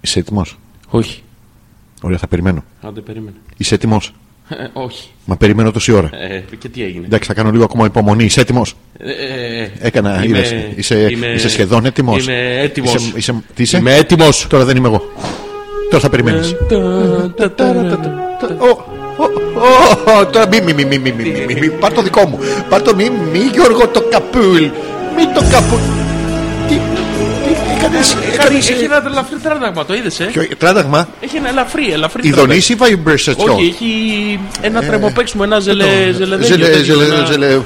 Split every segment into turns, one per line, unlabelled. Είσαι έτοιμος.
Όχι.
Ωραία, θα περιμένω.
Άντε, περίμενε.
Είσαι έτοιμος.
Ε, όχι.
Μα περιμένω τόση ώρα.
Ε, και τι έγινε.
Εντάξει, θα κάνω λίγο ακόμα υπομονή. Είσαι έτοιμος.
Ε, ε, ε,
Έκανα.
είμαι-
είδες. Είσαι,
είμαι-
είσαι σχεδόν έτοιμος.
Είμαι έτοιμος.
Είσαι, είσαι, τι είσαι?
Είμαι έτοιμος.
Τώρα δεν είμαι εγώ. Τώρα θα περιμένεις.
Ε.
Τώρα μη, μη, μη, μη, μη, μη, μη, μη, πάρ το δικό μου. Πάρ το μη, μη, Γιώργο, το καπούλ. Μη το καπούλ. Τι, τι, έκανες, ε? έκανες.
Έχει ένα ελαφρύ τράταγμα, το είδες. Ε?
Ποιο- Τράταγμα,
Έχει ένα ελαφρύ, ελαφρύ τράταγμα.
ειδονής ή βαϊμπρεσετιό.
Όχι, έχει ένα
Ε,
τρεμοπέξιμο, ένα ζελε, ζελεδέλιο,
Ζελε-
τέτοιο,
ζελε-
ένα-
ζελε- ε,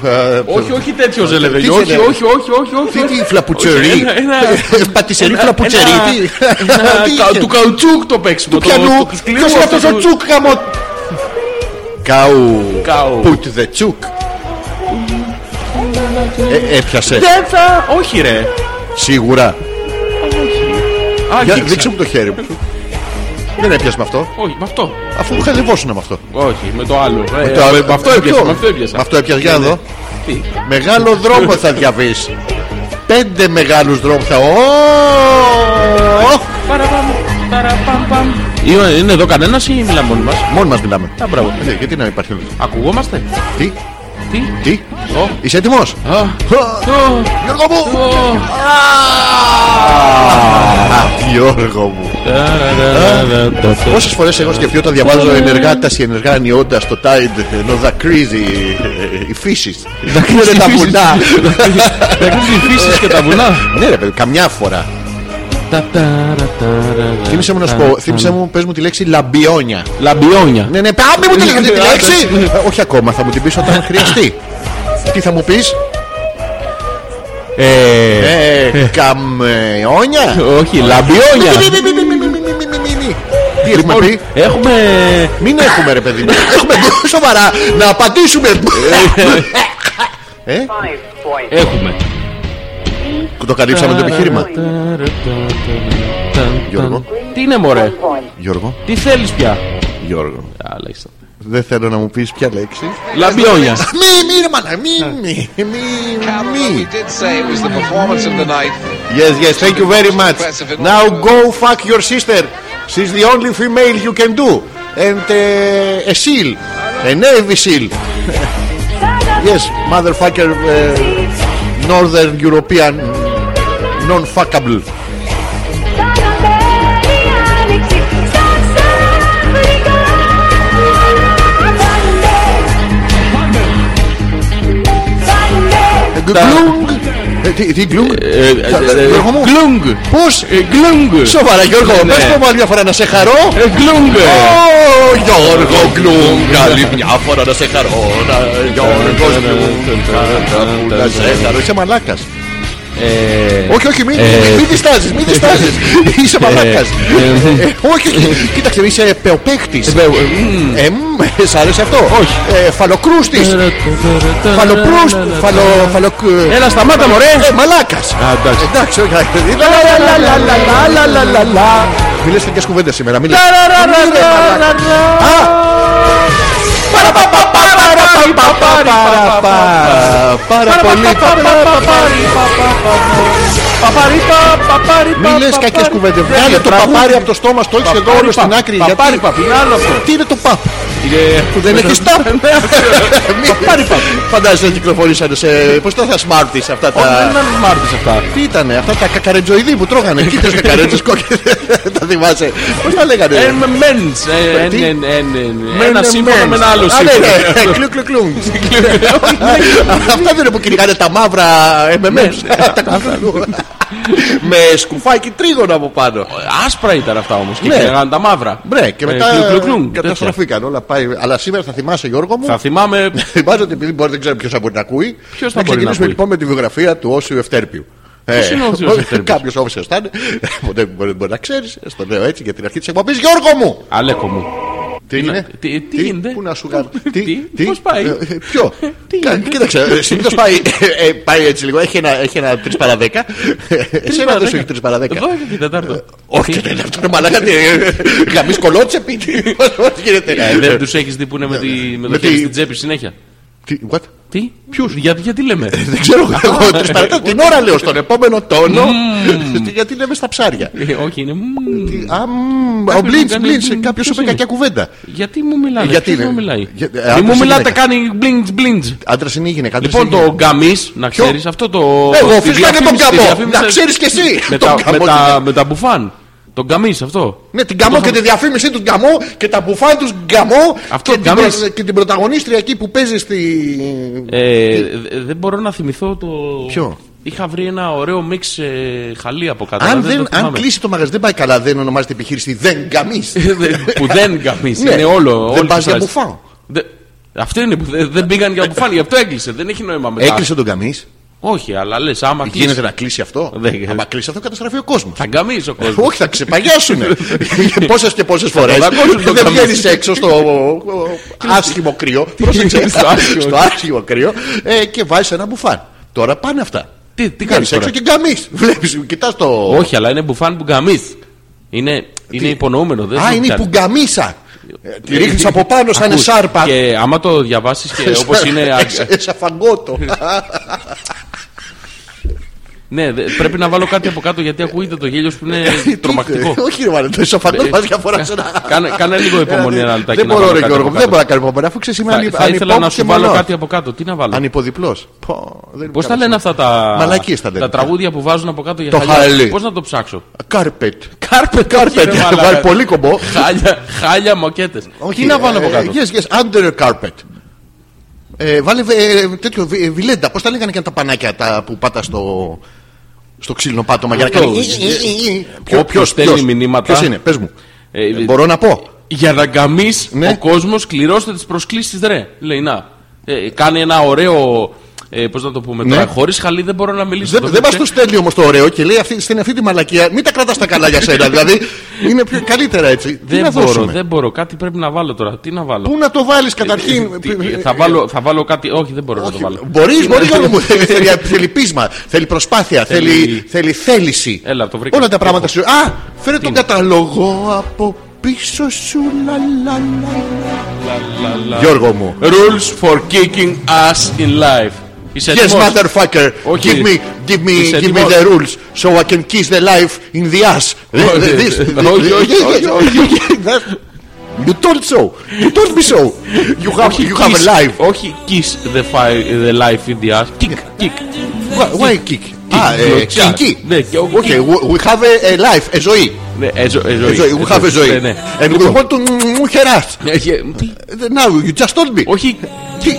Όχι, όχι τέτοιο
Τι
ζελεδέλιο. Όχι,
ζελε-
όχι, όχι, όχι. όχι.
Τι, τι,
Όχι,
φλαπουτσερί.
ένα- ένα-
Πατησερί,
ένα-
φλαπουτσερί.
ένα-
τι.
ένα
Τι
κα-
είχε?
Του καουτσούκ το παίξιμο.
Του πιανού.
του σκληρού
Ποιος είναι αυτός ο
αυτού του-
τσουκ γαμό. Καου.
Καου.
Put the τσουκ. Ε, Έπιασε.
Δεν θα. Όχι, ρε.
Σίγουρα. Για,
Άγγιξα.
δείξε μου το χέρι μου. Δεν έπιασες με αυτό.
Όχι, με αυτό.
Αφού χαζευόσουν με αυτό.
Όχι, με το άλλο. Ε,
Το άλλο-
Με αυτό έπιασα.
ποιο?
Με αυτό έπιασα.
Με αυτό έπιασες. Για να δω.
Τι.
Μεγάλο δρόμο θα διαβείς. Πέντε μεγάλους δρόμους θα... Ω!
Παραπαμ, παραπαμ, παμ. Είναι είναι εδώ κανένας ή μιλάμε μόνοι μας.
Μόνοι μας μιλάμε.
Α, μπράβο.
Ε, Γιατί να υπάρχει όλο.
Ακουγόμαστε.
Τι,
Τι.
τι,
Ω.
είσαι έτοιμος.
Α. Ω.
Γιώργο μου!
Ω.
Α, Γιώργο μου.
Ε.
Πόσες φορές έχω σκεφτεί όταν διαβάζω ενεργά τα συνεργά νιώντα το Tide ενώ δακρύζει ε, οι φύσεις. Δακρύζουν τα βουνά.
Έχουν φύσεις και τα βουνά.
Ναι ρε παιδί, καμιά φορά.
Ε,
Θύμισε μου να σου πω, θύμισε
ε.
μου, πες μου τη λέξη λαμπιόνια.
Λαμπιόνια.
Ναι, ναι, α, μην μου τη λέγατε τη λέξη! Ε, Όχι ακόμα, θα μου την πεις όταν χρειαστεί. Τι θα μου πεις? Ε, καμεόνια?
Όχι, λαμπιόνια.
Μη, μη, μη, μη, μη, μη, μη, μη, μη, μη, μη. Τι έχουμε πει?
Έχουμε.
Λοιπόν. Μην έχουμε ρε παιδί μου. Έχουμε σοβαρά να απαντήσουμε. Ε,
Έχουμε.
το καλύψαμε το επιχείρημα. Γιώργο,
Τι είναι, μωρέ.
Γιώργο,
Τι θέλεις πια.
Γιώργο.
Αλέξα.
Δεν θέλω να μου πεις ποια λέξη.
Λαμπιόνια.
Μη, μη, ρε μάνα, μη, μη, μη, μη.
did say it was the performance of the night.
Yes, yes, thank you very much. Now go fuck your sister. She's the only female you can do. And uh, a seal. A Navy seal. yes, motherfucker, uh, Northern European non-fuckable. Γκλουγκ. Ε, Τι, τι γκλουγκ. Γιώργο μου.
Γκλουγκ.
Πώς.
Γκλουγκ.
Σοβαρά Γιώργο,
Ε, ναι. Ε,
πες μου άλλη μια φορά να σε χαρώ.
Γκλουγκ.
ναι. Ω, Γιώργο
Ε,
Γκλουγκ, άλλη μια φορά να σε χαρώ. να- Γιώργο Γκλουγκ, να σε χαρώ. Είσαι μαλάκας. Όχι, όχι, μην μην διστάζεις, μην διστάζεις. Είσαι μαλάκας. Ε, Όχι, όχι, κοίταξε, είσαι πεοπαίκτης. Ε, μ, Σ' αρέσει αυτό. Όχι. Φαλοκρούστης. Φαλοπρούστ. φαλο- φαλοκ-
Έλα, σταμάτα, μωρέ.
Ε, μαλάκας.
εντάξει.
Εντάξει, όχι. Λα, λα, λα, λα, λα, λα, λα, λα, λα. Μιλές κακές κουβέντες σήμερα. Μιλές. Πάρα πολύ. Μην λες κακές κουβέντες. Βγάλε το παπάρι από το στόμα στο έχεις εδώ όλο στην άκρη. Γιατί-
Παπάρι παπ, είναι άλλο αυτό.
Τι είναι το παπ. Που δεν έχεις τάπ. Παπάρι παπ. Φαντάζεσαι να κυκλοφορήσανε σε... Πώς τα θα σμάρτεις αυτά
Όχι, δεν
τα...
είναι μάρτυρες αυτά.
Τι ήτανε αυτά τα κακαρετζοειδή που τρώγανε. Κοίτας κακαρετζες κόκκινες. Τα θυμάσαι. Πώς τα λέγανε.
Ε, με μενς, ε,
Τι?
εν, εν, εν, εν,
Μεν
Ένα
εμ
σύμφωνο
μεν.
με ένα άλλο
Α, ναι,
σύμφωνο.
ναι. Κλου, κλου, κλου. Αυτά δεν είναι που κυνηγάνε τα μαύρα
Ναι.
MMS. Τα κλου. Με σκουφάκι τρίγωνο από πάνω.
Άσπρα ήταν αυτά όμως και
Ναι.
κυνηγάνε τα μαύρα.
Μπρε, και
Ε,
μετά
κλου, κλου, κλου, τέτοια.
καταστραφήκαν όλα. Πάει. Αλλά σήμερα θα θυμάσαι, Γιώργο μου.
Θα θυμάμαι
Θυμάσαι ότι επειδή μπορεί, δεν ξέρω ποιος θα μπορεί να ακούει.
Ποιος θα
να
μπορεί να
ξεκινήσουμε
ακούει?
λοιπόν με τη βιογραφία του Όσιου Ευτέρπιου. Ε,
Ποιος είναι ο Όσιος Ευτέρπιος?
Κάποιος όφησο θα είναι. Ε, Ποτέ δεν μπορεί μπορεί να ξέρεις. Στο λέω έτσι για την αρχή της εκπομπής. Γιώργο μου!
Αλέκο μου.
Τι είναι,
τι- τι γίνεται?
πού να σου κάνω,
τι, πώς πάει?
ε, ε, ποιο,
Τι
Κα-
γίνεται?
κοίταξε, συνήθως πάει, ε, ε, πάει έτσι λίγο, έχει ένα, έχει ένα 3 παρα 10, εσένα δεν σου έχει 3 παρα 10.
Εδώ έχει την Τετάρτο.
Όχι, δεν είναι αυτό, ρε μαλάκα, τι, ε, γαμίς κολότσεπι, τι, πώς πώς γίνεται.
Ε, Δεν τους έχεις δει που είναι με, τη, με το
ε, Με
χέρι
τη-
στην τσέπη συνέχεια.
Τι, what?
Τι, ποιους, για, γιατί λέμε.
Δεν ξέρω εγώ. τρεις παρακάτω την ώρα λέω στον επόμενο τόνο. Γιατί λέμε στα ψάρια.
Ε, Όχι, είναι. μμμ.
Τι- Α, μμ, Ο Μπλίντ,
κάνει-
Μπλίντ,
μμ,
κάποιο
ποιος
είπε
είναι?
κακιά κουβέντα.
Γιατί μου μιλάτε,
Γιατί
γιατί
είναι-
μου μιλάει.
Για- ε,
Μη
άντρας ή
μου μιλάτε,
γυναίκα.
κάνει μπλιντ μπλιντ.
Άντρας είναι ή γυναίκα. άντρας
Λοιπόν,
είναι ή
το
γυναίκα.
γκαμίς, να
Ποιο?
ξέρεις αυτό το.
Εγώ,
στη
φυσικά και τον
διαφήμιση,
καμπό.
στη διαφήμιση-
Να ξέρεις και εσύ
Με
τον
τα-
καμπό
με
τη
τα-
διαφήμιση.
Με τα μπουφάν. Το γκαμί αυτό.
Ναι, την καμό και τη διαφήμιση του γκαμό και τα μπουφάν τους γκαμό
Αυτό,
και, την
γκαμής.
προ- και την πρωταγωνίστρια εκεί που παίζει στη.
Ε, δε- Δεν μπορώ να θυμηθώ το.
Ποιο?
Είχα βρει ένα ωραίο μίξ ε, χαλί από κάτω. αλλά
Αν, δεν,
το
αν
θυμάμαι.
κλείσει το μαγαζί δεν πάει καλά, δεν ονομάζεται επιχείρηση δεν γκαμή.
που δεν γκαμίσει.
Ναι.
Είναι όλο.
Δεν
όλη
πας
τη
για
φράση.
μπουφάν.
Δε- Αυτό είναι που δεν δεν πήγαν για μπουφάν, γι' αυτό έκλεισε. Δεν έχει νόημα μετά.
Έκλεισε τον γκαμή.
Όχι, αλλά λες, άμα
Γίνεται
κλείσει.
να κλείσει αυτό.
Δεν-
Αν κλείσει αυτό, καταστραφεί ο κόσμος.
Θα γκαμίσει ο κόσμος.
Όχι, θα ξεπαγιάσουνε. πόσες και πόσες φορέ.
δαγκώσουν το
Δεν
καμπί.
βγαίνεις έξω στο άσχημο κρύο. Πρόσεξε.
Στο άσχημο.
Στο άσχημο κρύο ε, και βάζεις ένα μπουφάν. Τώρα πάνε αυτά.
Τι, τι κάνει
Βγαίνεις Ναι, έξω και γκαμί. Βλέπεις, κοιτάς το.
Όχι, αλλά είναι μπουφάν που γκαμίσεις. Είναι, είναι υπονοούμενο. Δεν
Α,
σου
είναι η
κάνει.
πουγκαμίσα. Ε, Τη
Ε,
ρίχνεις από πάνω σαν
Ακούς,
εσάρπα. Ε,
Και άμα το διαβάσεις και όπω είναι. Ε,
Εσ- Εσαφαγκότο.
ναι, δε- πρέπει να βάλω κάτι από κάτω γιατί ακούγεται το γέλιο που
Ε,
είναι τρομακτικό. Ε,
Όχι, ρε Μάρε, το εσαφαγκό μα διαφορά σε ένα.
Κάνε, κάνε λίγο υπομονή ένα λεπτάκι.
Ε, Δεν
να
μπορώ,
βάλω
ρε
κάτι
Γιώργο, δεν
από κάτω.
μπορώ να κάνω υπομονή. Αφού
Θα-
ξεσημάνει
Θα ήθελα να σου βάλω κάτι από κάτω. Τι να βάλω.
Ανυποδιπλό.
Πώ τα λένε αυτά τα,
Μαλακίες τα λένε.
τραγούδια που βάζουν από κάτω για
Το χαλί.
Πώς να το ψάξω.
Κάρπετ.
Κάρπετ,
Κάρπετ. Βάλει πολύ κομπό.
Χάλια, χάλια μοκέτες. Τι να βάλω από
ε,
κάτω.
Yes, yes, under carpet. Ε, βάλε ε, τέτοιο βι- ε, βιλέντα. Πώ τα λέγανε και τα πανάκια τα που πάτα στο, στο ξύλινο πάτωμα για να Ε,
Αυτό.
κάνει.
Όποιος ε, στέλνει μηνύματα-
Ποιος είναι, πες μου.
Ε,
Ε, Μπορώ να πω.
Για να γκαμεί
Ναι.
ο κόσμος, κληρώστε τις προσκλήσεις, ρε. Λέει να. Ε, κάνει ένα ωραίο. Ε, Πώς να το πούμε τώρα.
Ναι.
Χωρίς χαλί δεν μπορώ να μιλήσω.
Δεν,
Το
δεν μα
βλέπετε.
το στέλνει όμως το ωραίο και λέει αυτή, στην αυτή τη μαλακία. Μην τα κρατάς τα καλά για σένα. δηλαδή είναι πιο, καλύτερα έτσι. Τι
δεν
να
μπορώ,
δώσουμε.
δεν μπορώ. Κάτι πρέπει να βάλω τώρα. Τι να βάλω.
Πού να το βάλεις καταρχήν.
Τι- Ε, θα, βάλω θα βάλω κάτι. Όχι, δεν μπορώ να το βάλω.
Μπορείς, μπορεί να μου θέλει, θέλει- θέλει πείσμα, θέλει προσπάθεια, θέλει,
Θέλει-
θέλει θέληση.
Έλα, το βρήκα.
Όλα τα
Το
πράγματα
έχω.
σου. Α, φέρε τον καταλογό από πίσω σου. Λα, λα, λα, λα. Γιώργο μου.
Rules for kicking us in life. Είσαι
Yes,
έτοιμος?
motherfucker.
Όχι.
Give me, give me,
Είσαι
give me
έτοιμος?
the rules so I can kiss the life in the ass.
Ε, Όχι,
This- this-
όχι, όχι, όχι,
That- You told so. You told me so. You have, you have a
Kiss-
life.
Όχι kiss the, fi- the life in the ass. Kick, kick.
Why- Why kick? Α, ε,
Κλωτσιά.
κινκί.
Ναι, και ο-
Okay, we- we have a a life, a ζωή.
Ναι, ε, ζω- ε,
Ε,
ζωή.
ζωή,
Ε,
we have a ζωή. Ε, λοιπόν,
Ναι, ναι.
And we want to μου harass.
Ναι, γε- τι-
Now, you just told me.
Όχι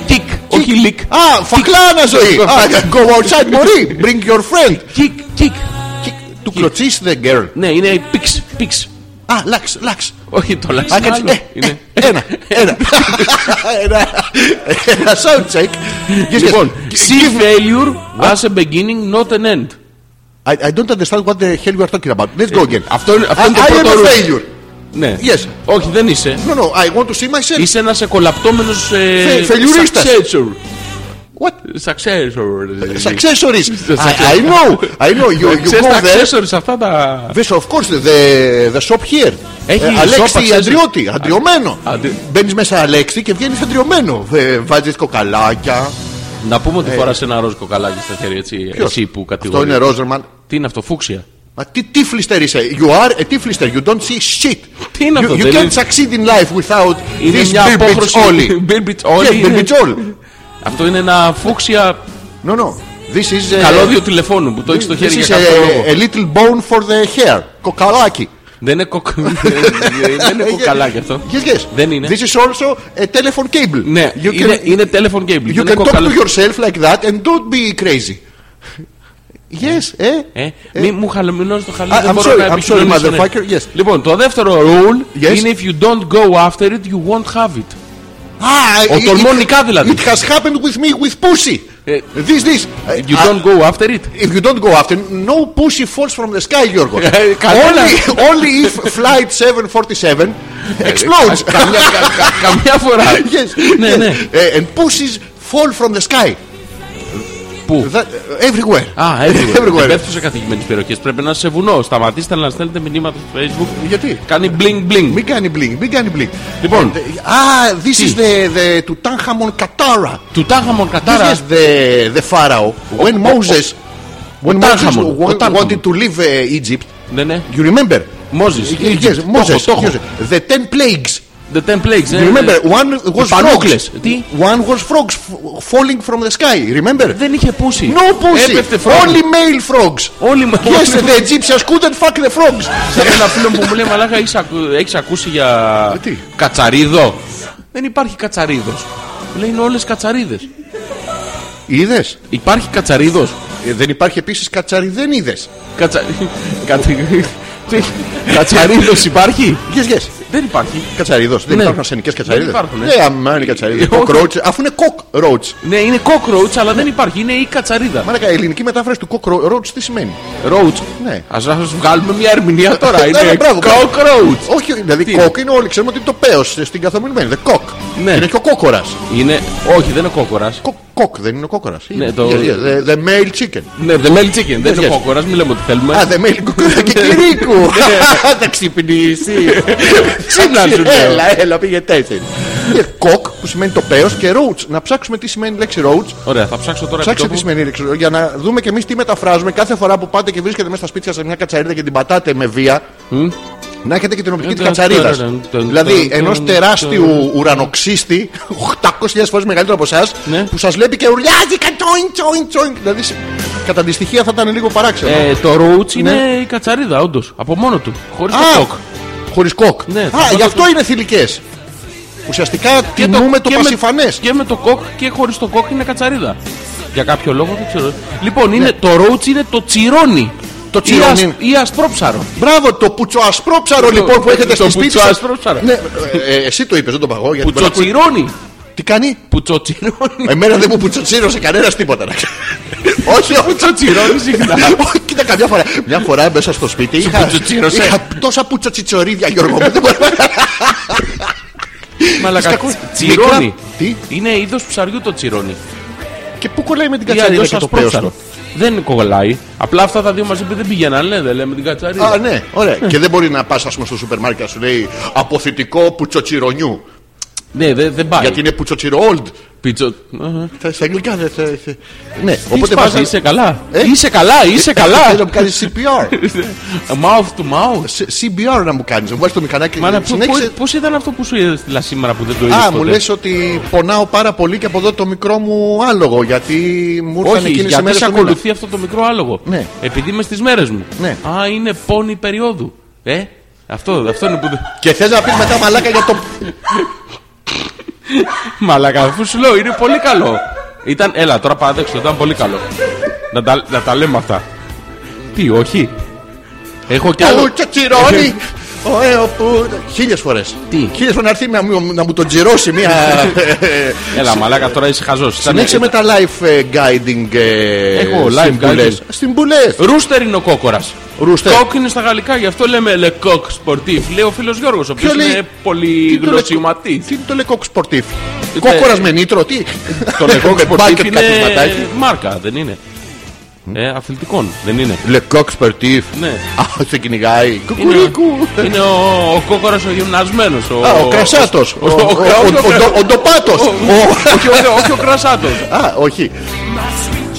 kick, όχι lick.
Α, φακλάνα ζωή. Α, Go outside, μπορεί. Bring your friend.
Kick, kick.
To κλωτσίσει the girl.
Ναι, είναι πίξ, πίξ.
Α, λαξ, λαξ.
Όχι το λες.
Α, κάτσε,
άλλο.
ε,
Είναι-
Ένα, ένα. Ένα- Ένα sound check. Yes,
Λοιπόν,
yes.
see failure as a beginning, not an end.
I I don't understand what the hell you are talking about. Let's go again.
Ε, Αυτό είναι αυτό
I
είναι το
I am
πρώτο
a
rule.
failure.
Ναι.
Yes.
Όχι, δεν είσαι.
No, no, I want to see myself.
Είσαι ένας εκολαπτώμενος ε,
Θε- φελιουρίστας.
successor.
What?
Successor.
Successories. I, I
Successories.
know. I know. You, you
Ξέρεις
go
τα
there.
accessories αυτά τα...
This of course the, the shop here.
Έχει
Ε,
shop
Αλέξη
accessories.
Αντριώτη, αντριωμένο.
αντι-
Μπαίνεις μέσα Αλέξη και βγαίνεις αντριωμένο. Ε, Βάζεις κοκαλάκια.
Να πούμε ότι φοράς ένα ροζ κοκαλάκι στα χέρια, έτσι.
Ε. Ποιος?
Εσύ που
Αυτό είναι
κατηγορείς.
Ρόζερμαν.
Τι είναι αυτό, φούξια.
Μα τι τύφλιστερ είσαι. You are a τύφλιστερ. You don't see shit.
Τι είναι
you,
αυτό,
You
δεν
can't
είναι-
succeed in life without
Είναι
this
μια
beer bitch
απόχρωση.
only.
Beer bitch
Yeah,
only.
beer bitch only.
Αυτό είναι ένα φούξια
No, no. This is a...
καλώδιο τηλεφώνου που το έχεις στο
This
χέρι για
is
κάποιο λόγο.
a, ε, a little bone for the hair. Κοκαλάκι.
Δεν είναι κοκ... Ε, δεν είναι κοκαλάκι αυτό.
Yes, yes.
Δεν είναι.
This is also a telephone cable.
Ναι,
You can,
είναι, είναι telephone cable.
you can
δεν είναι
talk
κοκαλάκι.
to yourself like that and don't be crazy. Yes, eh?
Ε, μη μου χαλαμινώνεις το χαλί,
I-
δεν
I'm
μπορώ
sorry,
να
I'm sorry,
επικοινωνήσω, ναι.
motherfucker, yes.
Λοιπόν, το δεύτερο rule
Yes.
είναι if you don't go after it, you won't have it.
Ah,
Ο
it-
τολμονικά
it,
δηλαδή.
it has happened with me with pussy.
Ε,
This, this.
You
I-
don't go after it.
If you don't go after, no pussy falls from the sky, Γιώργο.
Ε, κανένα.
only, only if flight 747 explodes.
Καμιά, Ε, κα- κα- καμιά φορά.
yes,
Ναι,
yes.
ναι.
Ε, and pussies fall from the sky.
Πού?
That- Everywhere.
Α, everywhere. Ε,
Everywhere.
Δεν πέφτουν σε καθηγημένες περιοχές. Πρέπει να σε βουνό. Σταματήστε να στέλνετε μηνύματα στο facebook.
Γιατί?
Κάνει bling bling.
Μην κάνει μπλink, μην κάνει μπλink.
Λοιπόν,
Α, this
Τι?
is the, the Tutankhamun Katara.
του Τάγαμον
This
Κατάρα.
is the, the Pharaoh. When Moses, when Moses
Tutankhamun,
wa-
Tutankhamun.
wanted to leave uh, Egypt,
Ναι, ναι.
you remember?
Moses.
Yes,
Το
Moses.
έχω, το έχω.
yes. The ten plagues.
The ναι, Ten Plagues.
You remember, one was
Πανούκλες.
frogs.
Τι?
One was frogs f- falling from the sky. Remember?
Δεν είχε πούσει.
No pussy.
Έπεφτε φρόντ.
Only male frogs.
Όλοι μα.
Yes, the Egyptians couldn't fuck the frogs.
Σαν ένα φίλο μου που λέει Μαλάκα, έχεις ακου- έχεις ακούσει για
Τι?
κατσαρίδο. Δεν υπάρχει κατσαρίδος. Μου Λέει είναι όλες κατσαρίδες.
Είδες.
Υπάρχει κατσαρίδος.
Δεν υπάρχει επίσης κατσαριδενίδε.
Κατσα... κατσι- Τι? Κατσαρίδος υπάρχει.
Yes, yes.
Δεν υπάρχει.
Κατσαρίδος. Δεν
Ναι.
υπάρχουν ασθενικέ κατσαρίδε.
Δεν υπάρχουν, ε.
Ναι, άμα είναι κατσαρίδες.
Ε, όχι.
Αφού είναι cockroach.
Ναι, είναι cockroach, αλλά δεν υπάρχει. Είναι η κατσαρίδα.
Μάλακα, η ελληνική μετάφραση του cockroach τι σημαίνει.
Roach.
Ναι.
Ας να σας βγάλουμε μια ερμηνεία τώρα.
Ναι, ναι,
Είναι
μπράβο, μπράβο.
cockroach.
Όχι, δηλαδή
Τι
cock είναι όλοι. Ξέρουμε ότι είναι το παίο στην καθομιλημένη. The cock.
Ναι.
Είναι και ο κόκορας.
Είναι... Όχι, δεν είναι ο κόκορας.
Κοκ, δεν είναι ο κόκορας.
Ναι, το-
the, the male chicken.
Ναι, the male chicken. Δεν είναι
yes.
ο κόκορας, μην λέμε ότι θέλουμε.
Α, the male κουκούδα και κυρίκου.
Ναι.
Ε, Θα ξυπνήσει.
Ξύπνα σου, λέω.
Έλα, έλα, πήγε τέσσερι. Κοκ Ε, που σημαίνει το παίο και roach. Να ψάξουμε τι σημαίνει η λέξη roach.
Ωραία, θα ψάξω τώρα.
Ψάξτε
επιτόπου.
τι σημαίνει ρεξιό για να δούμε και εμείς τι μεταφράζουμε κάθε φορά που πάτε και βρίσκετε μέσα στα σπίτια σας μια κατσαρίδα και την πατάτε με βία. Να έχετε και την οπτική της κατσαρίδα. δηλαδή ενό τεράστιου ουρανοξύστη, 800.000 φορές μεγαλύτερο από εσάς,
Ναι.
που σας βλέπει και ουρλιάζει και τσόιν τσόιν τσόιν. Δηλαδή σε- κατά τη στοιχεία θα ήταν λίγο παράξενο.
Ε, το roach είναι
Ναι.
η κατσαρίδα, όντως. Από μόνο του. Χωρίς το
Α,
κοκ.
Χωρίς κοκ.
Ναι, θα
Α,
πάτε
γι' αυτό
το-
είναι θηλυκές. Ουσιαστικά τιμούμε το
και με-
πασιφανές.
Και με το κοκ και χωρίς το κοκ είναι κατσαρίδα. Για κάποιο λόγο δεν ξέρω. Λοιπόν, είναι, το roach είναι το τσιρόνι. Το
Ναι. τσιρόνι
Ή,
είναι.
ασ, ή ασπρόψαρο.
Μπράβο, το πουτσοασπρόψαρο λοιπόν που έχετε
το
στη σπίτι σας.
πουτσοασπρόψαρο.
Ναι, ε, ε, εσύ το είπες, δεν το παγώ. γιατί μπορεί να ακούει-
Πουτσοτσιρόνι.
Τι κάνει,
Πουτσοτσιρόνι.
Εμένα δεν μου πουτσοτσίρωσε κανένας τίποτα. να ξέρεις. Όχι, όχι,
Πουτσοτσιρόνι συχνά.
όχι, Κοίτα, καμιά φορά. Μια φορά μέσα στο σπίτι είχα,
πουτσοτσίρωσε.
είχα τόσα πουτσοτσιτσορίδια, Γιώργο. μου, δεν μπορώ να-
Μαλακα.
κακούς.
Τσιρόνι.
Ε, Μικρά- Τι?
Είναι είδος ψαριού το τσιρόνι.
Και πού κολλάει με την
Ή
κατσαρίδα
αλλιώς
και το πέος
ασπρόψαρο.
του.
Δεν κολλάει. Απλά αυτά τα δύο μαζί δεν πηγαίναν, ναι, δεν λέμε την κατσαρίδα.
Α, ναι, ωραία. Και δεν μπορεί να πας, ας πούμε, στο σούπερ μάρκετ να σου λέει αποθητικό πουτσοτσιρονιού.
Ναι, δεν δεν πάει.
Γιατί είναι πουτσοτσιρόλτ.
Πίτσο.
Στα αγγλικά δεν θα. θα- Ναι,
Οπότε πας,
βάζα-
είσαι καλά.
Ε?
Είσαι καλά, είσαι καλά.
Θέλω να μου κάνεις CPR.
Mouth to mouth.
Σε- CPR να μου κάνεις. Να μου βάζεις το μηχανάκι.
Μάνα, πο-
Συνέχισε.
πο- πώς ήταν αυτό που σου έστειλα σήμερα που δεν το είδες
Α,
ποτέ?
μου λες ότι πονάω πάρα πολύ και από εδώ το μικρό μου άλογο γιατί μου ήρθαν
Όχι,
εκείνες οι
γιατί
μέρες
σε
του μήνα.
ακολουθεί αυτό το μικρό άλογο.
Ναι.
Επειδή είμαι στις μέρες μου.
Ναι.
Α, είναι πόνη περίοδου. Ε, αυτό, αυτό είναι που... δεν-
Και θες να πεις μετά μαλάκα για το...
Μαλακα, αφού σου λέω, είναι πολύ καλό. Ήταν, έλα, τώρα παραδέξτε, ήταν πολύ καλό. να, τα, να τα λέμε αυτά. Τι, όχι. Έχω κι άλλο.
το τσιρώνει. Ωε, όπου... Χίλιες φορές.
Τι? Ε,
Χίλιες φορές να έρθει να, μου- να μου τον τσιρώσει μια...
Έλα, μαλάκα, τώρα είσαι χαζός. Ήταν-
Συνέχισε με τα life ε, guiding ε,
Έχω life Ε,
στην που
guiding.
λες. Στην που λες.
Ρούστερ είναι ο κόκορας.
Ρούστερ.
Κόκ είναι στα γαλλικά, γι' αυτό λέμε Le Coq Sportif. Λέει ο φίλος Γιώργος, ο οποίος
λέει?
είναι
Τι το λε-
πολυγλωσσιωματή.
Τι είναι το λεκόκ σπορτίφ. Κόκορας με νήτρο, τι.
Ε, Το Le Coq Sportif
Μπάκετ
είναι
καθισματάκι.
μάρκα, δεν είναι. Ε, αθλητικών, δεν είναι.
Λεκόκ σπορτίφ.
Ναι.
Α, σε κυνηγάει.
Είναι,
Κουκουρίκου.
είναι ο, ο κόκορας ο γυμνασμένος.
Α, ο Κρασάτος.
ο- ο-
Ο Ντοπάτο.
όχι, όχι, Ε, όχι ο κρασάτο.
Α, όχι.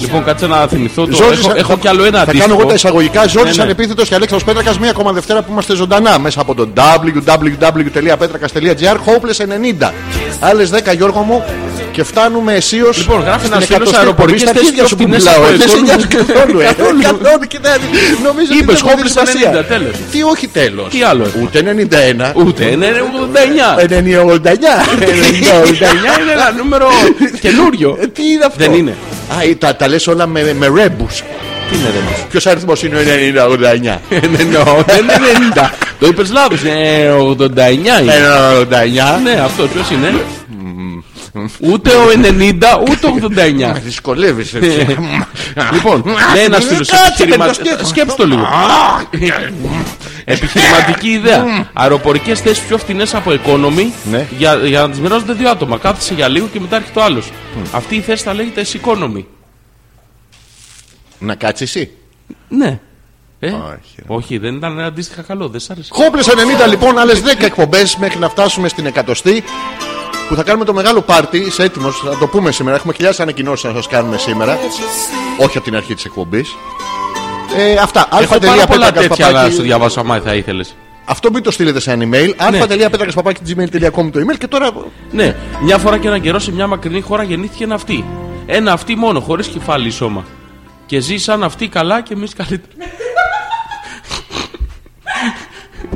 λοιπόν, κάτσε να θυμηθώ το.
Ζόρις,
έχω,
θα-
έχω κι άλλο ένα
Θα κάνω εγώ τα εισαγωγικά. Ζόρι
Ναι, ναι.
ανεπίθετος και Αλέξανδρος Πέτρακας. Μία ακόμα Δευτέρα που είμαστε ζωντανά μέσα από το www.petrakas.gr. Hopeless 90. Άλλε 10 Γιώργο μου και φτάνουμε αισίως.
Λοιπόν, γράφει ένας φίλος αεροπορικές
αεροπορική
θέσεις
σου που
πιο φθηνές
μιλάω.
από
ε, Δεν σε
εσένα.
νοιάζει καθόλου. ε.
Καθόλου.
Καθόλου, κοιτάξτε. Νομίζω ότι
Είπες
δεν μου
Hopeless
δίνεις σημασία.
90, τέλος.
Τι όχι τέλος.
Τι άλλο έχουμε.
Ούτε 91.
Ούτε, είναι 89.
Ε, 99.
89 είναι ένα νούμερο καινούριο.
Ε, Τι είναι αυτό.
Δεν είναι.
Α, ε, τα, τα λες όλα με, με ρέμπους.
Τι είναι, ρε, μας.
Ποιος αριθμός είναι ο 90-89.
εννοώ, δεν είναι 90. Το είπες λάθος. Είναι 89 είναι.
89.
Ναι, αυτό ποιος είναι. Ούτε ο 90, ούτε ο 89.
Με δυσκολεύεις έτσι.
Λοιπόν, λέει ένας φίλος.
Κάτσε, παιδιά, σκέψου.
Σκέψτε το λίγο. Επιχειρηματική ιδέα. Αεροπορικές θέσεις πιο φθηνές από economy
Ναι.
για, για να τις μοιράζονται δύο άτομα. Κάθεσαι για λίγο και μετά έρχεται ο άλλος. Αυτή η θέση θα λέγεται as economy.
Να κάτσεις εσύ.
Ναι. Ε,
Όχι, ρε.
όχι, δεν ήταν αντίστοιχα καλό, δεν σ' άρεσε.
Χόμπλε 90 λοιπόν, άλλες 10 εκπομπές μέχρι να φτάσουμε στην εκατοστή που θα κάνουμε το μεγάλο πάρτι. Είσαι έτοιμος, θα το πούμε σήμερα. Έχουμε χιλιάδες ανακοινώσεις να σας κάνουμε σήμερα. Όχι από την αρχή της εκπομπής. Ε, αυτά.
Έχω πάρα πολλά τέτοια, αλλά σου
αλφα.πέτρακα.
διαβάσω άμα θα ήθελες.
Αυτό μην το στείλετε σε ένα email. αλφα.πέτρακα.gmail.com το email και τώρα.
Ναι, μια φορά και έναν καιρό σε μια μακρινή χώρα γεννήθηκε ένα αυτή. Ένα αυτή μόνο, χωρίς κεφάλι ή σώμα. Και ζει σαν αυτή καλά και εμείς καλύτερα.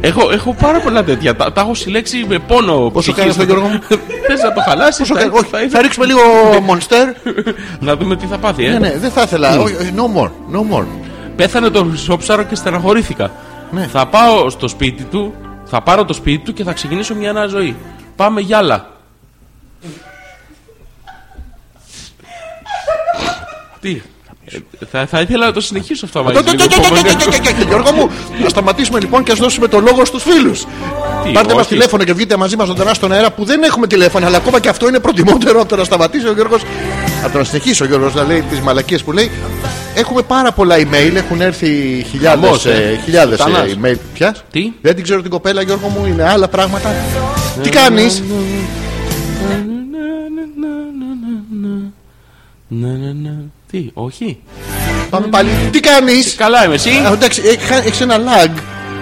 έχω, έχω πάρα πολλά τέτοια. Τα, τα έχω συλλέξει με πόνο.
Πόσο κάνεις τον Γιώργο μου?
Θες να το χαλάσεις.
Πόσο κα- όχι,
θα, Ναι.
θα ρίξουμε λίγο Monster.
να δούμε τι θα πάθει, ε.
ναι, ναι, δεν θα ήθελα. όχι, όχι, No more. No more.
Πέθανε το χρυσόψαρο και στεναχωρήθηκα.
Ναι.
Θα πάω στο σπίτι του, θα πάρω το σπίτι του και θα ξεκινήσω μια νέα ζωή. Πάμε γυάλα. Τι. ε, Θα, θα ήθελα να το συνεχίσω αυτό άμα
Το-
έχεις
το-
λίγο
το- το- το-
υπομονή.
το- το- το- το- Γιώργο μου, να σταματήσουμε λοιπόν και ας δώσουμε το λόγο στους φίλους.
Τι,
Πάρτε μας
όχι.
τηλέφωνο και βγείτε μαζί μας ζωντανά στον αέρα που δεν έχουμε τηλέφωνο, αλλά ακόμα και αυτό είναι προτιμότερο από το να σταματήσει ο Γιώργος. Από το να συνεχίσει ο Γιώργος να λέει τις μαλακίες που λέει. Έχουμε πάρα πολλά email, έχουν έρθει χιλιάδες
Χαμός, ε.
χιλιάδες, ε,
Σουτανάς.
email. Ποια?
Τι?
Δεν την ξέρω την κοπέλα, Γιώργο μου, είναι άλλα πράγματα. Τι κάνεις,
Ναι, ναι, ναι. Τι, όχι.
πάμε πάλι. Τι κάνεις,
Καλά είμαι εσύ.
Ε, εντάξει, έχεις ένα lag.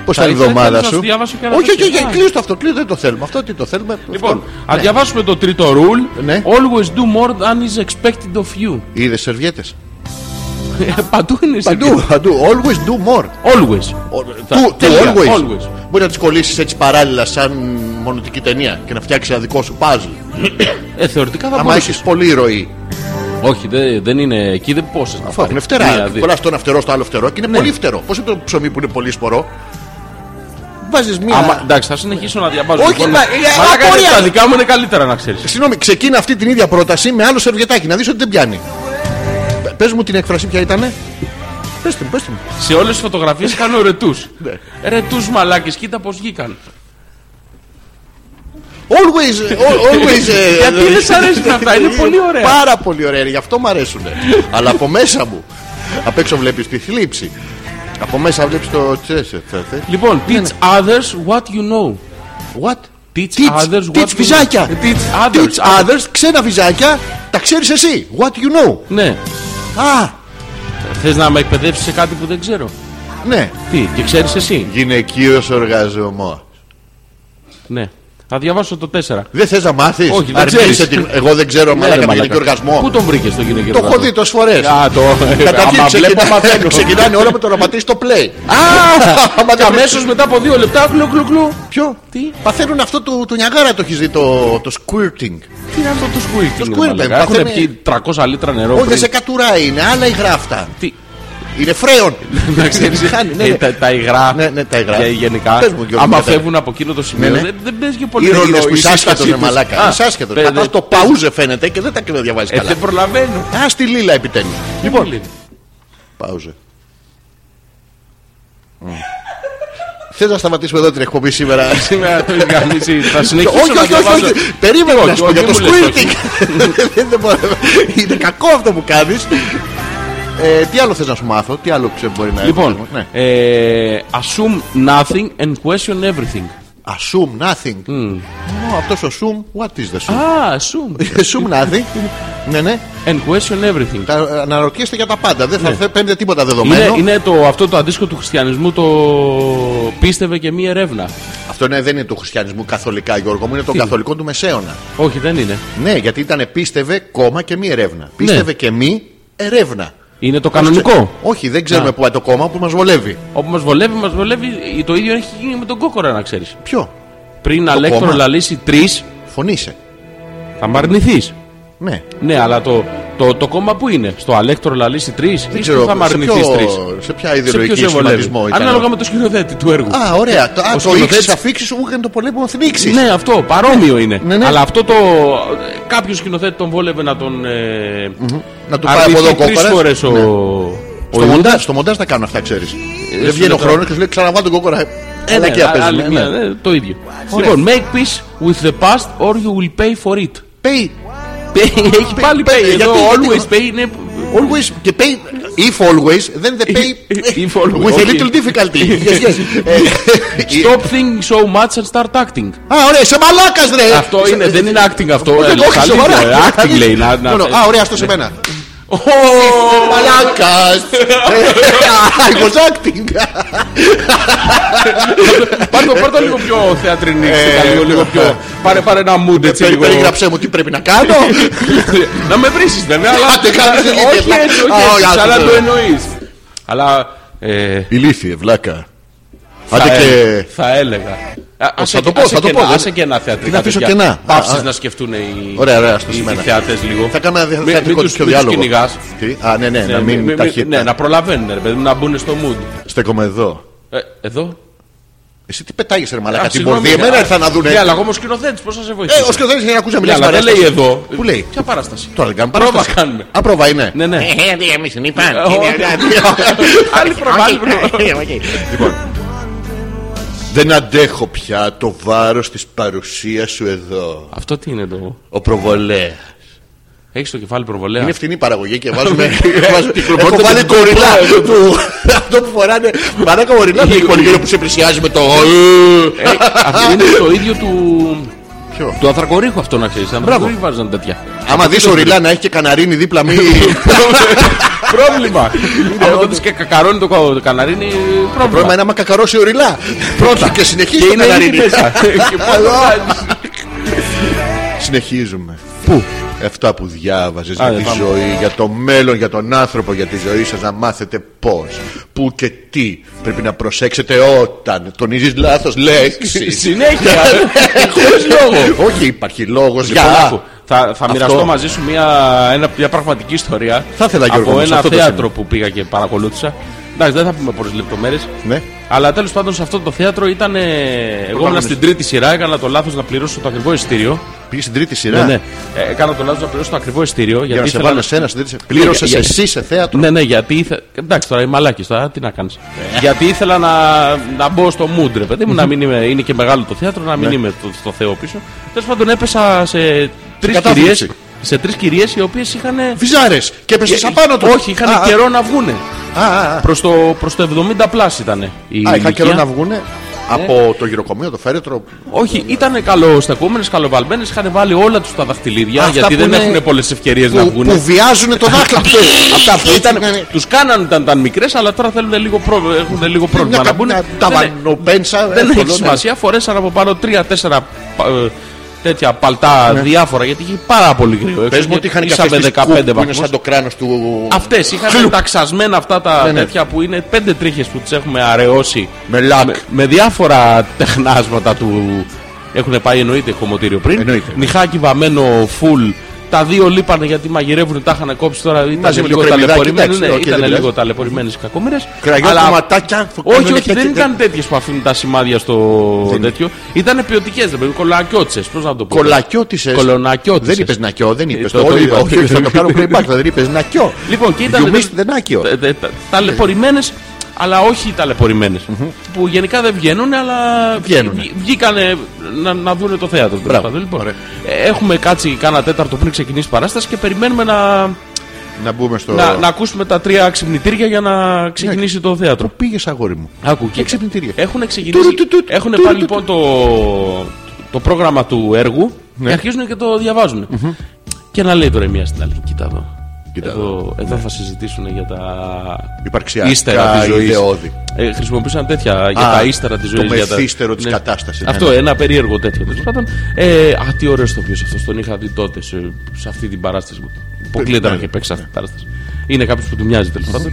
Πώς
Θα
ήταν η
Ε, ήθελα
εβδομάδα
να σας
σου.
διαβάσω και ένα
Όχι, όχι,
τέτοιο.
όχι,
Α.
κλείστο αυτό, κλείστο, δεν το θέλουμε. Αυτό τι το θέλουμε.
Λοιπόν,
αυτό.
α διαβάσουμε το τρίτο rule.
Ναι.
Always do more than is expected of you.
Είδες σερβιέτες.
Ε, Παντού είναι εσύ.
Παντού, παντού. Always do more.
Always.
Του, του
Τέλεια,
always.
always.
Μπορεί να τις κολλήσεις έτσι παράλληλα σαν μονοτική ταινία και να φτιάξεις ένα δικό σου puzzle.
Ε, θεωρητικά θα
Άμα
μπορούσες.
έχεις πολλή ροή.
Όχι, δεν, δεν είναι εκεί, δεν πόσες.
Αυτό είναι φτερά. Κολλάς το ένα φτερό στο άλλο φτερό και είναι
Ναι.
πολύ φτερό. Πώς είναι το ψωμί που είναι πολύ σπορό. Βάζεις μία.
Άμα, εντάξει, θα συνεχίσω να διαβάζω. λοιπόν.
Όχι, μα- ε,
μαλάκα,
απορία.
Τα δικά μου είναι καλύτερα να ξέρεις.
Συγγνώμη, ξεκίνα αυτή την ίδια πρόταση με άλλο σερβιετάκι να δεις ότι δεν πιάνει. Πε μου την έκφραση ποια ήταν. Πες την, πες την.
Σε όλες τις φωτογραφίες κάνω ρετούς.
Ναι.
ρετούς μαλάκες, κοίτα πώς βγήκαν.
Always, al- always. ε,
Γιατί δεν σ' αρέσουν αυτά, είναι πολύ ωραία.
Πάρα πολύ ωραία, γι' αυτό μου αρέσουν. Αλλά από μέσα μου. Απ' έξω βλέπεις τη θλίψη. Από μέσα βλέπεις το ε, τσέσαι. Ναι,
Λοιπόν, teach others what you know.
What?
Teach, others
Teach,
what
teach
you
βυζάκια.
know. Teach others.
Teach others, ξένα βυζάκια, τα ξέρεις εσύ. What you know.
Ναι,
Α,
θες να με εκπαιδεύσεις σε κάτι που δεν ξέρω.
ναι.
Τι, και ξέρεις εσύ.
Γυναικείος οργασμός.
Ναι. Θα διαβάσω το 4.
Δεν θες να μάθεις.
Όχι, δεν ξέρεις. Ναι,
Εγώ δεν ξέρω, μαλάκα με γυναικείο
Πού
οργασμό.
τον βρήκες τον γυναικείο
Το έχω
οργασμό?
δει τόσες φορές.
Α, το.
Καταρχήν
Άμα βλέπω,
ξεκινάνε,
μαθαίνω.
ξεκινάνε όλα με το να πατήσεις το play. Άμα
Και
δεν
αμέσως μετά από δύο λεπτά, κλου κλου κλου.
Ποιο?
Τι?
Παθαίνουν αυτό του, του Νιαγάρα το έχεις δει το, το squirting.
Τι είναι αυτό το squirting.
Το
ρε
squirting,
μαλάκα. Έχουν
παθαίνε-
πιει 300 λίτρα νερό.
Όχι, δεν
πριν.
σε κατουράει, είναι άλλα υγρά αυτά.
Τι.
Είναι φρέον.
Να ξέρεις,
Χάνει, ναι,
ε,
ναι.
τα- Τα υγρά.
Ναι, ναι, τα υγρά.
γε- Γενικά.
Πες μου, Γιώργο,
Άμα
κατά-
φεύγουν από εκείνο το σημείο,
Ναι, ναι.
δεν δεν παίζεις και
Οι
πολύ
ρολέ
ρόλο
που
η
είσαι άσχετο,
σύστασή
είναι
τους.
μαλάκα.
Α,
Είσαι άσχετο.
παι-
Πατάς
δεν-
το παούζε φαίνεται και δεν τα διαβάζει
ε,
καλά.
Δεν προλαβαίνω.
Α τη λίλα επιτέλου. Λοιπόν,
Πολύ.
παούζε. Θες να σταματήσουμε εδώ την εκπομπή σήμερα.
Σήμερα το έχει γαμίσει. Θα συνεχίσω.
Όχι,
να
όχι, όχι,
διαβάζω.
όχι. Περίμενε
Όχι,
να σου πω
όχι,
για το
μου λες, όχι.
squirting. Δεν- δεν μπορώ. Είναι κακό αυτό που κάνεις. Τι άλλο θες να σου μάθω, τι άλλο ξέρω μπορεί να
Λοιπόν,
Ναι.
ε, assume nothing and question everything.
Assume nothing. Αυτός ο Zoom, what is the Zoom?
Α, assume
Assume nothing. Ναι, ναι.
and question everything.
Τα- Αναρωτιέστε για τα πάντα. Δεν θα
Ναι.
θε- παίρνετε τίποτα
Είναι,
δεδομένο.
είναι το, αυτό το αντίστοιχο του χριστιανισμού το πίστευε και μία ερεύνα.
Αυτό είναι- δεν είναι του χριστιανισμού καθολικά, Γιώργο μου. Είναι των καθολικών του μεσαίωνα.
Όχι, δεν είναι.
Ναι, γιατί ήταν πίστευε κόμμα και μη ερεύνα. Πίστευε και μη ερεύνα.
Είναι Ναι. το κανονικό.
Όχι, δεν ξέρουμε που πάει το κόμμα που μας βολεύει.
Όπου μας βολεύει, μας βολεύει. Το ίδιο έχει γίνει με τον κόκορα, να ξέρεις.
Ποιο.
Πριν
κόμμα.
αλέκτρο λαλήσει τρεις,
Φωνήσε.
θα μ' αρνηθεί.
Ναι.
Ναι, αλλά το, το, το κόμμα που είναι, στο αλέκτρο λαλήσει τρει, ή στο θα μ'
σε,
αρνηθεί τρει.
ποιο, σε ποια ιδεολογική σχηματισμό ήταν.
Ανάλογα με το σκηνοθέτη του έργου.
Α, ωραία. Το, α,
Ο
το
σκηνοθέτης-
ήξερε αφήξει που έκανε το πολέμο θνήξει.
Ναι, αυτό παρόμοιο είναι.
Ναι, ναι.
Αλλά αυτό το. Κάποιο σκηνοθέτη τον βόλευε να τον. Ε,
Να του πάει από εδώ
Τρεις
κόκορα.
φορές ο.
Στο μοντάζ, στο μοντάζ τα κάνουν αυτά, ξέρεις. Δεν
σου
βγαίνει ο
λέω τώρα.
χρόνος και σου λέει ξαναβά τον κόκορα. Ένα
Ναι,
και
α- άλλη
απέζουμε.
μία,
ναι.
ναι, Το ίδιο.
Ωραία.
Λοιπόν, make peace with the past or you will pay for it.
Pay.
Έχει πάλι
pay,
pay.
γιατί-
Εδώ
γιατί-
always pay είναι.
Always και pay. If always, then they pay
If always,
with a
okay.
little difficulty. Yes, yes. Ε,
Stop thinking so much and start acting.
Α, ah, ωραία, είσαι μαλάκας ρε.
Αυτό
Είσαι-
είναι, δεν είναι acting αυτό.
Όχι,
ε,
όχι,
καλύτερο,
σοβαρά.
ε, Acting λέει. να- να-
Νο, νο, Α, ωραία, αυτό σε μένα.
Ω,
Μαλάκας. I was acting.
Πάρ' το- πάρ' το λίγο πιο θεατρινή, λίγο, Ε, λίγο πιο. Πάρε, πάρε ένα mood έτσι
Περι-
λίγο.
Περιγράψε μου τι πρέπει να κάνω.
Να με βρίσεις δεν είναι, αλλά.
Άντε, κάνε σε λίγο.
Όχι έτσι,
Α,
όχι
όχι,
έτσι,
άστο
αλλά
τώρα.
το εννοείς. Αλλά. ε,
Ηλίθιε, βλάκα.
θα
Άντε
ε-
και.
Θα έλεγα. Α, άσε
το
και-
πω,
άσε
θα το
και
πω,
ένα-
δεν-
Άσε και ένα θεατρικό.
Την αφήσω κενά. Α,
Πάψεις
α.
να σκεφτούν οι,
Ωραία, ωραία, στο
οι, οι
σήμερα.
θεατές λίγο.
Θα κάνω ένα
Μην- μην
θεατρικό
τους-
τέτοιο
μην τους
διάλογο.
κυνηγάς.
Τι, Α, ναι, ναι, να
Ναι, μη- μη-
μην
ναι, να
ταχύτητα.
προλαβαίνουν, ρε παιδί μου, να μπουν στο mood.
Στέκομαι εδώ.
Ε, εδώ.
Εσύ τι πετάγεις ρε μαλάκα,
Α,
την
συγγνώμη,
πορδία. Εμένα
α,
ήρθαν να
Ναι,
δούνε.
αλλά εγώ είμαι ο σκηνοθέτης, πώς θα σε
Ε,
βοηθήσω.
ο σκηνοθέτης είναι να ακούσει να
Ναι,
μιλάει
αλλά δεν λέει εδώ.
Πού λέει.
Ποια παράσταση.
Τώρα δεν κάνουμε
Πρόβα
παράσταση.
κάνουμε.
Α, πρόβα είναι.
Ναι, ναι.
Εμείς είναι πάνω.
Ε, όχι. Άλλη πρόβα, άλλη πρόβα.
Δεν αντέχω πια το βάρος της παρουσίας σου εδώ.
Αυτό τι είναι το.
Ο προβολέ.
Έχεις το κεφάλι προβολέα.
Είναι φθηνή παραγωγή και βάζουμε.
Ναι.
βάζουμε-
κυκλοφορεί
Έχω
το
βάλει
κουμπί.
κοριλά. του- Αυτό που φοράνε. Μαράκα κοριλά δεν έχει γύρω που σε πλησιάζει με το.
Ε, Αυτό είναι το ίδιο του.
Ποιο?
Του ανθρακορίχου αυτό να ξέρεις. Ανθρακορίχου βάζαν τέτοια.
Άμα δεις οριλά να έχει και καναρίνη δίπλα μη.
Πρόβλημα. Όταν και κακαρώνει το κα- το καναρίνι,
Πρόβλημα
πρόβλημα.
είναι άμα κακαρώσει οριλά. Πρώτα. Και συνεχίζει
Και
το
είναι ήδη
καναρίνι.
μέσα. Και πώς το κάνεις.
Συνεχίζουμε. Πού? Αυτά που διάβαζες για
Άντε,
τη
ναι, πάμε.
ζωή, για το μέλλον, για τον άνθρωπο, για τη ζωή σας, να μάθετε πώς, πού και τι πρέπει να προσέξετε όταν τονίζεις λάθος λέξη.
Συνέχεια. Χωρίς λόγο.
Όχι, υπάρχει λόγος για.
Λοιπόν, άκου, θα, θα μοιραστώ
Αυτό.
μαζί σου μια, ένα, μια πραγματική ιστορία.
Θα ήθελα, Γιώργο,
Από
μου, σε
ένα
αυτό το
θέατρο
σημείο.
που πήγα και παρακολούθησα. Εντάξει, δεν θα πούμε πολλές λεπτομέρειες.
Ναι.
Αλλά τέλος πάντων σε αυτό το θέατρο ήταν. ε, Εγώ ήμουν στην τρίτη σειρά, έκανα το λάθος να πληρώσω το ακριβό ειστήριο.
Πήγες στην τρίτη σειρά.
Ναι, ναι. Ε, έκανα το λάθος να πληρώσω το ακριβό ειστήριο.
Για να σε βάλω εσένα στην τρίτη σειρά. Πλήρωσε
Ναι. για-
εσύ σε θέατρο.
Ναι, ναι, γιατί ήθελα. Εντάξει, τώρα οι μαλάκι τώρα, τι να κάνεις. γιατί ήθελα να, να μπω στο mood, ρε παιδί μου, να μην είμαι. Είναι και μεγάλο το θέατρο, να
Ναι.
μην είμαι στο, στο Θεό πίσω. Τέλος πάντων, έπεσα σε τρει κυρίε.
κατάθλιψη.
Σε τρεις κυρίες οι οποίες είχαν.
Βυζάρες και έπεσε απάνω του.
ε, Όχι, είχαν καιρό να βγούνε.
Α, α, α.
Προς το, προς το 70 πλάσ ήταν. Η
Α,
ηλικία. Ναι.
είχαν καιρό να βγούνε από το γυροκομείο, το φέρετρο.
Όχι, ήταν καλοστακούμενε, καλοβαλμένε. Είχαν βάλει όλα τους τα δαχτυλίδια
Αυτά
γιατί
που
δεν
είναι-
έχουν πολλές ευκαιρίες να
Που,
βγουν.
που βιάζουν το δάχτυλο.
Αυτά που ήταν.
Ναι, ναι.
Τους κάνανε όταν ήταν μικρές, αλλά τώρα θέλουν λίγο προ... έχουν λίγο πρόβλημα να μπουν.
Μια
Δεν-
ταβανοπένσα.
Δεν
εύκολο,
έχει
ναι.
σημασία. Φορέσαν από πάνω τρία-τέσσερα ε, τέτοια παλτά διάφορα γιατί είχε πάρα πολύ γρήγορα.
Πες Ναι. μου ότι είχαν και
με
αυτές τις κουπ που
15
είναι
βαθμούς.
σαν το κράνος του.
Αυτές είχαν τα ξασμένα αυτά τα τέτοια που είναι πέντε τρίχες που τις έχουμε αραιώσει
Ναι, Με λακ.
με, με διάφορα τεχνάσματα του. Έχουν πάει εννοείται κομμωτήριο πριν.
Εννοείται.
Νιχάκι βαμμένο full. Τα δύο λείπανε γιατί μαγειρεύουν, τα είχαν κόψει τώρα. Ήταν
Μαζί με
λίγο
το κρεμμυδάκι,
ταλαιπωρημένε.
εντάξει,
Ναι,
οκ, δεν
ήταν
πειράζει.
λίγο ταλαιπωρημένες οι κακομοίρες.
Κραγιόταν ματάκια.
Όχι, όχι, δεν ήταν τέτοιες που αφήνουν τα σημάδια στο τέτοιο. Ήταν ποιοτικές, δεν πρέπει. Κολακιώτσε, πώς να το πω.
Κολακιώτησες.
Κολονακιώτησες.
Δεν είπες νακιό, δεν είπε.
Ε, το- το
Όχι,
είπα.
όχι, θα το κάνω πριν υπάρχει, δηλαδή, δεν είπες νακιό.
Λοιπόν, Ε, και ήταν.
You missed the Nakio.
τε- τε- τα- Ταλαιπωρημένες, αλλά όχι ταλαιπωρημένες. Που γενικά δεν βγαίνουν, αλλά.
Βγαίνουνε.
βγή- Βγήκανε να, να δουν το θέατρο. τέλος
Μπράβο.
πάντων. Λοιπόν, ε, έχουμε κάτσει κάνα τέταρτο πριν ξεκινήσει η παράσταση και περιμένουμε να,
Να μπούμε στο.
να, να ακούσουμε τα τρία ξυπνητήρια για να ξεκινήσει
Ναι.
το θέατρο.
Πήγες αγόρι μου.
Άκου, και
Και ξυπνητήρια.
Έχουν ξεκινήσει.
Τουρου, του, του,
Έχουν
τουρου,
πάρει
του,
λοιπόν το, το πρόγραμμα του έργου
Ναι.
και αρχίζουν και το διαβάζουν. Και να λέει τώρα η μία στην άλλη. Κοίτα εδώ.
Κοίτα Ναι.
εδώ, εδώ θα συζητήσουν για τα
Υπαρξιακά,
ύστερα της ζωής.
ιδεώδη.
Ε, χρησιμοποίησαν τέτοια για τα ύστερα της
το
ζωής.
μεθύστερο της κατάστασης, ναι,
Αυτό,
ναι.
ένα περίεργο τέτοιο. Τέλος πάντων, ε, α, τι ωραίος το ποιος αυτός. Τον είχα δει τότε σε, σε αυτή την παράσταση. που Υποκλείται να
ναι.
έχει παίξει αυτή την παράσταση. Είναι κάποιος που του μοιάζει τέλος πάντων.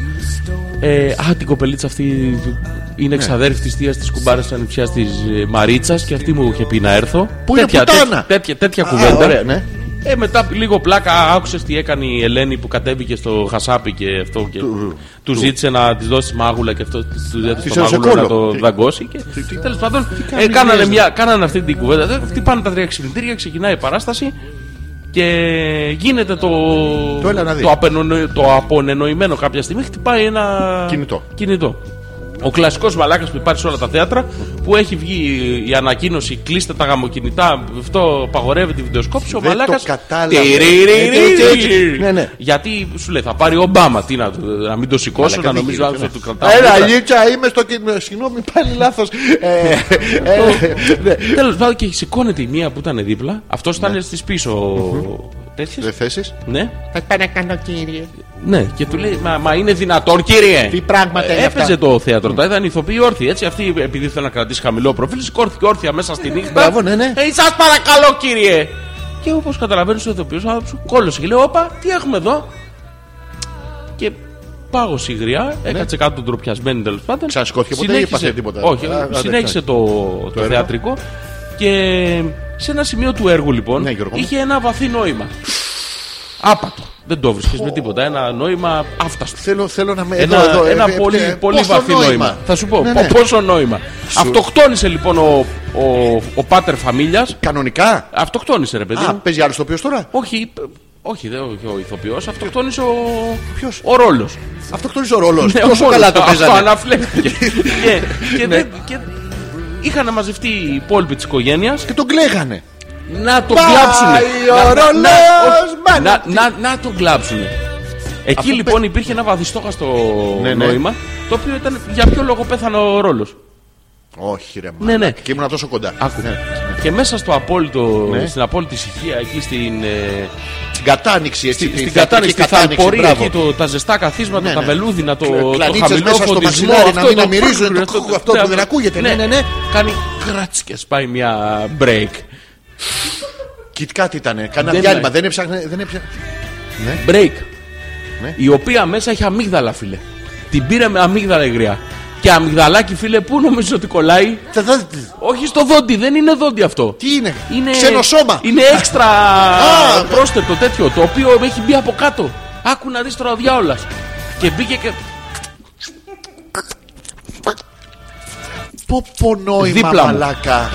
Ε, α, την κοπελίτσα αυτή
Ναι.
είναι εξαδέρφη της θεία της κουμπάρας της ανιψιάς της Μαρίτσα ε, και αυτή μου είχε πει να έρθω.
Πού είναι πουτάνα!
τέτοια, τέτοια, τέτοια
Α,
κουβέντα.
ωραία, ναι.
Ε, μετά λίγο πλάκα άκουσες τι έκανε η Ελένη που κατέβηκε στο Χασάπι και αυτό. Και του, ζήτησε να της δώσει μάγουλα και αυτό. της- Του έδωσε
Της
το
έδωσε
μάγουλο να
κόλλο.
το
Τι-
δαγκώσει. Και τέλος πάντων ε, κάνανε, μια, κάνανε αυτή την κουβέντα. Δεν χτυπάνε τα τρία ξυπνητήρια, ξεκινάει η παράσταση και γίνεται το,
Το έλα να δεις.
απενονο- το απονενοημένο κάποια στιγμή. Χτυπάει ένα
Κινητό.
κινητό. Ο κλασικός μαλάκας που υπάρχει σε όλα τα θέατρα που έχει βγει η ανακοίνωση κλείστε τα γαμοκινητά, αυτό απαγορεύεται η βιντεοσκόπηση. Ο
Δεν το
μαλάκας.
κατάλαβα. Ε, Έτσι, έτσι. Ναι, ναι.
Γιατί σου λέει, θα πάρει ο Ομπάμα, τι να, να μην το σηκώσω, να
δεν
νομίζω
γίνεται, ναι.
άνθρωπο του κρατάω.
Έλα, Λίτσα, είμαι στο κοινό. Συγγνώμη, πάλι Ε, λάθος. ε,
Τέλο πάντων και σηκώνεται η μία που ήταν δίπλα. Αυτός
Ναι.
ήταν στις πίσω.
Δεν
Τέτοιες.
θέσεις.
Ναι.
Θα πάνε να κάνω κύριε.
Ναι, και του λέει, μα, μα είναι δυνατόν, κύριε.
Τι πράγματα είναι
Έπαιζε
αυτά.
το θέατρο, τα είδαν οι ηθοποιοί όρθιοι. Έτσι, αυτοί επειδή θέλουν να κρατήσει χαμηλό προφίλ, σηκώθηκε όρθια μέσα στη νύχτα.
μπράβο, ναι, ναι.
Ε, σας παρακαλώ, κύριε. Και όπως καταλαβαίνεις, ο ηθοποιός άνθρωπο κόλλωσε και λέει, Όπα, τι έχουμε εδώ. Και πάγωσε η γριά, έκατσε κάτω ντροπιασμένη τέλος πάντων.
Ξανασκόθηκε ποτέ ή
Συνέχισε-
έπαθε τίποτα?
Όχι,
Α, άντε,
συνέχισε
εντάξει.
το, το,
έργο.
θεατρικό και σε ένα σημείο του έργου λοιπόν
Ναι, Γιώργο μου.
είχε ένα βαθύ νόημα. Άπατο. Δεν το βρίσκεις με τίποτα. Ένα νόημα άφταστο.
Θέλω, θέλω να με.
Ένα,
εδώ, εδώ,
ένα
ε,
πολύ,
ε,
πολύ
πόσο
βαθύ νόημα. Θα σου πω
Ναι, ναι.
πο- πόσο νόημα. Αυτοκτόνησε λοιπόν ο, ο, ο πάτερ φαμίλιας.
Κανονικά.
Αυτοκτόνησε ρε παιδί.
Α,
μου.
παίζει άλλος το τώρα.
Όχι, π- όχι, δεν όχι ο ηθοποιός. Αυτοκτόνησε ο,
Ποιος?
ο ρόλος.
Αυτό ο ρόλος.
Ναι,
Τόσο
ο
καλά το
Πόλος. Αυτό
παίζανε. Ναι.
αναφλέχθηκε. και, και, δεν- και είχαν μαζευτεί οι υπόλοιποι της οικογένειας
Και τον κλαίγανε.
να τον
Πάει
κλάψουνε.
ο
Να- να-
ρολός,
να-
μάνα.
να- να- Να τον κλάψουνε. Εκεί
Αυτό
λοιπόν υπήρχε ένα βαδιστόχαστο
Ναι, ναι.
νόημα, το οποίο ήταν για ποιο λόγο πέθανε ο ρόλος.
Όχι, ρε
Ναι, ναι.
μάνα. Και ήμουν τόσο κοντά.
Άκου.
Ναι.
Και μέσα στο απόλυτο,
Ναι.
στην απόλυτη ησυχία, εκεί στην, ε,
Στην κατάνοιξη, εσύ. τη
στην
θεατρική
κατάνοιξη, στη θαλπορή,
μπράβο.
εκεί το, τα ζεστά καθίσματα,
Ναι,
τα
ναι.
βελούδινα, το,
Κλα-
το
κλανίτσες
χαμηλό
μέσα στο
φωτισμό,
μαξιλάρι, να
αυτό,
μην
το-
αμυρίζουν, το- αυτό που δεν ακούγεται, ναι,
Ναι,
ναι,
ναι,
ναι.
ναι. Κάνει κρατσκες πάει μια break.
Κιτ κάτι ήταν. Κάνα
Δεν
διάλειμμα.
είναι.
Δεν έψαχνε. Δεν έψαχνε.
break.
Ναι.
Η οποία μέσα έχει αμύγδαλα, φίλε. Την πήρε με αμύγδαλα η γριά. Και αμυγδαλάκι, φίλε, πού νομίζω ότι κολλάει.
Τα- τα- τα-
Όχι στο δόντι, δεν είναι δόντι αυτό.
Τι είναι.
Είναι,
Ξένο σώμα.
Είναι έξτρα
Α,
πρόσθετο τέτοιο το οποίο έχει μπει από κάτω. Άκου να δεις τώρα ο διάολας. Και μπήκε και.
Πόπο νόημα
Δίπλα μου.
μαλάκα.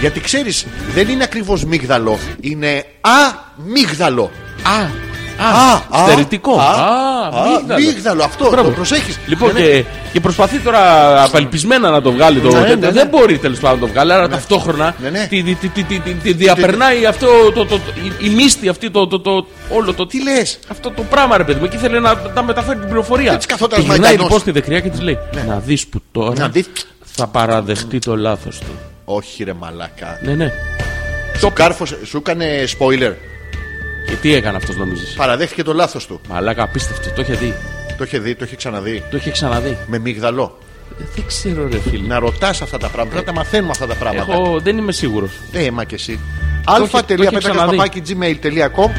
Γιατί ξέρεις, δεν είναι ακριβώς μίγδαλο. Είναι αμύγδαλο.
Α,
Α,
α,
α,
στερητικό.
α,
Α, αμύγδαλο.
αμύγδαλο. Αυτό
Μπράβο.
το προσέχεις.
Λοιπόν,
Ναι, ναι.
και, και προσπαθεί τώρα απελπισμένα να το βγάλει το.
Ναι, ναι,
τέτοιο.
ναι, ναι.
Δεν μπορεί τέλος πάντων να το βγάλει, αλλά ταυτόχρονα
Ναι, ναι.
τη- τη- τη- τη- τη- τη- τη διαπερνάει αυτό το- το- το- η- η μίστη αυτή, το- το- το- όλο το.
Τι λες.
Αυτό το πράγμα, ρε παιδί μου, εκεί θέλει να, να μεταφέρει την πληροφορία.
Έτσι καθόταν ο
Τη γυρνάει
Μαϊντανός.
λοιπόν στη δεκριά και της λέει: Να δεις που τώρα
Να δεις.
θα παραδεχτεί το λάθος του.
Όχι ρε μαλάκα.
Ναι, ναι.
Σου κάρφωσε, σου έκανε spoiler.
Και τι έκανε αυτός, νομίζεις.
Παραδέχτηκε το λάθος του.
Μαλάκα, απίστευτο, το είχε δει.
Το είχε δει, το είχε ξαναδεί.
Το είχε ξαναδεί.
Με μίγδαλο.
Δεν ξέρω, ρε φίλε.
Να ρωτάς αυτά τα πράγματα. Πρέπει να τα μαθαίνουμε αυτά τα πράγματα.
Εγώ δεν είμαι σίγουρος.
Ε, μα και εσύ.
το έχει ξαναδεί.
αλφα.πέτρακα.gmail.com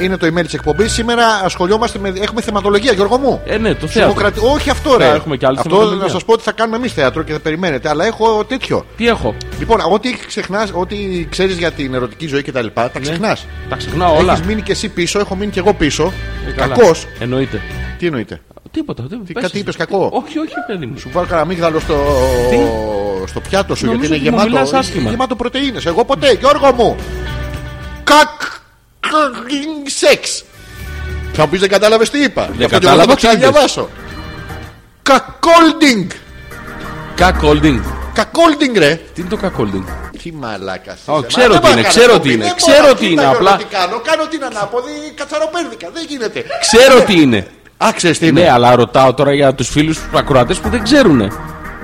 Ε, Είναι το email της εκπομπής. Σήμερα ασχολιόμαστε με. Έχουμε θεματολογία, Γιώργο μου.
Ε, ναι, το θέατρο.
Δημοκρατι... Όχι αυτό, ρε.
έχουμε και άλλη
αυτό
θεματολογία.
να σας πω ότι θα κάνουμε εμείς θέατρο και θα περιμένετε. Αλλά έχω τέτοιο.
Τι έχω.
Λοιπόν, ό,τι ξεχνάς, ό,τι ξέρεις για την ερωτική ζωή και τα λοιπά, τα ξεχνάς.
Τα ξεχνάω Ναι. όλα.
Έχεις μείνει και εσύ πίσω, έχω μείνει και εγώ πίσω.
Ε, καλά.
Κακός.
Εννοείται.
Τι εννοείται.
Τίποτα. τίποτα.
Τι,
Πες
κάτι
εσύ.
είπες κακό.
Όχι, όχι, παιδί μου.
Σου βάλω κανένα μίγδαλο στο, στο πιάτο σου
Νομίζω
γιατί είναι
ότι μου
γεμάτο,
μιλάς άσχημα.
γεμάτο πρωτενε. Εγώ ποτέ, Γιώργο μου. Κακ. κακ- Σεξ. Θα μου πεις δεν κατάλαβες τι είπα. Γι' αυτό και εγώ
κατάλαβα
θα το
τι είπες.
ξαναδιαβάσω. Κακόλντινγκ.
Κακ holding.
Κακόλντινγκ ρε.
Τι είναι το κακ holding.
Τι μαλάκα. είσαι,
Ω,
μα.
ξέρω
Δεν
τι είναι,
μπορώ να
ξέρω
κάνω
τι είναι,
κομπή,
ξέρω
δεν
τι
μπορώ να
είναι,
κάνω,
απλά-
τι κάνω, κάνω την ανάποδη, κατσαροπέρδικα. Δεν γίνεται.
Ξέρω τι είναι.
Α, ξέρεις τι
Ναι,
είναι.
αλλά ρωτάω τώρα για τους φίλους τους ακροατές που δεν ξέρουν.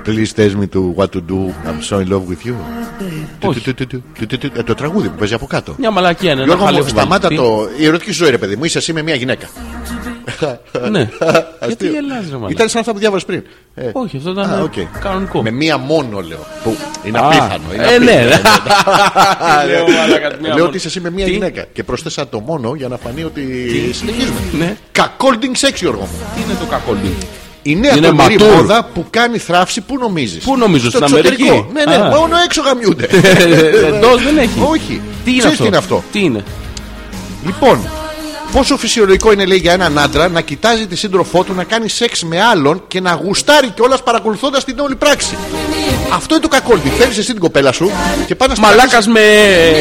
Please tell me to what to do. I'm so in love with you.
Όχι.
Του, του, του, του, του, του, ε, Το τραγούδι που παίζει από κάτω.
Μια μαλακία είναι.
Γιώργο
ένα
μου,
χαλέφι
σταμάτα
βαλτί.
το. Η ερωτική ζωή, ρε παιδί μου, είσαι εσύ με μια γυναίκα.
Ναι. Γιατί
Αστείο.
γελάς ρε μαλακά.
Ήταν σαν αυτά που διάβασε πριν. Ε,
Όχι, αυτό
α,
ήταν
οκ.
κανονικό.
Με μία μόνο, λέω. Που είναι
Α,
απίθανο. είναι
Ε, ναι.
απίθανο.
ναι. Λέω, μαλάκα, μια
Λέω
μόνο.
ότι είσαι εσύ με μια
Τι?
γυναίκα. Και προσθέσα το μόνο για να φανεί ότι συνεχίζουμε.
Ναι.
Κακόλντινγκ σεξ, Γιώργο μου.
Τι είναι το κακ holding.
Η νέα
Είναι
τολμηρή
mature.
μόδα που κάνει θράψη, πού νομίζεις.
Πού νομίζω, στην Αμερική?
Ναι, ναι,
Α.
μόνο έξω γαμιούνται.
Εντός δεν έχει.
Όχι.
Τι είναι
Ξέρεις
αυτό.
τι είναι αυτό.
Τι είναι.
Λοιπόν, Πόσο φυσιολογικό είναι, λέει, για έναν άντρα να κοιτάζει τη σύντροφό του να κάνει σεξ με άλλον και να γουστάρει κιόλας παρακολουθώντας την όλη πράξη. Αυτό είναι το κακό. Τη φέρνει εσύ την κοπέλα σου και πάνε να
Μαλάκας με.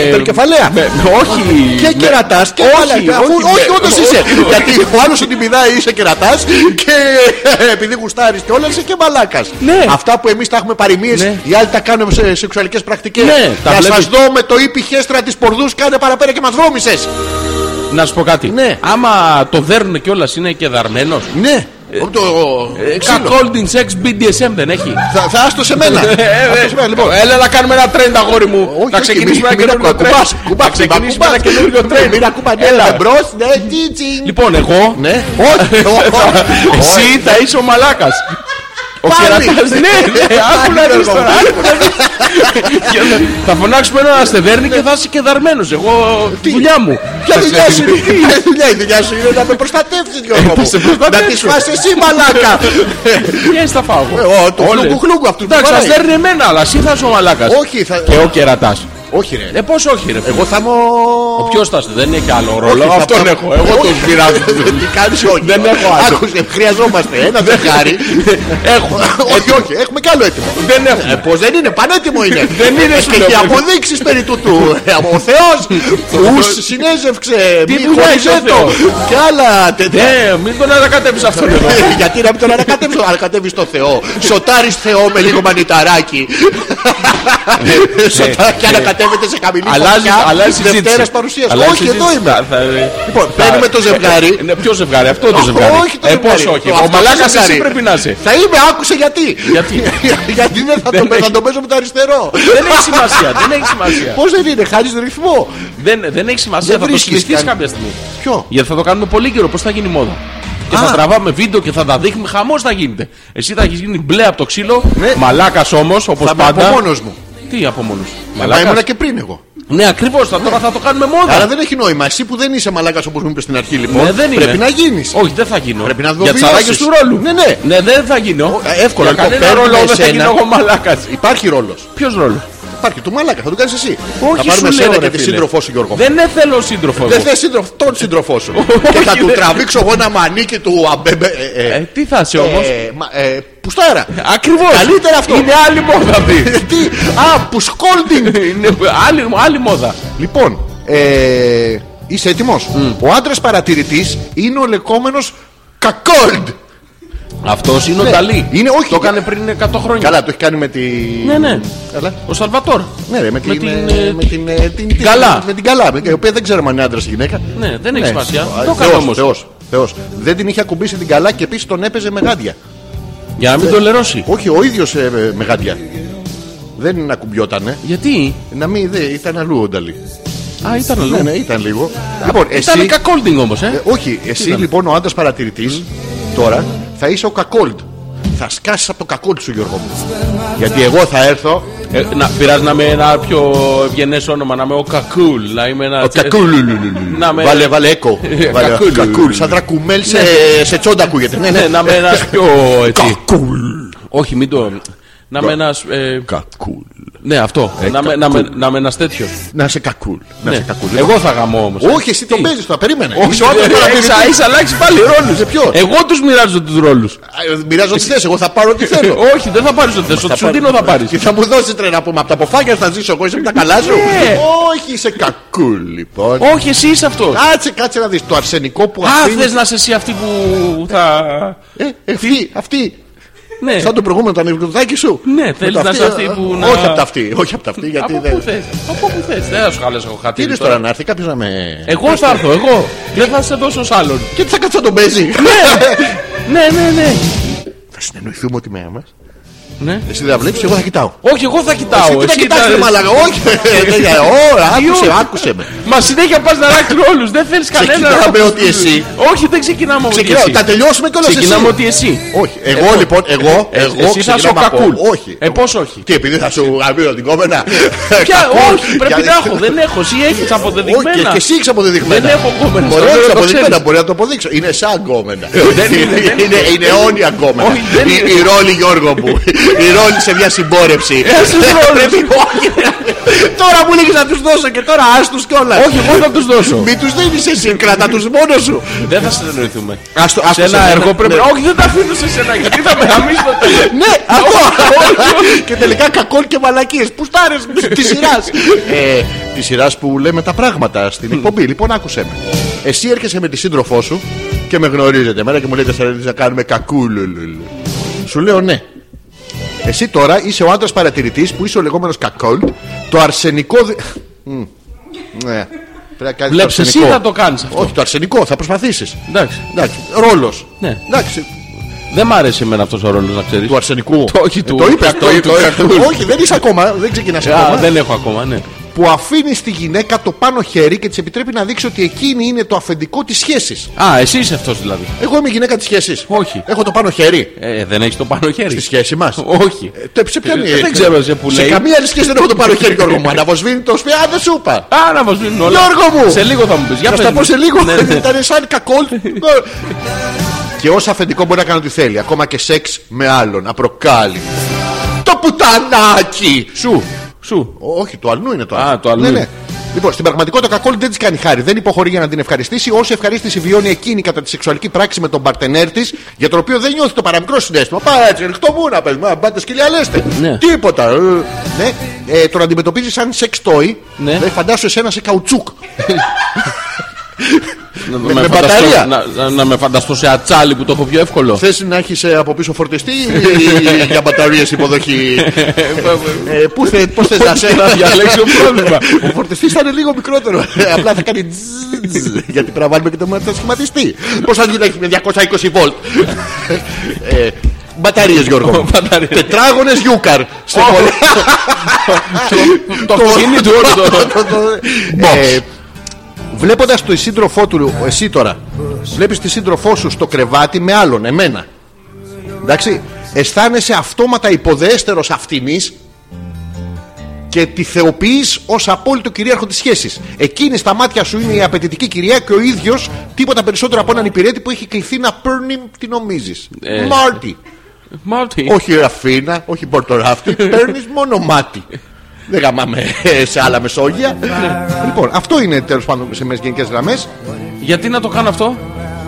Υπερκεφαλαία.
με- με- όχι.
Και
με-
κερατάς και
Ναι. όχι,
μαλάκα. Αφού-
όχι,
Όχι,
με-
όντω
όχι,
είσαι.
όχι.
Γιατί ο άλλος σου την πηδάει, είσαι κερατάς και επειδή γουστάρεις και όλα είσαι και μαλάκας.
Ναι.
Αυτά που εμείς τα έχουμε παροιμίες,
Ναι.
οι άλλοι τα κάνουν σε σεξουαλικές πρακτικές.
Ναι, τα
Να σα
βλέπεις.
δω με το ήπι χέστρα της πορδούς, κάνε παραπέρα και μας βρώμησες.
Να σου πω κάτι.
Ναι.
Άμα το δέρνουν κιόλας είναι και δαρμένος.
Ναι.
Ε,
Όπου το- Ε, ξύλο.
Cuckolding sex BDSM δεν έχει.
Θα, θα άστο σε μένα.
Ε, ε,
Άστο σε μένα, λοιπόν.
Έλα να κάνουμε ένα τρέντ αγόρι μου.
Όχι,
Να
όχι,
ξεκινήσουμε
μην-
ένα
μην
καινούργιο
ακουμπάς,
τρέντ.
ακουμπάς,
Να ξεκινήσουμε ένα
ακουμπάς.
καινούργιο
Ναι,
τρέντ.
Μην ακουμπανέλα μπρος, ναι, τσι, τσι.
Λοιπόν, εγώ.
Ναι, όχι, όχι, όχι.
Εσύ θα είσαι ο μαλάκας. Ο
Πάλι.
κερατάς, ναι, ναι, άκου να δεις
Γιώργο
τώρα,
μου.
άκου να δεις. Και Θα φωνάξουμε ένα αστεβέρνη και θα είσαι και δαρμένος Εγώ, τη δουλειά μου
Ποια δουλειά σου είναι, ποια δουλειά είναι η δουλειά σου είναι να με προστατεύσεις Γιώργο
Ε, θα
μου
σε
Να
προστατεύσω.
τη φας εσύ μαλάκα
Ποιες θα φάω
Ε, ο, του
Όλες.
χλούγκου χλούγκου αυτού του
Εντάξει, θα
βαράει.
στέρνει εμένα, αλλά εσύ θα είσαι ο μαλάκας
Όχι, θα...
Και ο κερατάς
όχι ρε
Ε, πώς όχι ρε
Εγώ θα μου...
Ποιος θα είσαι, δεν έχει άλλο
Όχι,
ρόλο
θα
Αυτόν
πάω-
έχω, εγώ τον
Όχι.
πειράζω
Τι κάνεις όχι
Δεν έχω άλλο.
Άκουσε, χρειαζόμαστε ένα ζευγάρι
Έχω,
Όχι, όχι, έχουμε κι άλλο έτοιμο
δεν έχω
Πως δεν είναι, πανέτοιμο είναι. Ε,
Δεν είναι, σου
Και
λέω.
έχει αποδείξεις περί τούτου. Ε, Ο Θεός ους συνέζευξε.
Τι
μη
δουλειά έχει ο
χωρίζε το.
Θεός.
Και άλλα τέτοια.
Ναι, μην τον ανακατεύεις αυτόν εδώ
Ε, Γιατί να μην τον ανακατεύεις, τον ανακατεύεις το Θεό. Σοτάρεις Θεό με λίγο μανιταράκι.
Ναι.
Σοτάρ- Και ανακατεύεται σε χαμηλή
Αλλάζει,
φωτιά.
αλλάζει η
Δευτέρας
συζήτηση.
παρουσίας.
Αλλάζει η
Όχι, εδώ
συζήτηση.
είμαι.
Θα- θα-
Λοιπόν, παίρνουμε το ζευγάρι.
Ε, ναι, ποιο ζευγάρι, αυτό το
Όχι,
ζευγάρι.
όχι το
ε,
ζευγάρι.
Πώς όχι.
Το
Ο
αυτό
μαλάκα
το ζευγάρι.
εσύ πρέπει να είσαι.
Θα είμαι, άκουσε γιατί.
Γιατί?
Γιατί δεν θα το-
Δεν
θα το παίζω με το αριστερό.
δεν έχει σημασία. Δεν έχει σημασία.
Πώς δεν είναι, χάρη ρυθμό.
δεν, δεν έχει σημασία.
Δεν
θα το
βρίσκεις
συνηθίσει
καν.
κάποια στιγμή.
Ποιο?
Γιατί θα το κάνουμε πολύ καιρό. Πώς θα γίνει μόδα. Και
Α.
θα τραβάμε βίντεο και θα τα δείχνουμε. Χαμός θα γίνεται. Εσύ θα έχεις γίνει μπλε από το ξύλο.
Ναι.
Μαλάκας όμως, όπως
Θα είμαι από
πάντα.
μόνος μου. Ε,
Τι από μόνο.
Μα ήμουν
Μαλάκα.
και πριν εγώ.
Ναι, ακριβώς. Τώρα θα το κάνουμε μόδα.
Άρα δεν έχει νόημα. Εσύ που δεν είσαι μαλάκας όπως μου είπες στην αρχή λοιπόν.
Ναι, δεν
πρέπει
είναι.
να γίνεις.
Όχι, δεν θα γίνω.
Πρέπει να
Για
δοκιμάσεις.
τις ανάγκες του ρόλου.
Ναι, ναι.
δεν θα γίνω.
Ε, εύκολα,
Για
το
κανένα
παίρνουμε
ρόλο δεν θα
εσένα.
γίνω εγώ μαλάκας.
Υπάρχει ρόλος.
Ποιος ρόλος.
Υπάρχει του μαλάκα, θα τον κάνεις εσύ. θα
Όχι,
πάρουμε
σου λέω,
εσένα
ρε
και τη
φίλε.
σύντροφό σου Γιώργο.
Δεν θέλω σύντροφο.
Δεν
εγώ.
θες σύντροφο, τον σύντροφό σου. και θα
Όχι,
του
δεν-
τραβήξω εγώ ένα μανίκι του αμπέμπε. ε, ε,
Ε, τι θα είσαι
ε,
όμω.
μα- ε, Πουστάρα.
Ακριβώς.
Καλύτερα αυτό.
Είναι άλλη μόδα αυτή.
Τι, α, πουσκόλτινγκ.
Είναι άλλη, άλλη μόδα.
Λοιπόν, ε, είσαι έτοιμος. Ο άντρας παρατηρητής είναι ο λεγόμενο κακόλντ.
Αυτός είναι ο
Ναι.
Νταλή.
Είναι όχι.
Το έκανε πριν 100 χρόνια.
Καλά, το έχει κάνει με τη.
Ναι, ναι.
Καλά.
Ο Σαλβατόρ.
Ναι, ρε, με την. ε,
ε,
Με την. ε, την- την-
Καλά.
Με την καλά. με- Η οποία δεν ξέραμε αν είναι άντρας ή γυναίκα.
Ναι, δεν έχει σημασία.
Α,
Το έκανε
Θεός,
όμως.
Θεός, Θεός. Δεν την είχε ακουμπήσει την καλά και επίσης τον έπαιζε με γάντια.
Για να μην το λερώσει.
Όχι, ο ίδιος με γάντια. Δεν ακουμπιότανε.
Γιατί.
Να μην δε, ήταν αλλού ο Νταλή.
Α, ήταν αλλού.
Ναι, ναι, ήταν λίγο. Λοιπόν,
Ήταν
εσύ.
κακόλτινγκ όμως, ε.
Ε, όχι, εσύ
ήταν?
λοιπόν ο άντρας παρατηρητής τώρα θα είσαι ο κακόλτ. Θα σκάσεις από το κακόλτ σου, Γιώργο μου. Γιατί εγώ θα έρθω.
Ε, να πειράζει να είμαι ένα πιο ευγενές όνομα, να είμαι ο Κακούλ. Να είμαι ένα.
Ο κακούλ.
Να με-
Βάλε, βάλε έκο.
Ε,
Βάλε-
κακούλ.
Κακούλ. Σαν τρακουμέλ σε, σε τσόντα ακούγεται. Ναι,
Ναι,
ναι.
να είμαι ένας πιο. έτσι.
Κακούλ.
Όχι, μην το. Να είμαι ένα.
Κακούλ.
Ναι, αυτό. Να είμαι- να είμαι- Να είμαι ένας τέτοιος.
Να σε κακούλ. Ε, Να
Ναι.
σε κακούλ.
Εγώ θα γαμώ ε. όμως.
Όχι, εσύ τον παίζεις τώρα, περίμενε. Είσαι Ε, ο άντρας παρατηρητής.
Έχει ε, αλλάξει πάλι ρόλους.
Σε ποιον?
Εγώ τους μοιράζω τους ρόλους.
Α, ε, Μοιράζω τι θες, εγώ θα πάρω τι θέλω.
Όχι, δεν θα πάρεις ότι θε. Σου δίνω θα πάρεις.
Και θα μου δώσεις τρένα πούμε από τα αποφάγια θα ζήσω εγώ, είσαι με τα καλά σου.
Ναι.
Όχι, είσαι κακούλ λοιπόν.
Όχι, εσύ είσαι αυτός.
Κάτσε, κάτσε να δεις το αρσενικό που
Α,
αφήνεις.
θες να είσαι εσύ αυτή που θα.
Ε, ε, αυτή, αυτή.
Ναι.
Σαν το προηγούμενο το ανεκδοτάκι σου.
Ναι,
Με
θέλεις
το
να
αυτή,
είσαι αυτή
ε,
που
ε,
να-
Όχι από τα αυτή, όχι από τα αυτή, γιατί
Από
δεν.
πού θες. Από πού θες. Δεν θα σου χαλέσω εγώ
Τι είναι τώρα
χατήρι τώρα. Ε.
να έρθει κάποιος να με.
Εγώ θα έρθω, εγώ. Δεν θα σε δώσω σ' άλλον.
Και τι θα κάτσει να τον παίζει.
Ναι, ναι, ναι.
Θα συνεννοηθούμε ότι με μας.
Ναι.
Εσύ δεν βλέπεις, εγώ θα κοιτάω.
Όχι, εγώ θα κοιτάω.
Εσύ τι να κοιτάξεις, ρε
θα-
μαλάκα, όχι. δεν- ε, Ωρα, άκουσε, άκουσε με.
Μα συνέχεια πας να αλλάξει ρόλου. Δεν θέλει κανένα.
Ξεκινάμε ότι εσύ.
Όχι, δεν ξεκινάμε ότι
Ξεκινάω,
εσύ.
τα τελειώσουμε κιόλας εσύ.
Ξεκινάμε ότι εσύ.
Όχι, εγώ λοιπόν, εγώ,
ε,
εγώ
εσύ θα είσαι ο
ξεκινάμε από-
κακούλ.
Όχι.
Ε, πώς όχι. Ε,
Τι, επειδή θα σου αμύρω την κόμενα. ε,
Ποια,
Κακούλ.
όχι, πρέπει
Γιατί-
να έχω. Δεν έχω. Εσύ έχεις
Όχι, και-
αποδεδειγμένα.
και εσύ έχεις αποδεδειγμένα.
Δεν έχω κόμενα.
Μπορεί
στο
να έχεις
λέω, το
αποδεδειγμένα,
ξέρεις. Ε,
μπορεί να το αποδείξω. Είναι σαν κόμενα.
Δεν είναι, δεν
Είναι- Είναι αιώνια κόμενα.
Όχι, δεν
Η-
είναι.
Η ρόλη Γιώργο μου. Η ρόλη σε μια συμπόρευση.
Ε, Ένας ρόλος.
Πρέπει- όχι, ρε.
Τώρα μου λέγεις να τους δώσω και τώρα ας τους κιόλας. Όχι, εγώ θα τους δώσω.
Μην τους δίνεις εσύ, κρατά τους μόνος σου.
Δεν θα συνεννοηθούμε.
Ας το- ας
Σε
το
ένα
σε-
έργο πρέπει
ναι.
να... Όχι, δεν τα αφήνω σε σένα γιατί θα με αμύσεις το τέλος.
Ναι, αυτό! και τελικά κακόν και μαλακίες. Που στάρες τη σειράς. ε, τη σειράς που λέμε τα πράγματα στην εκπομπή. λοιπόν, άκουσέ με. Εσύ έρχεσαι με τη σύντροφό σου και με γνωρίζετε εμένα και μου λέτε θέλεις να κάνουμε κακούλουλουλ. Σου λέω ναι. Εσύ τώρα είσαι ο άντρας παρατηρητής που είσαι ο λεγόμενος κακόλ. Το αρσενικό. δι- Μμ. Ναι. Πρέπει να κάνεις
Βλέπεις, εσύ
αρσενικό.
θα το κάνεις αυτό.
Όχι, το αρσενικό, θα προσπαθήσεις
Εντάξει.
Εντάξει, ρόλος.
Ναι.
Εντάξει,
Δεν μ' άρεσε εμένα αυτός ο ρόλος να ξέρεις.
του αρσενικού.
Το- όχι,
Ε,
του-
Το είπες,
του-
το
του-
είπες.
του- του-
Όχι, δεν είσαι ακόμα, δεν ξεκινάς
Α,
ακόμα.
δεν έχω ακόμα, ναι.
Που αφήνει τη γυναίκα το πάνω χέρι και της επιτρέπει να δείξει ότι εκείνη είναι το αφεντικό της σχέσης.
Α, εσύ είσαι αυτός δηλαδή.
Εγώ είμαι η γυναίκα της σχέσης.
Όχι.
Έχω το πάνω χέρι.
Ε, δεν έχεις το πάνω χέρι.
Στη σχέση μας.
Όχι. Ε,
σε ποια είναι η-
Δεν ξέρω σε που
Σε
λέει.
καμία άλλη σχέση δεν έχω το πάνω χέρι, Γιώργο μου. Αναβοσβήνει το σπίτι. Α, δεν σου είπα.
Α, να μας δίνουν όλα.
Γιώργο μου!
Ε, Σε λίγο θα μου πεις. Για
Θα
πες
στα
μου.
πω σε λίγο.
Ναι, ναι.
Ήταν σαν κακό. Και ω αφεντικό μπορεί να κάνει ό,τι θέλει. Ακόμα και σεξ με άλλον. Απροκάλυπτο. Το πουτανάκι!
Σου, σου.
Ό, Όχι, το αλλού είναι το άλλο.
Α, το αλλού
Ναι,
είναι.
ναι. Λοιπόν, στην πραγματικότητα ο κακόλ δεν της κάνει χάρη. Δεν υποχωρεί για να την ευχαριστήσει. Όση ευχαρίστηση βιώνει εκείνη κατά τη σεξουαλική πράξη με τον παρτενέρ της, για το οποίο δεν νιώθει το παραμικρό συνέστημα. Πάρα έτσι, ρηχτό μου να πες, μα, μπάτε σκυλιά, λέστε.
Ναι.
Τίποτα. ε, ναι. Ε, τον αντιμετωπίζει σαν σεξ τόι.
Ναι.
Δηλαδή, φαντάσου εσένα σε καουτσούκ.
Να
Με-
με
με
φανταστώ-
μπαταρία.
να- να- Να με φανταστώ σε ατσάλι που το έχω πιο εύκολο.
Θες να έχεις από πίσω φορτιστή ή για μπαταρίες υποδοχή. ε, πού θε, πώς θες να σε
Να διαλέξω πρόβλημα.
Ο φορτιστής θα είναι λίγο μικρότερο. Ε, Απλά θα κάνει τζζζ, τζζζ, γιατί πρέπει να βάλουμε και το μετασχηματιστή. Πώς θα γίνει με 220 βολτ. Μπαταρίε Ε, Γιώργο.
Μπαταρίες.
Τετράγωνες γιούκαρ. Σε πολύ.
Το αυτοκίνητο όλο το.
Ε, Βλέποντας το σύντροφό του, εσύ τώρα, βλέπεις τη σύντροφό σου στο κρεβάτι με άλλον, εμένα. Εντάξει. Αισθάνεσαι αυτόματα υποδέστερος αυτινής και τη θεοποιείς ως απόλυτο κυρίαρχο της σχέσης. Εκείνη στα μάτια σου είναι η απαιτητική κυρία και ο ίδιος τίποτα περισσότερο από έναν υπηρέτη που έχει κληθεί να παίρνει τι νομίζεις.
Ε.
Μάρτι.
Μα τι.
όχι Αφίνα, όχι Πορτοράφτη, παίρνεις μόνο μάτι. Δεν γαμάμε ε, σε άλλα μεσόγεια. λοιπόν, αυτό είναι τέλος πάντων σε γενικές γραμμές.
Γιατί να το κάνω αυτό.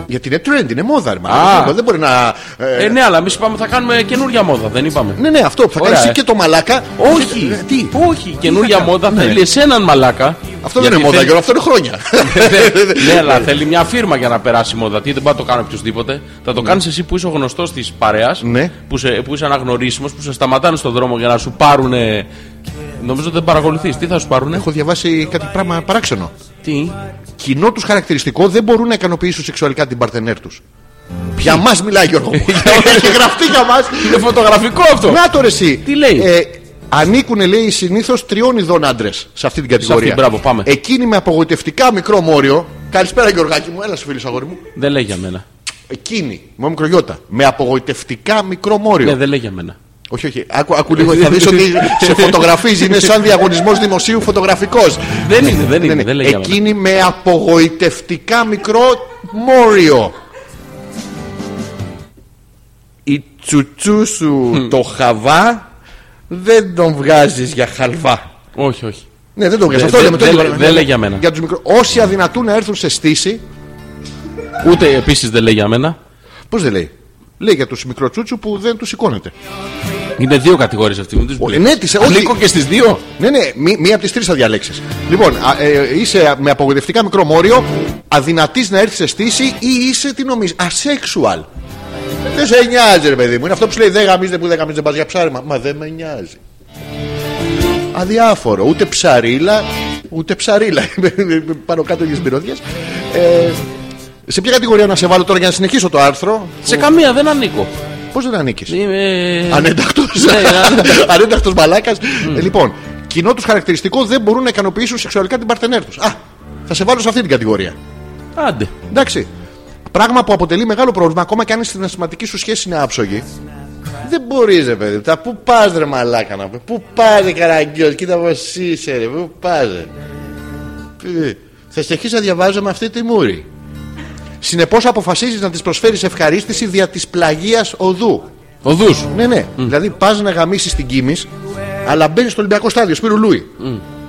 Γιατί είναι trend, είναι μόδα, ρε μαλάκα. Δεν μπορεί να. ε,
Ε, ναι, αλλά εμείς είπαμε θα κάνουμε καινούργια μόδα, δεν είπαμε.
ναι, ναι, αυτό που θα
Ωραία,
κάνει
ε.
και το μαλάκα.
Όχι,
Ε, Τι.
όχι, καινούργια μόδα
Ναι.
θέλει εσέναν μαλάκα.
Αυτό δεν
Γιατί
είναι μόδα,
θέλει-
Γιώργο, αυτό είναι χρόνια.
ναι, αλλά θέλει μια φίρμα για να περάσει η μόδα. Τι δεν πάει να το κάνει οποιοδήποτε. Θα
Ναι.
το κάνεις εσύ που είσαι ο γνωστός της παρέας,
Ναι.
που, σε- που είσαι αναγνωρίσιμος, που σε σταματάνε στον δρόμο για να σου πάρουν. Νομίζω ότι δεν παρακολουθείς. Τι θα σου πάρουν,
Έχω διαβάσει κάτι πράγμα παράξενο.
Τι.
κοινό τους χαρακτηριστικό δεν μπορούν να ικανοποιήσουν σεξουαλικά την παρτενέρ τους. Για μας μιλάει Γιώργο. μου. Έχει γραφτεί για μας.
Είναι φωτογραφικό αυτό.
Ναι.
Να το ρε εσύ.
Τι λέει?
Ε, ανήκουν λέει συνήθως τριών ειδών άντρες σε αυτή την κατηγορία.
αυτή, μπράβο, πάμε.
Εκείνοι με απογοητευτικά μικρό μόριο. Καλησπέρα Γιωργάκη μου, έλα σου φίλο αγόρι μου.
Δεν λέει για μένα.
Εκείνη, με μικρογιώτα. Με απογοητευτικά μικρό μόριο.
Ναι, δεν λέει για μένα.
Όχι, όχι. Άκου, άκου λίγο, θα δεις ότι σε φωτογραφίζει. Είναι σαν διαγωνισμός δημοσίου φωτογραφικός.
Δεν είναι, δεν είναι, δεν λέει για μένα.
Εκείνη με απογοητευτικά μικρό μόριο.
Η τσουτσού
Hm.
σου το χαβά δεν τον βγάζεις για χαλβά.
Όχι, όχι.
Ναι, δεν το βγάζεις.
Δε-
Αυτό
δε-
λέμε. το
δε-
είπα,
δε-
ναι,
δεν
ναι.
λέει για μένα.
Για τους μικρούς. Όσοι αδυνατούν να έρθουν σε στήση.
Ούτε επίσης δεν λέει για μένα.
Πώς δεν λέει. Λέει για τους μικροτσούτσου που δεν τους σηκώνεται.
Είναι δύο κατηγορίες αυτή. Μην τους
Ο-
μπλέκεις.
ναι, τις- όχι.
Ανήκω και στις δύο.
Ναι, ναι, μη- μία από τις τρεις θα διαλέξεις. Λοιπόν, α, ε, είσαι με απογοητευτικά μικρό μόριο, αδυνατής να έρθεις σε στήση ή είσαι τι νομίζεις, asexual. Δεν σε νοιάζει, ρε παιδί μου. Είναι αυτό που σου λέει δεν γαμίζεται που δεν γαμίζεται, πα για ψάρεμα. Μα δεν με νοιάζει. Αδιάφορο, ούτε ψαρίλα, ούτε ψαρίλα. Πάνω κάτω για μυρωδιές. Ε, σε ποια κατηγορία να σε βάλω τώρα για να συνεχίσω το άρθρο,
Σε καμία δεν ανήκω.
πώς δεν ανήκεις.
Είμαι-
Ανέντακτος.
Ναι, ανέντακτος.
Ανέντακτος μαλάκας. Λοιπόν, κοινό τους χαρακτηριστικό δεν μπορούν να ικανοποιήσουν σεξουαλικά την παρτενέρ τους. Α, θα σε βάλω σε αυτή την κατηγορία.
Άντε.
Εντάξει. Πράγμα που αποτελεί μεγάλο πρόβλημα ακόμα και αν η συναισθηματική σου σχέση είναι άψογη.
Δεν μπορείς ρε παιδί. Τα πού πας ρε μαλάκα να πει. Πού πας ρε καραγκιός. Κοίτα πως είσαι ρε. Πού πας ρε.
Ε, Θα συνεχίσει να διαβάζω με αυτή τη μούρη. Συνεπώς αποφασίζεις να της προσφέρεις ευχαρίστηση δια της πλαγίας οδού.
Οδούς.
Ναι, ναι. Δηλαδή πας να γαμίσεις την κίμη Αλλά μπαίνεις στο Ολυμπιακό Στάδιο, Σπύρου Λούι.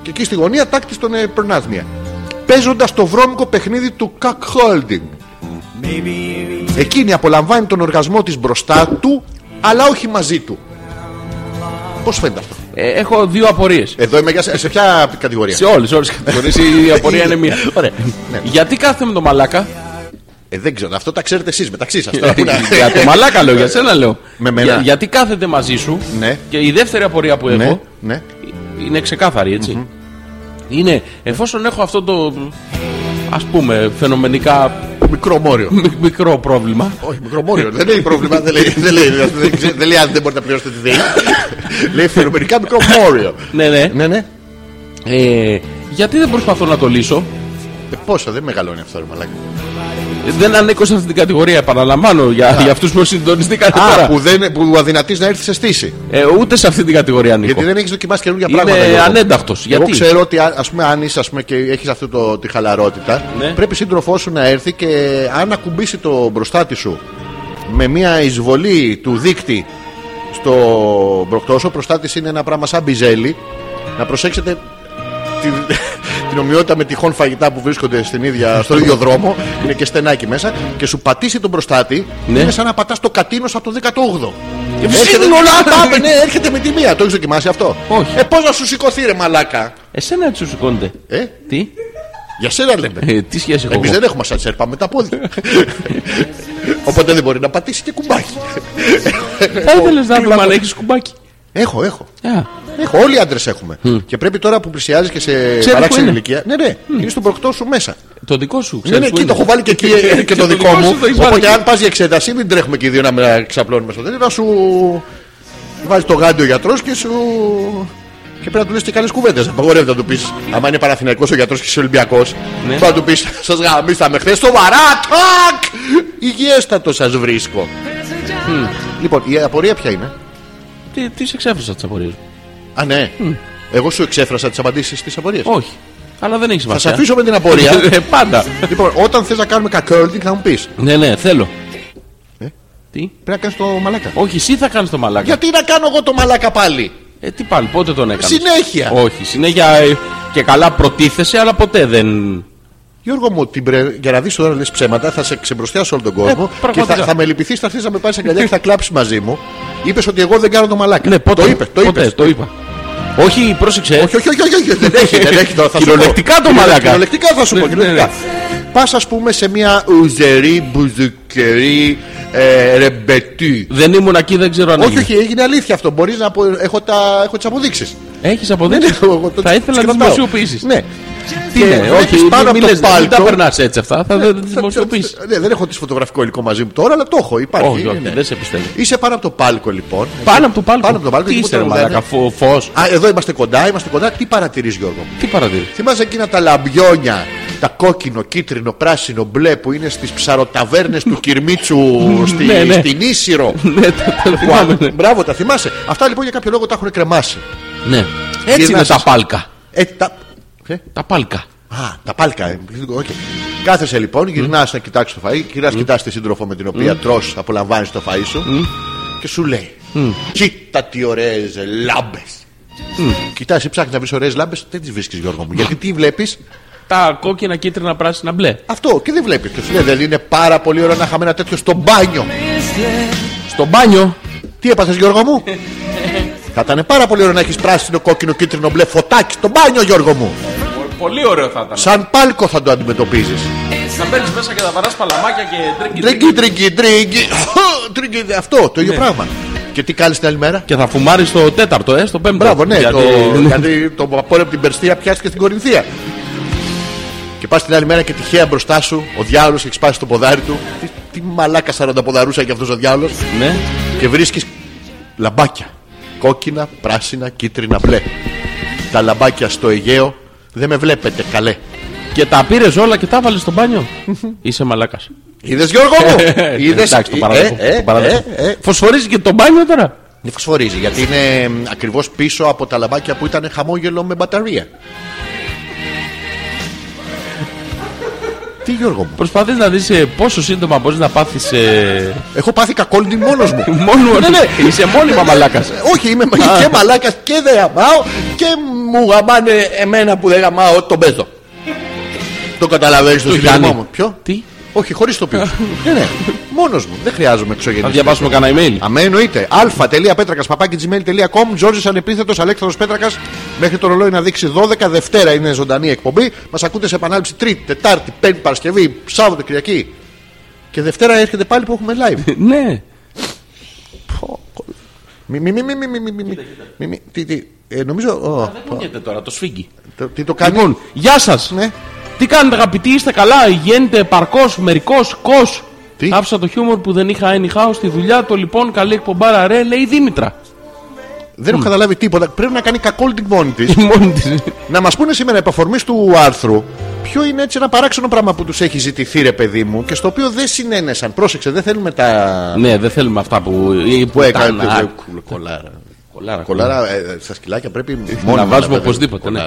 Και εκεί στη γωνία τάκτης στον ε, Περνάθμια. Παίζοντας το βρώμικο παιχνίδι του Κακ Holding. Εκείνη απολαμβάνει τον οργασμό της μπροστά του, αλλά όχι μαζί του. Πώς φαίνεται αυτό.
Ε, έχω δύο απορίες.
Εδώ είμαι για σε, σε ποια κατηγορία.
Σε όλες τις κατηγορίες η απορία είναι μία.
Ωραία. Ναι.
Γιατί κάθομαι με τον Μαλάκα.
Ε, δεν ξέρω, αυτό τα ξέρετε εσείς μεταξύ σας.
Ε, για το μαλάκα λέω, για σένα λέω.
Με μένα.
Για- γιατί κάθεται μαζί σου.
Ναι.
Και η δεύτερη απορία που
Ναι,
έχω
ναι.
είναι ξεκάθαρη, έτσι. Είναι εφόσον έχω αυτό το ας πούμε φαινομενικά
Μικρό μόριο.
μι- μικρό πρόβλημα.
Όχι, μικρομόριο. δεν λέει πρόβλημα. Δεν λέει, δεν λέει, δεν ξέ- δεν λέει αν δεν μπορείτε να πληρώσετε τη ΔΕΗ. λέει φαινομενικά μικρό μόριο.
Ναι, ναι.
ναι, ναι.
Ε, γιατί δεν προσπαθώ να το λύσω.
Ε, πόσο δεν μεγαλώνει αυτό, ρε μαλάκα.
Ε, Δεν ανήκω σε αυτή την κατηγορία, επαναλαμβάνω, για, για αυτούς που συντονιστήκατε
Α,
τώρα.
που, δεν, που αδυνατεί να έρθει σε στήση.
Ε, ούτε σε αυτή την κατηγορία ανήκω.
Γιατί δεν έχεις δοκιμάσει καινούργια
Είμαι
πράγματα. Γιώργο.
ανένταχτος.
Εγώ
Γιατί?
ξέρω ότι α- ας πούμε, αν είσαι ας πούμε, και έχεις αυτή το, τη χαλαρότητα,
Ναι.
πρέπει σύντροφός σου να έρθει και αν ακουμπήσει το μπροστάτι σου με μια εισβολή του δίκτυ στο προκτόσο, προστάτης είναι ένα πράγμα σαν μπιζέλι. Να προσέξετε την, την ομοιότητα με τυχόν φαγητά που βρίσκονται στην ίδια, στον ίδιο δρόμο, είναι και στενάκι μέσα, και σου πατήσει τον προστάτη,
Ναι.
είναι σαν να πατάς το κατίνος από το 18ο.
Και
Έρχεται,
ψήνουν όλα τα-
Πάμε, ναι, έρχεται με τη μία. Το έχεις δοκιμάσει αυτό.
Όχι.
Ε, πώς να σου σηκωθεί, ρε μαλάκα.
Εσένα έτσι σου σηκώνεται.
Ε,
Τι,
για σένα λέμε.
ε, τι σχέση έχω
Εμείς
εγώ.
δεν έχουμε σαν σέρπα με τα πόδια. Οπότε δεν μπορεί να πατήσει και κουμπάκι.
Θα ήθελες να δούμε αν έχει κουμπάκι.
έχω, έχω.
Α,
Έχω, όλοι οι άντρες έχουμε. Και πρέπει τώρα που πλησιάζεις και σε
Ξέρεις που
παράξενη
είναι.
ηλικία. Ναι, ναι, είναι στον προκτό σου μέσα.
Το δικό σου.
Ναι,
ξέρεις
ναι,
που
εκεί το
είναι.
έχω βάλει και εκεί ε, και το δικό μου.
σου το έχεις βάλει
Οπότε
εκεί.
αν πας για εξέταση, μην τρέχουμε και οι δύο να με ξαπλώνουμε στο τέλος. Να σου βάζει το γάντι ο γιατρός και σου. Και πρέπει να του λες και καλέ κουβέντες. Απαγορεύεται να του πεις. Αν είναι Παναθηναϊκός ο γιατρός και είσαι Ολυμπιακός,
Ναι.
θα του πεις Σας γαμίσαμε χθες. Σοβαρά, τάκ! Υγιέστατος σας βρίσκω. Λοιπόν, η απορία ποια είναι.
Τι, τι σε ξέφρασα τις απορίες μου.
Α, ναι. Εγώ σου εξέφρασα τις απαντήσεις στις απορίες.
Όχι. Αλλά δεν έχει
Θα σε
σημασία.
αφήσω με την απορία.
Ε, Πάντα.
λοιπόν, όταν θες να κάνουμε κακέρλινγκ, θα μου πεις.
Ναι, ναι, θέλω.
Ε?
Τι.
Πρέπει να κάνεις το μαλάκα.
Όχι, εσύ θα κάνεις το μαλάκα.
Γιατί να κάνω εγώ το μαλάκα πάλι.
Ε, τι πάλι, πότε τον έκανες.
Συνέχεια.
Όχι, συνέχεια ε, και καλά προτίθεσαι, αλλά ποτέ δεν.
Ναι, Γιώργο μου, την πρε... για να δεις τώρα λες ψέματα, θα σε ξεμπροστιάσω όλο τον κόσμο
Ε,
και θα,
πραγματικά.
θα με λυπηθείς, θα έρθεις να με πάρεις αγκαλιά και θα κλάψεις μαζί μου. Είπες ότι εγώ δεν κάνω το μαλάκα.
Ναι, πότε.
το είπες, το
ποτέ,
είπες.
το είπα. Όχι, πρόσεξε.
Όχι, όχι, όχι, όχι, όχι, δεν έχει, δεν έχει τώρα. Θα σου πω.
Κυριολεκτικά το μαλάκα.
Κυριολεκτικά θα σου πω.
Ναι,
Κυριολεκτικά.
ναι,
Πας, ας πούμε, σε μια ουζερή, μπουζουκερή ε, ρεμπετή.
Δεν ήμουν εκεί, δεν ξέρω αν
Όχι, όχι, έγινε αλήθεια αυτό. Μπορείς να απο... έχω, τα... έχω τις αποδείξεις.
Έχεις αποδείξει. Ναι, Θα ήθελα να τι δημοσιοποιήσεις.
Ναι,
Τι είναι,
έχεις
όχι,
πάνω
μην
από το
λες, δεν τα
πάλτο.
περνάς έτσι αυτά. Θα δεν τι
Ναι, Θα-
δημοσιοποιήσεις.
Ναι, δεν έχω τη φωτογραφικό υλικό μαζί μου τώρα, αλλά το έχω. Υπάρχει.
Όχι, όχι,
ναι.
δεν σε πιστεύω.
Είσαι πάνω από το πάλκο λοιπόν.
Πάνω από το πάλκο.
Πάνω από το πάλκο.
Τι
εκεί που
είσαι, ρε
τραγουδάνε.
μαλάκα, φω.
Α, εδώ είμαστε κοντά, είμαστε κοντά. Τι παρατηρείς, Γιώργο. μου?
Τι παρατηρείς.
Θυμάσαι εκείνα τα λαμπιόνια. Τα κόκκινο, κίτρινο, πράσινο, μπλε που είναι στις ψαροταβέρνες του Κυρμίτσου στη,
Ναι, ναι.
στην Ίσυρο.
Ναι, τα- τα θυμάμαι, ναι.
Μπράβο, τα θυμάσαι. Αυτά λοιπόν για κάποιο λόγο τα έχουν κρεμάσει.
Ναι. Έτσι είναι
Γυρνάς.
τα πάλκα.
Ε, τα... Ε,
Τα πάλκα.
Α, τα πάλκα. ε. Οκ. Κάθεσαι λοιπόν, γυρνάς να κοιτάξεις το φαΐ, γυρνάς να κοιτάς τη σύντροφο με την οποία τρως, τρώ, απολαμβάνεις το φαΐ σου και σου λέει: Κοίτα τι ωραίες λάμπες. Κοιτάς, ή ψάχνεις να βρεις ωραίες λάμπες, δεν τις βρίσκεις Γιώργο μου. Γιατί τι βλέπεις,
Τα κόκκινα, κίτρινα, πράσινα, μπλε.
αυτό και δεν βλέπεις. Και σου λέει: Δεν είναι πάρα πολύ ωραίο να είχαμε ένα τέτοιο στο μπάνιο.
Στο μπάνιο.
Τι έπαθες Γιώργο μου. Θα ήταν πάρα πολύ ωραίο να έχεις πράσινο, κόκκινο, κίτρινο, μπλε φωτάκι στο μπάνιο Γιώργο μου.
Πολύ ωραίο θα ήταν.
Σαν πάλκο θα το αντιμετωπίζεις.
Να παίρνει μέσα και θα βαράς παλαμάκια και τρίκι.
Τρίγκι, τρίγκι, τρίγκι. Τρίγκι, αυτό το ίδιο
Ναι.
πράγμα. Και τι κάνεις την άλλη μέρα.
Και θα φουμάρεις το τέταρτο, ε, στο πέμπτο.
Μπράβο, ναι,
Γιατί-
το, γιατί το απόρρεο από την Περστία πιάστηκε στην Κορινθία. Και πας την άλλη μέρα και τυχαία μπροστά σου ο διάολος έχεις σπάσει το ποδάρι του. Τι, τι μαλάκα 40 ποδαρούσα και αυτός ο διάολος.
Ναι.
Και βρίσκεις λαμπάκια. Κόκκινα, πράσινα, κίτρινα, μπλε. Τα λαμπάκια στο Αιγαίο δεν με βλέπετε καλέ.
Και τα πήρες όλα και τα βάλε στο μπάνιο. Είσαι μαλάκας.
Είδες Γιώργο μου! Είδες.
Εντάξει, το παραδέχομαι.
Ε, ε,
το παραδέχομαι.
ε, ε.
Φωσφορίζει και το μπάνιο τώρα.
Δεν φωσφορίζει γιατί είναι ακριβώς πίσω από τα λαμπάκια που ήταν χαμόγελο με μπαταρία. Τι Γιώργο μου.
Προσπαθείς να δεις πόσο σύντομα μπορείς να πάθεις. Ε...
Έχω πάθει κακόλυντη μόνος μου.
Μόνος.
Ναι, ναι.
Είσαι μόνιμα μαλάκας.
Όχι, είμαι και μαλάκας και δεν γαμάω και μου γαμάνε εμένα που δεν γαμάω τον πέζο. Το καταλαβαίνεις το
Του
συνειδημό
Γιάννη.
μου. Ποιο?
Τι.
Όχι, χωρίς το ποιος. ναι, ναι. Μόνος μου. Δεν χρειάζομαι εξωγενή.
Θα διαβάσουμε κανένα email.
Αμέ εννοείται. αλφα.πέτρακα.gmail.com Τζόρζης ανεπίθετος Αλέξανδρος Πέτρακας. Μέχρι το ρολόι να δείξει 12. Δευτέρα είναι ζωντανή εκπομπή. Μας ακούτε σε επανάληψη Τρίτη, Τετάρτη, Πέμπτη, Παρασκευή, Σάββατο, Κυριακή. Και Δευτέρα έρχεται πάλι που έχουμε live.
Ναι.
μη, μη, μη, μη, μη, μη, μη, μη, μη, μη, τι, τι, ε, νομίζω. ω,
Δεν κουνιέται τώρα, το σφίγγει.
το- τι το κάνει.
Λοιπόν, γεια σας.
Ναι.
Τι κάνετε αγαπητοί, είστε καλά, υγιένετε επαρκώς, μερικός, κος.
Τι?
Άψα το χιούμορ που δεν είχα anyhow στη δουλειά του, λοιπόν, καλή εκπομπάρα, ρε, λέει η Δήμητρα.
Δεν έχω καταλάβει τίποτα. Πρέπει να κάνει κακό την μόνη τη.
Μόνη της.
να μας πούνε σήμερα επαφορμή του άρθρου. Ποιο είναι έτσι ένα παράξενο πράγμα που τους έχει ζητηθεί, ρε παιδί μου, και στο οποίο δεν συνένεσαν. Πρόσεξε, δεν θέλουμε τα.
Ναι, δεν θέλουμε αυτά που. ή
Που έκανε.
πουτάνα,
το- κου- Κολάρα.
κολάρα.
Κολάρα ε, στα σκυλάκια πρέπει μόνο
Να βάζουμε οπωσδήποτε. ναι.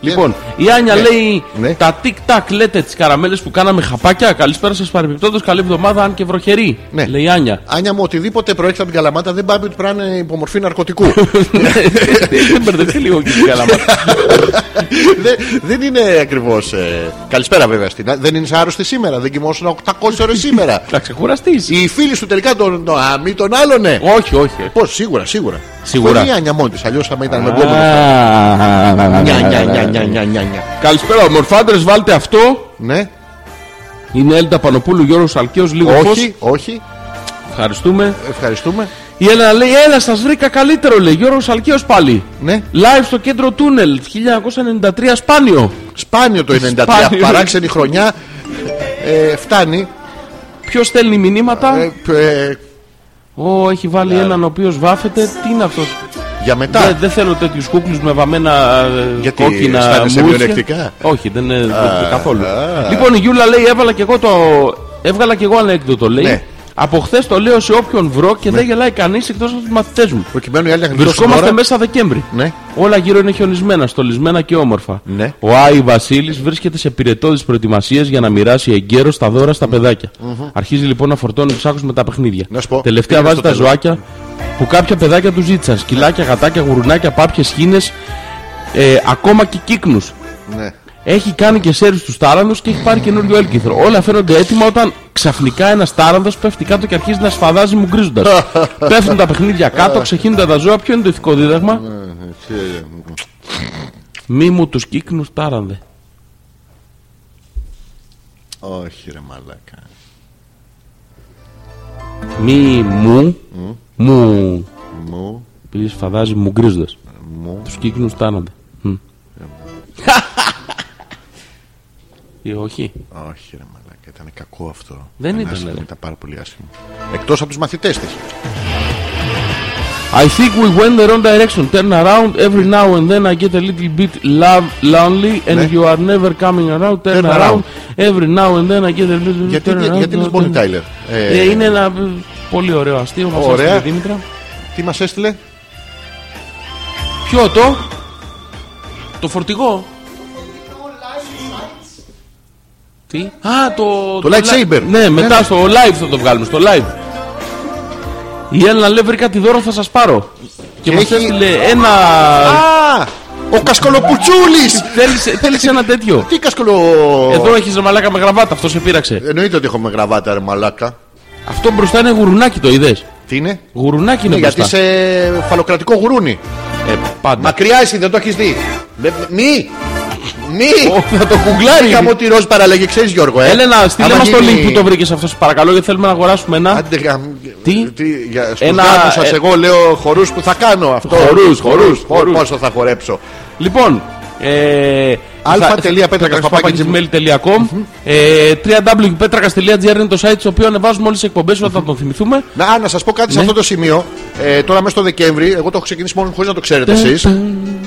Λοιπόν, η Άνια λέει
Ναι.
τα tic-tac λέτε τις καραμέλες που κάναμε χαπάκια. Καλησπέρα σας παρεμπιπτόντως. Καλή εβδομάδα, αν και βροχερή.
Ναι.
Λέει η Άνια.
Άνια μου, οτιδήποτε προέρχεται από την Καλαμάτα δεν πάει ότι πράνε υπομορφή ναρκωτικού.
Δεν μπερδευτεί λίγο και την καλαμάτα.
δεν, δεν είναι ακριβώς. Καλησπέρα, βέβαια. Στην, δεν είναι άρρωστη σήμερα. Δεν κοιμόσουν 800 ώρες σήμερα.
Θα ξεκουραστείς.
Οι φίλοι σου τελικά τον. τον α, μη τον άλλονε.
Όχι, όχι.
Πώς, σίγουρα, σίγουρα.
Σίγουρα.
Χωρίς η Άνια μόνη τη. Αλλιώ θα ήταν με
Α,
γκόμενο. Νια, νια, νια, νια, νια, νια, νια.
Καλησπέρα, ομορφάντρε, βάλτε αυτό.
Ναι,
Είναι Έλτα Πανοπούλου, Γιώργος Αλκαίος, λίγο φως.
όχι, όχι.
Ευχαριστούμε.
Ευχαριστούμε.
Η Έλενα λέει: Έλα, σας βρήκα καλύτερο, λέει Γιώργος Αλκαίος πάλι.
Ναι.
Live στο κέντρο τούνελ 1993 σπάνιο.
Σπάνιο το 93.
Σπάνιο.
Παράξενη χρονιά. Ε, φτάνει.
Ποιος στέλνει
Ε,
μηνύματα.
π- ε,
Ω, έχει βάλει έναν ο οποίος βάφεται. Τι είναι αυτός.
για μετά.
Δεν θέλω τέτοιους κούκλους με βαμμένα ε,
Γιατί
κόκκινα
αισθάνεσαι
μουσια.
μειονεκτικά?
Όχι, δεν είναι
Α,
καθόλου.
α.
Λοιπόν, η Γιούλα λέει: Έβαλα και εγώ το. Έβγαλα και εγώ ανέκδοτο, λέει.
Ναι.
Από χθες το λέω σε όποιον βρω και δεν γελάει κανείς εκτός από τους μαθητές μου.
Προκειμένου οι άλλοι να γλιτώσουν
Βρισκόμαστε
ώρα.
μέσα Δεκέμβρη.
Ναι.
Όλα γύρω είναι χιονισμένα, στολισμένα και όμορφα.
Ναι.
Ο Άι Βασίλης βρίσκεται σε πυρετόδης προετοιμασίας για να μοιράσει εγκαίρως τα δώρα στα παιδακια Αρχίζει λοιπόν να φορτώνει του άκου με τα παιχνίδια.
Να σου πω,
Τελευταία
πήγα
βάζει
στο
τα
τέλος.
ζωάκια που κάποια παιδάκια του ζήτησαν. Σκυλάκια, γατάκια, γουρνάκια, πάπιες, χίνες, ε, ακόμα και κύκνους.
Ναι.
Έχει κάνει και σέρι στου τάρανδου και έχει πάρει καινούριο έλκυθρο. Όλα φαίνονται έτοιμα όταν ξαφνικά ένας τάρανδο πέφτει κάτω και αρχίζει να σφαδάζει μουγκρίζοντα. Πέφτουν τα παιχνίδια κάτω, ξεχύνονται τα ζώα. Ποιο είναι το ηθικό δίδαγμα,
Ε,
Μη μου τους κύκνους τάρανδε.
Όχι, ρε μαλάκα.
Μη μου. Μου.
Μου,
Επειδή σφαδάζει μουγκρίζοντα.
μου.
Τους κύκνους τάρανδε. Μμ. Ή Ε, όχι.
Όχι, ρε μαλάκα. Ήταν κακό αυτό.
Δεν
Ήταν
ήταν, Ναι,
άσχημο,
λέει.
Ήταν πάρα πολύ άσχημο. Εκτός από τους μαθητές της.
I think we went the wrong direction. Turn around every now and then. I get a little bit love, lonely, and
Ναι.
you are never coming around.
Turn
Turn, around.
around.
every now and then. I get a little bit.
Γιατί,
turn
για-
around,
γιατί είναι
turn
Bonnie
around.
Tyler.
ναι, Ε, είναι ένα ε, πολύ ωραίο αστείο. Μας
Ωραία.
έστειλε η Δήμητρα.
Τι μας έστειλε,
Ποιο το? Το φορτηγό. Τι? Α, το...
Το lightsaber.
Ναι, μετά
Ναι.
στο live θα το βγάλουμε, στο live. Η Έλληνα λέει βρήκα τη δώρο θα σας πάρω. Και,
Και
μας
έχει-
έστειλε ένα...
Α! Ο Κασκολοπουτσούλης!
Θέλησε, θέλησε ένα τέτοιο.
Τι Κασκολο.
Εδώ έχεις ρε μαλάκα με γραβάτα, αυτό σε πείραξε.
Εννοείται ότι έχουμε γραβάτα, ρε μαλάκα.
Αυτό μπροστά είναι γουρουνάκι το είδες.
Τι είναι,
Γουρουνάκι είναι
Ναι, γιατί
μπροστά.
είσαι φαλοκρατικό γουρούνι.
Ε, πάντα.
Μακριά εσύ, δεν το έχεις δει. Δε- Μη!
Ω,
Μη!
θα το κουγκλάρει.
Είχαμε ότι ροζ παραλέγει, ξέρεις Γιώργο, ε.
Έλενα, στείλε
Άμα
μας το
γίνει-
link που το βρήκες αυτό, σε παρακαλώ, γιατί θέλουμε να αγοράσουμε ένα.
Άντε, γαμ-
Τι?
για, στους
Ένα-
Ένα... σας
ε-
εγώ λέω χορούς που θα κάνω αυτό.
Χορούς, χορούς,
Πο-
χορούς.
Πόσο θα χορέψω.
Λοιπόν, ε, αλφα.πέτρακα.gmail.com Ε, www.πέτρακα.gr είναι το site στο οποίο ανεβάζουμε όλες τις εκπομπές όταν τον θυμηθούμε.
Να, α, να σας πω κάτι σε
Ναι.
αυτό το σημείο. Ε, τώρα μέσα στο Δεκέμβρη, εγώ το έχω ξεκινήσει μόνο χωρίς να το ξέρετε εσείς.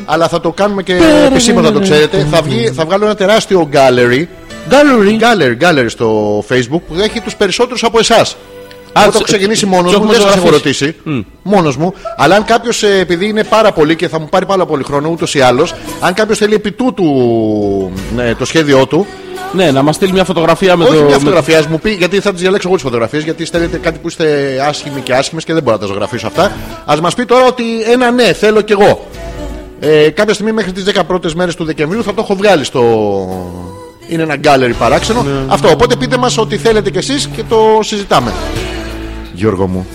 αλλά θα το κάνουμε και επισήμως να το ξέρετε. θα, βγει, θα βγάλω ένα τεράστιο gallery.
Gallery.
Gallery, gallery στο facebook που έχει τους περισσότερους από εσάς.
Α,
Εγώ το έχω
σε-
ξεκινήσει
τους
μόνο μου,
έχουμε
δεν σας έχω
ζωγραφίσει.
ρωτήσει. Μόνος μου. Αλλά αν κάποιος, επειδή είναι πάρα πολύ και θα μου πάρει πάρα πολύ χρόνο ούτως ή άλλως, αν κάποιος θέλει επί τούτου ναι, το ε, σχέδιό του,
Ναι, να μας στείλει μια φωτογραφία με
Όχι
το.
μια
με-
φωτογραφία, ας μου πει, γιατί θα τις διαλέξω εγώ τις φωτογραφίες, γιατί στέλνετε κάτι που είστε άσχημοι και άσχημες και δεν μπορώ να τα ζωγραφίσω αυτά. Ας μας πει τώρα ότι ένα ναι, θέλω κι εγώ. Ε, κάποια στιγμή μέχρι τις 10 πρώτες μέρες του Δεκεμβρίου θα το έχω βγάλει στο. Είναι ένα gallery παράξενο.
Ναι.
Αυτό. Οπότε πείτε μας ό,τι θέλετε κι εσείς και το συζητάμε. Γιώργο μου,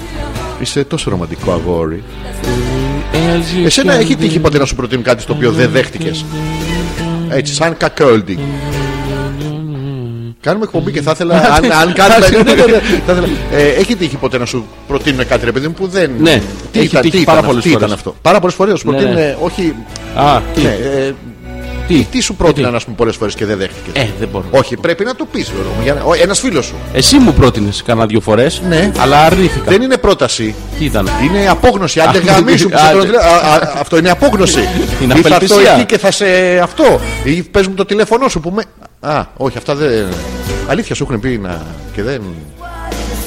είσαι τόσο ρομαντικό αγόρι.
As you
Εσένα
can
έχει
be.
τύχει ποτέ να σου προτείνει κάτι στο οποίο δεν δέχτηκες. Έτσι, σαν κακόλντινγκ. Κάνουμε εκπομπή και θα ήθελα. αν, αν κάνουμε. ναι, ναι, ναι, θα ήθελα- ε, έχει τύχει ποτέ να σου προτείνουν κάτι, ρε παιδί μου, που δεν.
Ναι,
τι
έχει
ήταν,
τύχει
τι ήταν
πάρα
αυτό,
πολλές
τι ήταν
φορές.
αυτό. Πάρα πολλές φορές σου
Ναι,
προτείνουν. ε,
ναι.
Όχι.
Α, τι, Ε,
ναι, ε,
τι,
τι σου πρότειναν, α πούμε, πολλές φορές και δεν δέχτηκε.
Ε, δεν μπορώ.
Όχι, πρέπει να το πεις, Γιώργο. Ένας φίλος σου.
Εσύ μου πρότεινες κανένα δύο φορές.
Ναι.
Αλλά αρνήθηκα.
Δεν είναι πρόταση.
Τι ήταν.
Είναι απόγνωση. Αν δεν
Α,
γαμίσουν, που σε
α,
τον-
ναι.
α, α, Αυτό είναι απόγνωση.
Είναι
Ή θα έρθω
απελπισία.
εκεί και θα σε. Αυτό. Ή πες μου το τηλέφωνό σου που με. Α, όχι, αυτά δεν. Αλήθεια σου έχουν πει να. και δεν.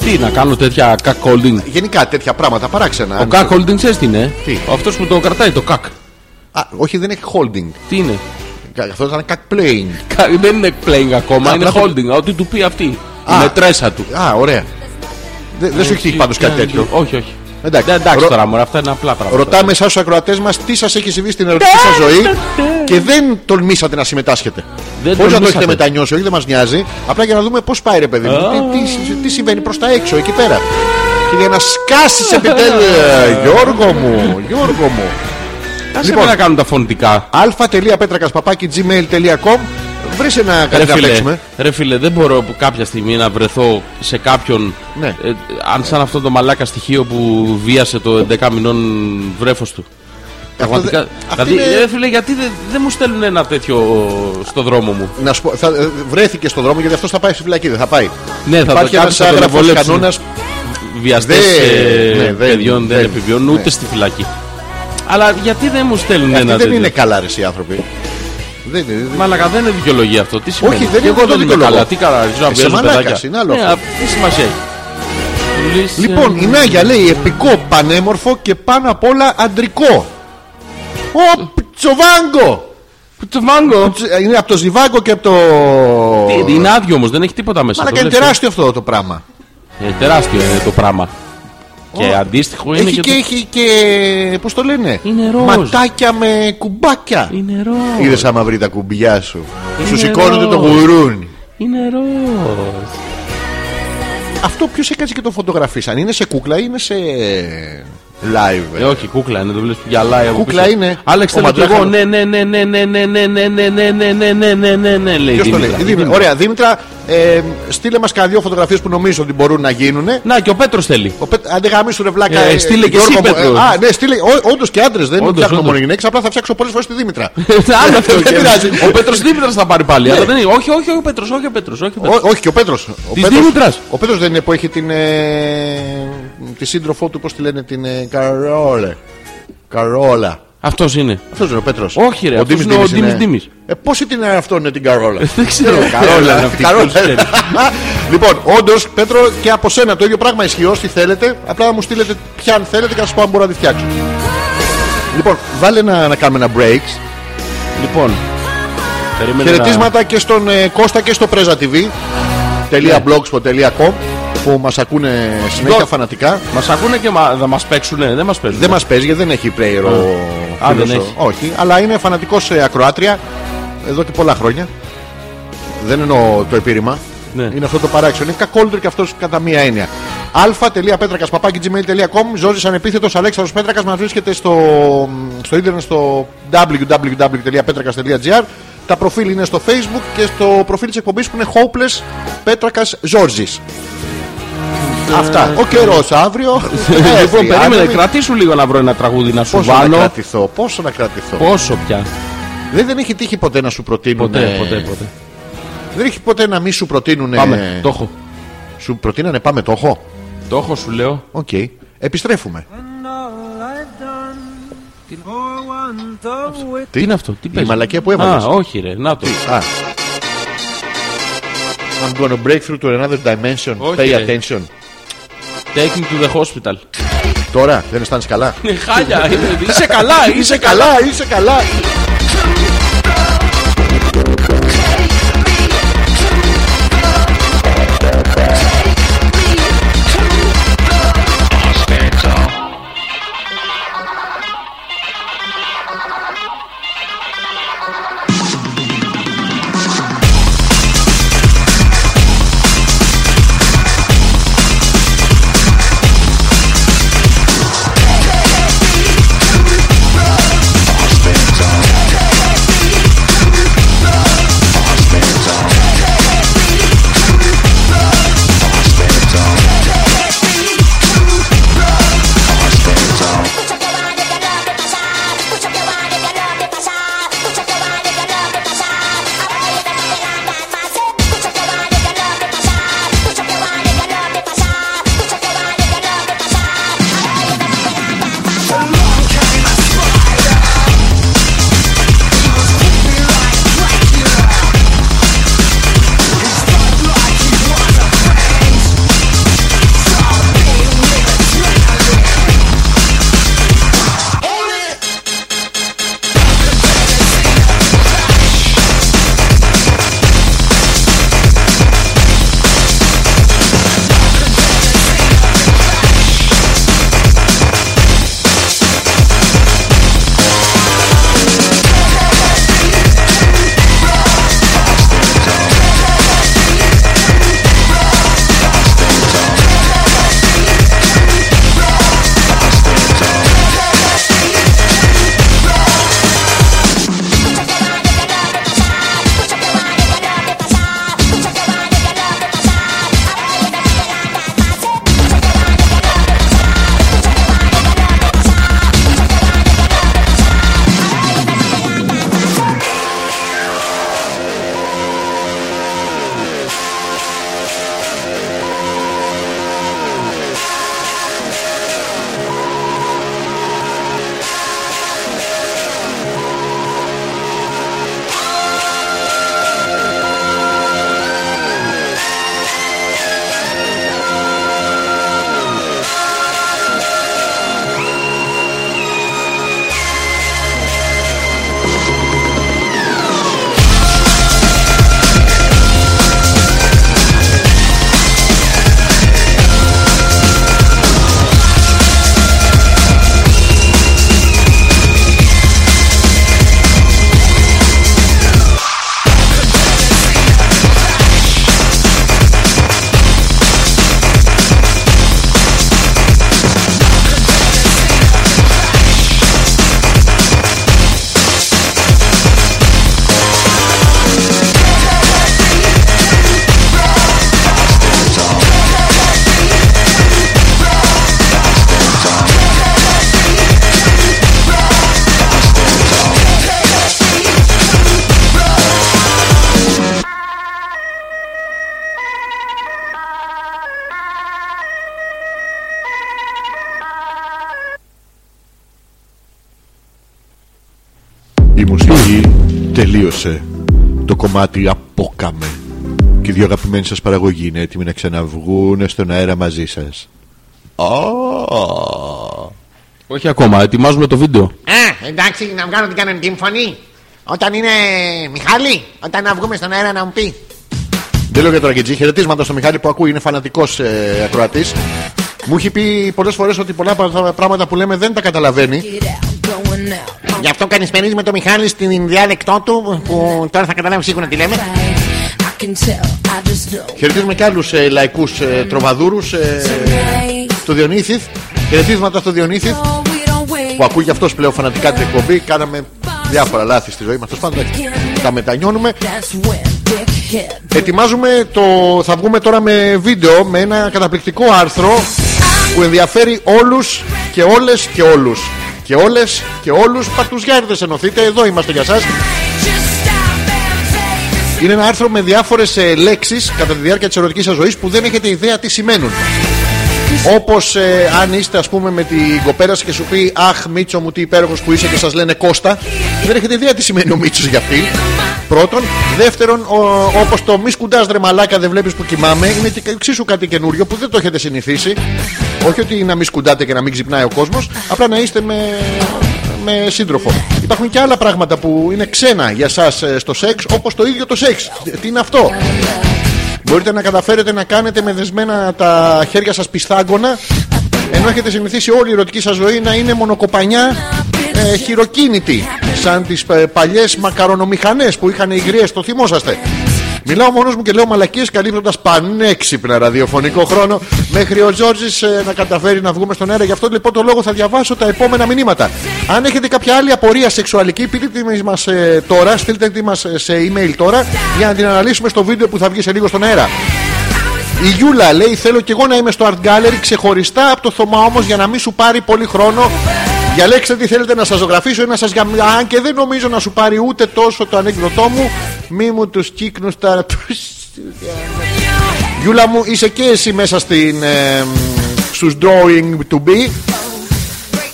Τι να κάνω τέτοια κακ holding.
Γενικά τέτοια πράγματα παράξενα.
Ο
Αν-
κακ holding ξέρεις τι είναι.
Ναι. Τι?
Αυτός που το κρατάει το κακ.
Α, όχι, δεν έχει holding.
Τι είναι.
Κα- Αυτό ήταν κάτι playing.
Κα- Δεν είναι playing ακόμα,
Α,
είναι
απλά το-
holding. Ό,τι του πει αυτή.
Α.
Με τρέσα του.
Α, ωραία. Δε- Δεν σου έχει τύχει πάντως κάτι τέτοιο.
Όχι, όχι.
Εντάξει.
Ε, Εντάξει
Ρω-
τώρα, μωρέ, αυτά είναι απλά πράγματα.
Ρωτάμε εσάς τους ακροατές μας τι σας έχει συμβεί στην ερωτική σας ζωή και δεν τολμήσατε να συμμετάσχετε. Όχι
Δεν
να το έχετε
τολμήσατε.
μετανιώσει, όχι δεν μας νοιάζει. Απλά για να δούμε πώς πάει ρε παιδί μου. Τι, τι- τι συμβαίνει προς τα έξω εκεί πέρα. Και για να σκάσεις επιτέλου. ε, Γιώργο μου, Γιώργο μου.
Άσε
Λοιπόν.
με να κάνουν τα φωνητικά.
αλφα.πέτρακα.gmail.com Βρεις ένα
Ρε
κάτι να
φίλε,
παίξουμε.
ρε φίλε, δεν μπορώ που κάποια στιγμή να βρεθώ σε κάποιον.
Ναι.
ε, αν σαν αυτό το μαλάκα στοιχείο που βίασε το 11 μηνών βρέφος του. Πραγματικά.
Αυτό δε- αυτή
δηλαδή,
είναι-
ρε φίλε, γιατί δεν δεν μου στέλνουν ένα τέτοιο στο δρόμο μου.
Να σου πω, θα, ε, βρέθηκε στον δρόμο γιατί αυτό θα πάει στη φυλακή, δεν θα πάει.
Ναι, θα το
Υπάρχει
κάποιος
ένας
θα τον
άγραφο
βολέψει.
κανόνας.
Βιαστές
Δεν- ναι, δεν-
παιδιών δεν
δεν-
επιβιώνουν
ναι.
ούτε στη φυλακή. Αλλά γιατί δεν μου στέλνουν ένα
Δεν
τέτοιο.
είναι καλά ρε εσύ, οι άνθρωποι. Δεν, δεν- δεν-
Μαλακα δεν είναι δικαιολογία αυτό. Τι σημαίνει.
δεν
Και
είναι
εγώ δεν είμαι
δικαιολογό.
καλά. Τι καλά, αρχίζω να
Είσαι
βιάζω
μαλάκας,
παιδάκια.
είναι άλλο
Ναι,
αυτό.
α, τι σημασία έχει. Λύσε
Λοιπόν,
μου.
η Νάγια λέει επικό, πανέμορφο και πάνω απ' όλα αντρικό. Ο Πτσοβάγκο!
Το μάγκο.
Πτς- ε, Είναι από το Ζιβάγκο και από το.
Τι, Είναι άδειο όμως, δεν έχει τίποτα μέσα.
Αλλά
το
και είναι
βλέπεις.
τεράστιο αυτό το πράγμα.
Ε, τεράστιο είναι το πράγμα. Και
Ω.
αντίστοιχο είναι
Έχει και,
και. το-
έχει και. Πώς το λένε,
Είναι ροζ.
Ματάκια με κουμπάκια.
Είναι ροζ.
Είδες άμα βρει τα κουμπιά σου. Σου
Είναι
σηκώνονται το
ροζ.
γουρούνι.
Είναι ροζ.
Αυτό ποιος έκανε και το φωτογραφίσαν. Είναι σε κούκλα ή είναι σε. live.
Ε, όχι, κούκλα είναι, δεν βλέπεις που γυαλάει. από
Κούκλα
πίσω.
είναι. Ο
Άλλαξε θέλω κι εγώ.
Ματράχαλος.
Ναι, ναι, ναι, ναι, ναι, ναι, ναι, ναι, ναι, ναι, ναι, ναι, ναι, ναι, ναι, ναι, λέει. η
Ποιος το λέει,
Δήμητρα.
η Δήμητρα. Ωραία, Δήμητρα, ε, στείλε μας κανένα δύο φωτογραφίες που νομίζω ότι μπορούν να γίνουν.
Να και ο Πέτρος θέλει.
Ο Πέτ- Άντε γαμίσου ρε βλάκα.
Ε, στείλε και
Γιώργο
εσύ,
μου,
Πέτρο.
ε, Α, ναι, στείλε. Όντως και άντρες, δεν
Όντως,
φτιάχνω μόνο
όντως.
γυναίκες, απλά θα φτιάξω πολλές φορές τη Δήμητρα.
Άλλο αυτό.
Δεν
και-
πειράζει. Ναι.
Ο Πέτρος Δήμητρας θα πάρει πάλι. Αλλά δεν είναι. Όχι, όχι, όχι, ο Πέτρος, όχι, ο Πέτρος. Όχι, ο Πέτρος.
Ό, όχι και ο Πέτρος.
Της Δήμητρας.
Ο Πέτρος δεν είναι που έχει την. ε, τη σύντροφό του, πώς τη λένε, την. ε, Καρόλε. Καρόλα.
Αυτός είναι.
Αυτός είναι ο Πέτρος.
Όχι, ρε,
ο
αυτός
Ντίμης
είναι ο
Ντίμης
Ντίμης Ντίμης.
Ε, πόση την είναι αυτόν είναι την Καρόλα.
Δεν ξέρω. Καρόλα είναι αυτή.
Ναι. Καρόλα.
ποιος ξέρει.
λοιπόν, όντως, Πέτρο, και από σένα το ίδιο πράγμα ισχύει. Όσοι θέλετε, απλά να μου στείλετε ποια αν θέλετε και να σας πω αν μπορώ να τη φτιάξω. Λοιπόν, βάλε να, να κάνουμε ένα breaks.
Λοιπόν. περίμενε να-
Χαιρετίσματα και στον ε, Κώστα και στο
Ναι.
prezatv.blogspot.com που μας ακούνε συνέχεια
Λοιπόν.
φανατικά.
Μας ακούνε και μα- θα μας παίξουνε, δεν μας παίζουν.
Δεν μας παίζει γιατί δεν έχει player ο
Α,
φίλος
δεν
ο-
έχει.
Όχι, αλλά είναι φανατικός ε, ακροάτρια εδώ και πολλά χρόνια. Δεν εννοώ το επίρρημα.
Ναι.
Είναι αυτό το παράξενο. Είναι κακόλτερ και αυτός κατά μία έννοια. α.πέτρακας.gmail.com Ζώζης ανεπίθετος Αλέξανδρος Πέτρακας μας βρίσκεται στο, στο ίντερνετ στο www.petrakas.gr Τα προφίλ είναι στο facebook και στο προφίλ της εκπομπής που είναι Hopeless Πέτρακας Ζόρζης. Αυτά. Ο καιρός αύριο.
Ε,
Έφυγε,
Λοιπόν, περίμενε,
άνεμη.
κρατήσου λίγο να βρω ένα τραγούδι να σου
Πόσο να
βάλω.
κρατηθώ, πόσο να κρατηθώ.
Πόσο πια.
Δεν, δεν έχει τύχει ποτέ να σου προτείνουν.
Ποτέ, ποτέ, ποτέ.
Δεν έχει ποτέ να μη σου προτείνουν.
Πάμε, το έχω.
Σου προτείνανε, πάμε, το έχω.
Το έχω, σου λέω.
Οκ. Επιστρέφουμε.
Τι είναι αυτό, τι παίζεις.
μαλακία που έβαλες.
Α, όχι ρε, να το.
Α. I'm gonna break through to another dimension.
Όχι,
Pay
ρε.
attention.
Take me to the hospital.
Τώρα δεν αισθάνεσαι καλά.
Ε, Χάλια, είναι- είσαι καλά, είσαι καλά.
είσαι καλά. Η μουσική τελείωσε. Το κομμάτι απόκαμε. Και οι δύο αγαπημένοι σας παραγωγοί είναι έτοιμοι να ξαναβγούν στον αέρα μαζί σας. Α,
Όχι ακόμα, ετοιμάζουμε το βίντεο.
Α, εντάξει, να βγάλω την κανονική μου φωνή. Όταν είναι Μιχάλη, όταν να βγούμε στον αέρα να μου πει.
Δεν λέω για τον Αγκετζή. Χαιρετίσματα στο Μιχάλη που ακούει, είναι φανατικός ε, ακροατής. Μου έχει πει πολλές φορές ότι πολλά πα- πράγματα που λέμε δεν τα καταλαβαίνει.
Γι' αυτό κανείς με τον Μιχάλη στην διάλεκτό του, που τώρα θα καταλάβει σίγουρα τι λέμε.
Χαιρετίζουμε και άλλους ε, λαϊκούς ε, τροβαδούρους. Ε, στο Διονύθιθ. Χαιρετίσματα στο Διονύθιθ που ακούει και αυτός πλέον φανατικά την εκπομπή. Κάναμε διάφορα λάθη στη ζωή μας. Τα μετανιώνουμε. Ετοιμάζουμε το. Θα βγούμε τώρα με βίντεο με ένα καταπληκτικό άρθρο που ενδιαφέρει όλους και όλες και όλους. Και όλες και όλους παρτουζιάριδες ενωθείτε, εδώ είμαστε για σας. Είναι ένα άρθρο με διάφορες ε, λέξεις κατά τη διάρκεια της ερωτικής σας ζωής που δεν έχετε ιδέα τι σημαίνουν. Όπως ε, αν είστε ας πούμε με την κοπέρα σας και σου πει «Αχ Μίτσο μου τι υπέροχος που είσαι» και σας λένε Κώστα, δεν έχετε ιδέα τι σημαίνει ο Μίτσος για αυτήν. Πρώτον. Δεύτερον, ο, όπως το μη σκουντάς ρε μαλάκα δεν βλέπεις που κοιμάμαι είναι και εξίσου κάτι καινούριο που δεν το έχετε συνηθίσει. Όχι ότι να μη σκουντάτε και να μην ξυπνάει ο κόσμος, απλά να είστε με, με σύντροφο. Υπάρχουν και άλλα πράγματα που είναι ξένα για σας ε, στο σεξ όπως το ίδιο το σεξ. Τι είναι αυτό. Μπορείτε να καταφέρετε να κάνετε με δεσμένα τα χέρια σας πιστάγκωνα ενώ έχετε συνηθίσει όλη η ερωτική σας ζωή να είναι μονοκοπανιά ε, χειροκίνητη σαν τις ε, παλιές μακαρονομηχανές που είχαν οι γριές, το θυμόσαστε. Μιλάω μόνος μου και λέω μαλακίες καλύπτοντας πανέξυπνα ραδιοφωνικό χρόνο μέχρι ο Τζόρτζης ε, να καταφέρει να βγούμε στον αέρα. Γι' αυτό λοιπόν το λόγο θα διαβάσω τα επόμενα μηνύματα. Αν έχετε κάποια άλλη απορία σεξουαλική πείτε τη μας ε, τώρα, στείλτε τη μας ε, σε email τώρα για να την αναλύσουμε στο βίντεο που θα βγει σε λίγο στον αέρα. Η Γιούλα λέει: Θέλω κι εγώ να είμαι στο Art Gallery ξεχωριστά από το Θωμά όμως για να μην σου πάρει πολύ χρόνο. Διαλέξτε τι θέλετε να σας ζωγραφίσω ή να σας γαμ... Αν και δεν νομίζω να σου πάρει ούτε τόσο το ανέκδοτό μου, μη μου τους κύκνους τα. Γιούλα μου, είσαι και εσύ μέσα στην, ε, στους drawing to be.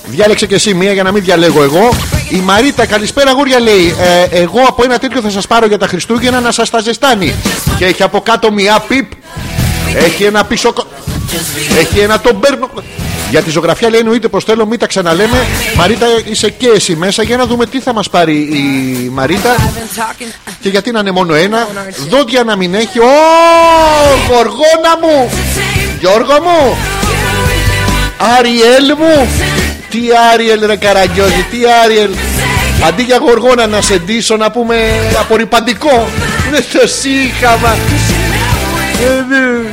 Διάλεξε και εσύ μία για να μην διαλέγω εγώ. Η Μαρίτα, καλησπέρα γούρια λέει. «Ε, εγώ από ένα τέτοιο θα σας πάρω για τα Χριστούγεννα να σας τα ζεστάνει. Και έχει από κάτω μία πιπ. Έχει ένα πίσω. κο- Έχει ένα τον παίρνω. Για τη ζωγραφιά λέει εννοείται πως θέλω, μην τα ξαναλέμε. Μαρίτα, είσαι και εσύ μέσα για να δούμε τι θα μας πάρει η Μαρίτα. Και γιατί να είναι μόνο ένα. Δόντια να μην έχει. Ω, Γοργόνα μου! Γιώργο μου! Άριελ μου! Τι Άριελ ρε καραγκιόζη, τι Άριελ! Αντί για γοργόνα να σε ντύσω να πούμε απορριπαντικό. Είναι το σύγχαμα. Ε, ναι.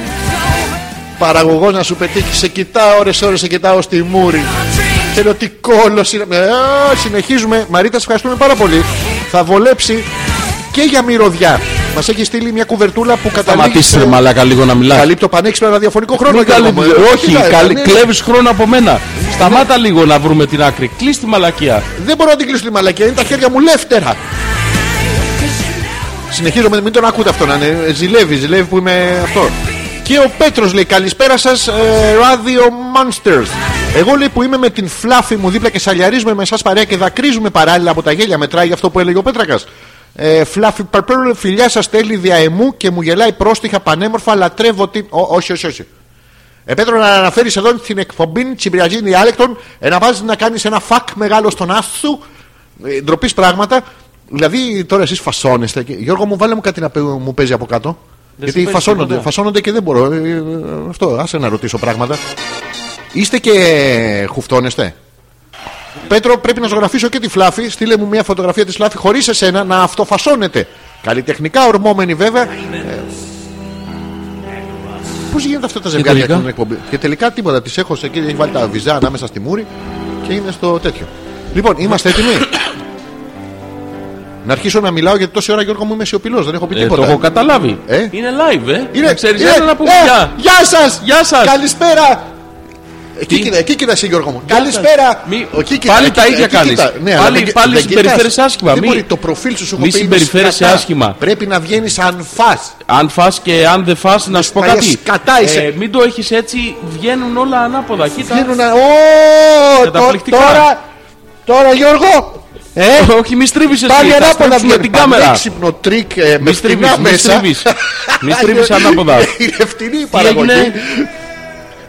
Παραγωγός να σου πετύχει, σε κοιτάω ώρες ώρες, σε κοιτάω στη μούρη. Θέλω τι κόλλος είναι. Α, συνεχίζουμε. Μαρίτα, σε ευχαριστούμε πάρα πολύ. Θα βολέψει και για μυρωδιά. Μας έχει στείλει μια κουβερτούλα που καταλήγει.
Σταματήσει ρε
στο-
μαλάκα λίγο να μιλάς.
Καλύπτω πανέξυπνα ραδιοφωνικό χρόνο.
Μην
Γιώργο μου.
καλύπτεις.
Ε,
Όχι,
κοίτα,
καλύ-
ναι.
κλέβεις χρόνο από μένα. Σταμάτα λίγο να βρούμε την άκρη. Κλείς τη μαλακία. Ε,
Δεν μπορώ να την κλείσω τη μαλακία, είναι τα χέρια μου λεύτερα. Συνεχίζω με, μην τον ακούτε αυτόν, ανε, ζηλεύει, ζηλεύει που είμαι αυτό. Και ο Πέτρος λέει καλησπέρα σας ε, Radio Monsters Εγώ λέει που είμαι με την φλάφη μου δίπλα και σαλιαρίζουμε με εσάς παρέα και δακρύζουμε παράλληλα από τα γέλια Μετράει αυτό που έλεγε ο Πέτρακας ε, Φλάφη Παρπέρ, φιλιά σας στέλνει διαεμού και μου γελάει πρόστιχα πανέμορφα Λατρεύω την... Ω, όχι, όχι, όχι Επέτρο Ε, να αναφέρεις εδώ στην εκπομπή Τσιμπριαζίνη διάλεκτον ε, να βάζεις να κάνεις ένα φακ μεγάλο στον άσο σου. Ε, ντροπής πράγματα. Δηλαδή τώρα εσείς φασώνεστε. και- Γιώργο μου, βάλε μου κάτι να πε- μου παίζει από κάτω. Γιατί
παίζει
φασώνονται,
τίποτα.
φασώνονται και δεν μπορώ. Ε, ε, αυτό, άσε να ρωτήσω πράγματα. Είστε και χουφτώνεστε. Πέτρο, πρέπει να ζωγραφίσω και τη Φλάφη. Στείλε μου μια φωτογραφία της Φλάφη χωρίς εσένα να αυτοφασώνεται. Καλλιτεχνικά ορμόμενη βέβαια. Ε, Πώς γίνεται αυτά τα ζευγάρια
τελικά?
και την εκπομπή. Και τελικά τίποτα. Τη έχω σε εκεί, έχει βάλει τα βυζά ανάμεσα στη μούρη και είναι στο τέτοιο. Λοιπόν, είμαστε έτοιμοι. να αρχίσω να μιλάω γιατί τόση ώρα Γιώργο μου είμαι σιωπηλός. Δεν έχω πει
Ε, το
τίποτα.
έχω καταλάβει.
Ε.
Είναι live, ε.
Είναι,
Να ξέρεις,
είναι-
έλα να πούμε
ε,
γεια.
Γεια σας!
Γεια σας. Ε,
Καλησπέρα! Εκεί κοίτα, εκεί κοίτα εσύ Γιώργο μου. Καλησπέρα!
Μη-
Ο, εκεί κοίτα,
πάλι
εκεί
τα
κοίτα,
ίδια
εκεί
κάνεις.
κοίτα. Ναι,
Πάλι-
αλλά δεν-
πάλι
δεν
συμπεριφέρεσαι
κοιτάς.
άσχημα.
Δεν
Μη-
μπορεί, το προφίλ σου σου έχω
μη
πει, είναι
συμπεριφέρεσαι
σκατά.
άσχημα.
Πρέπει να βγαίνεις αν φας.
Αν φας και αν δεν φας, να σου πω
Μάλιστα,
κάτι. Ε,
σκατά είσαι.
μην το έχεις έτσι, βγαίνουν όλα ανάποδα. Κοίτα.
Γίνουν. Ω, τω-
Καταπληκτικά.
Τώρα, τώρα Γιώργο, Ε,
Όχι, μη στρίβεις εσύ.
Πάλι
θα
ανάποδα
στρίψουμε
με
την κάμερα.
Ξύπνο τρίκ ε, με
Μη στρίβεις,
φτηνά
μη
μέσα.
στρίβεις. Μη στρίβεις ανάποδα.
Είναι φτηνή η
Τι
παραγωγή.
έγινε?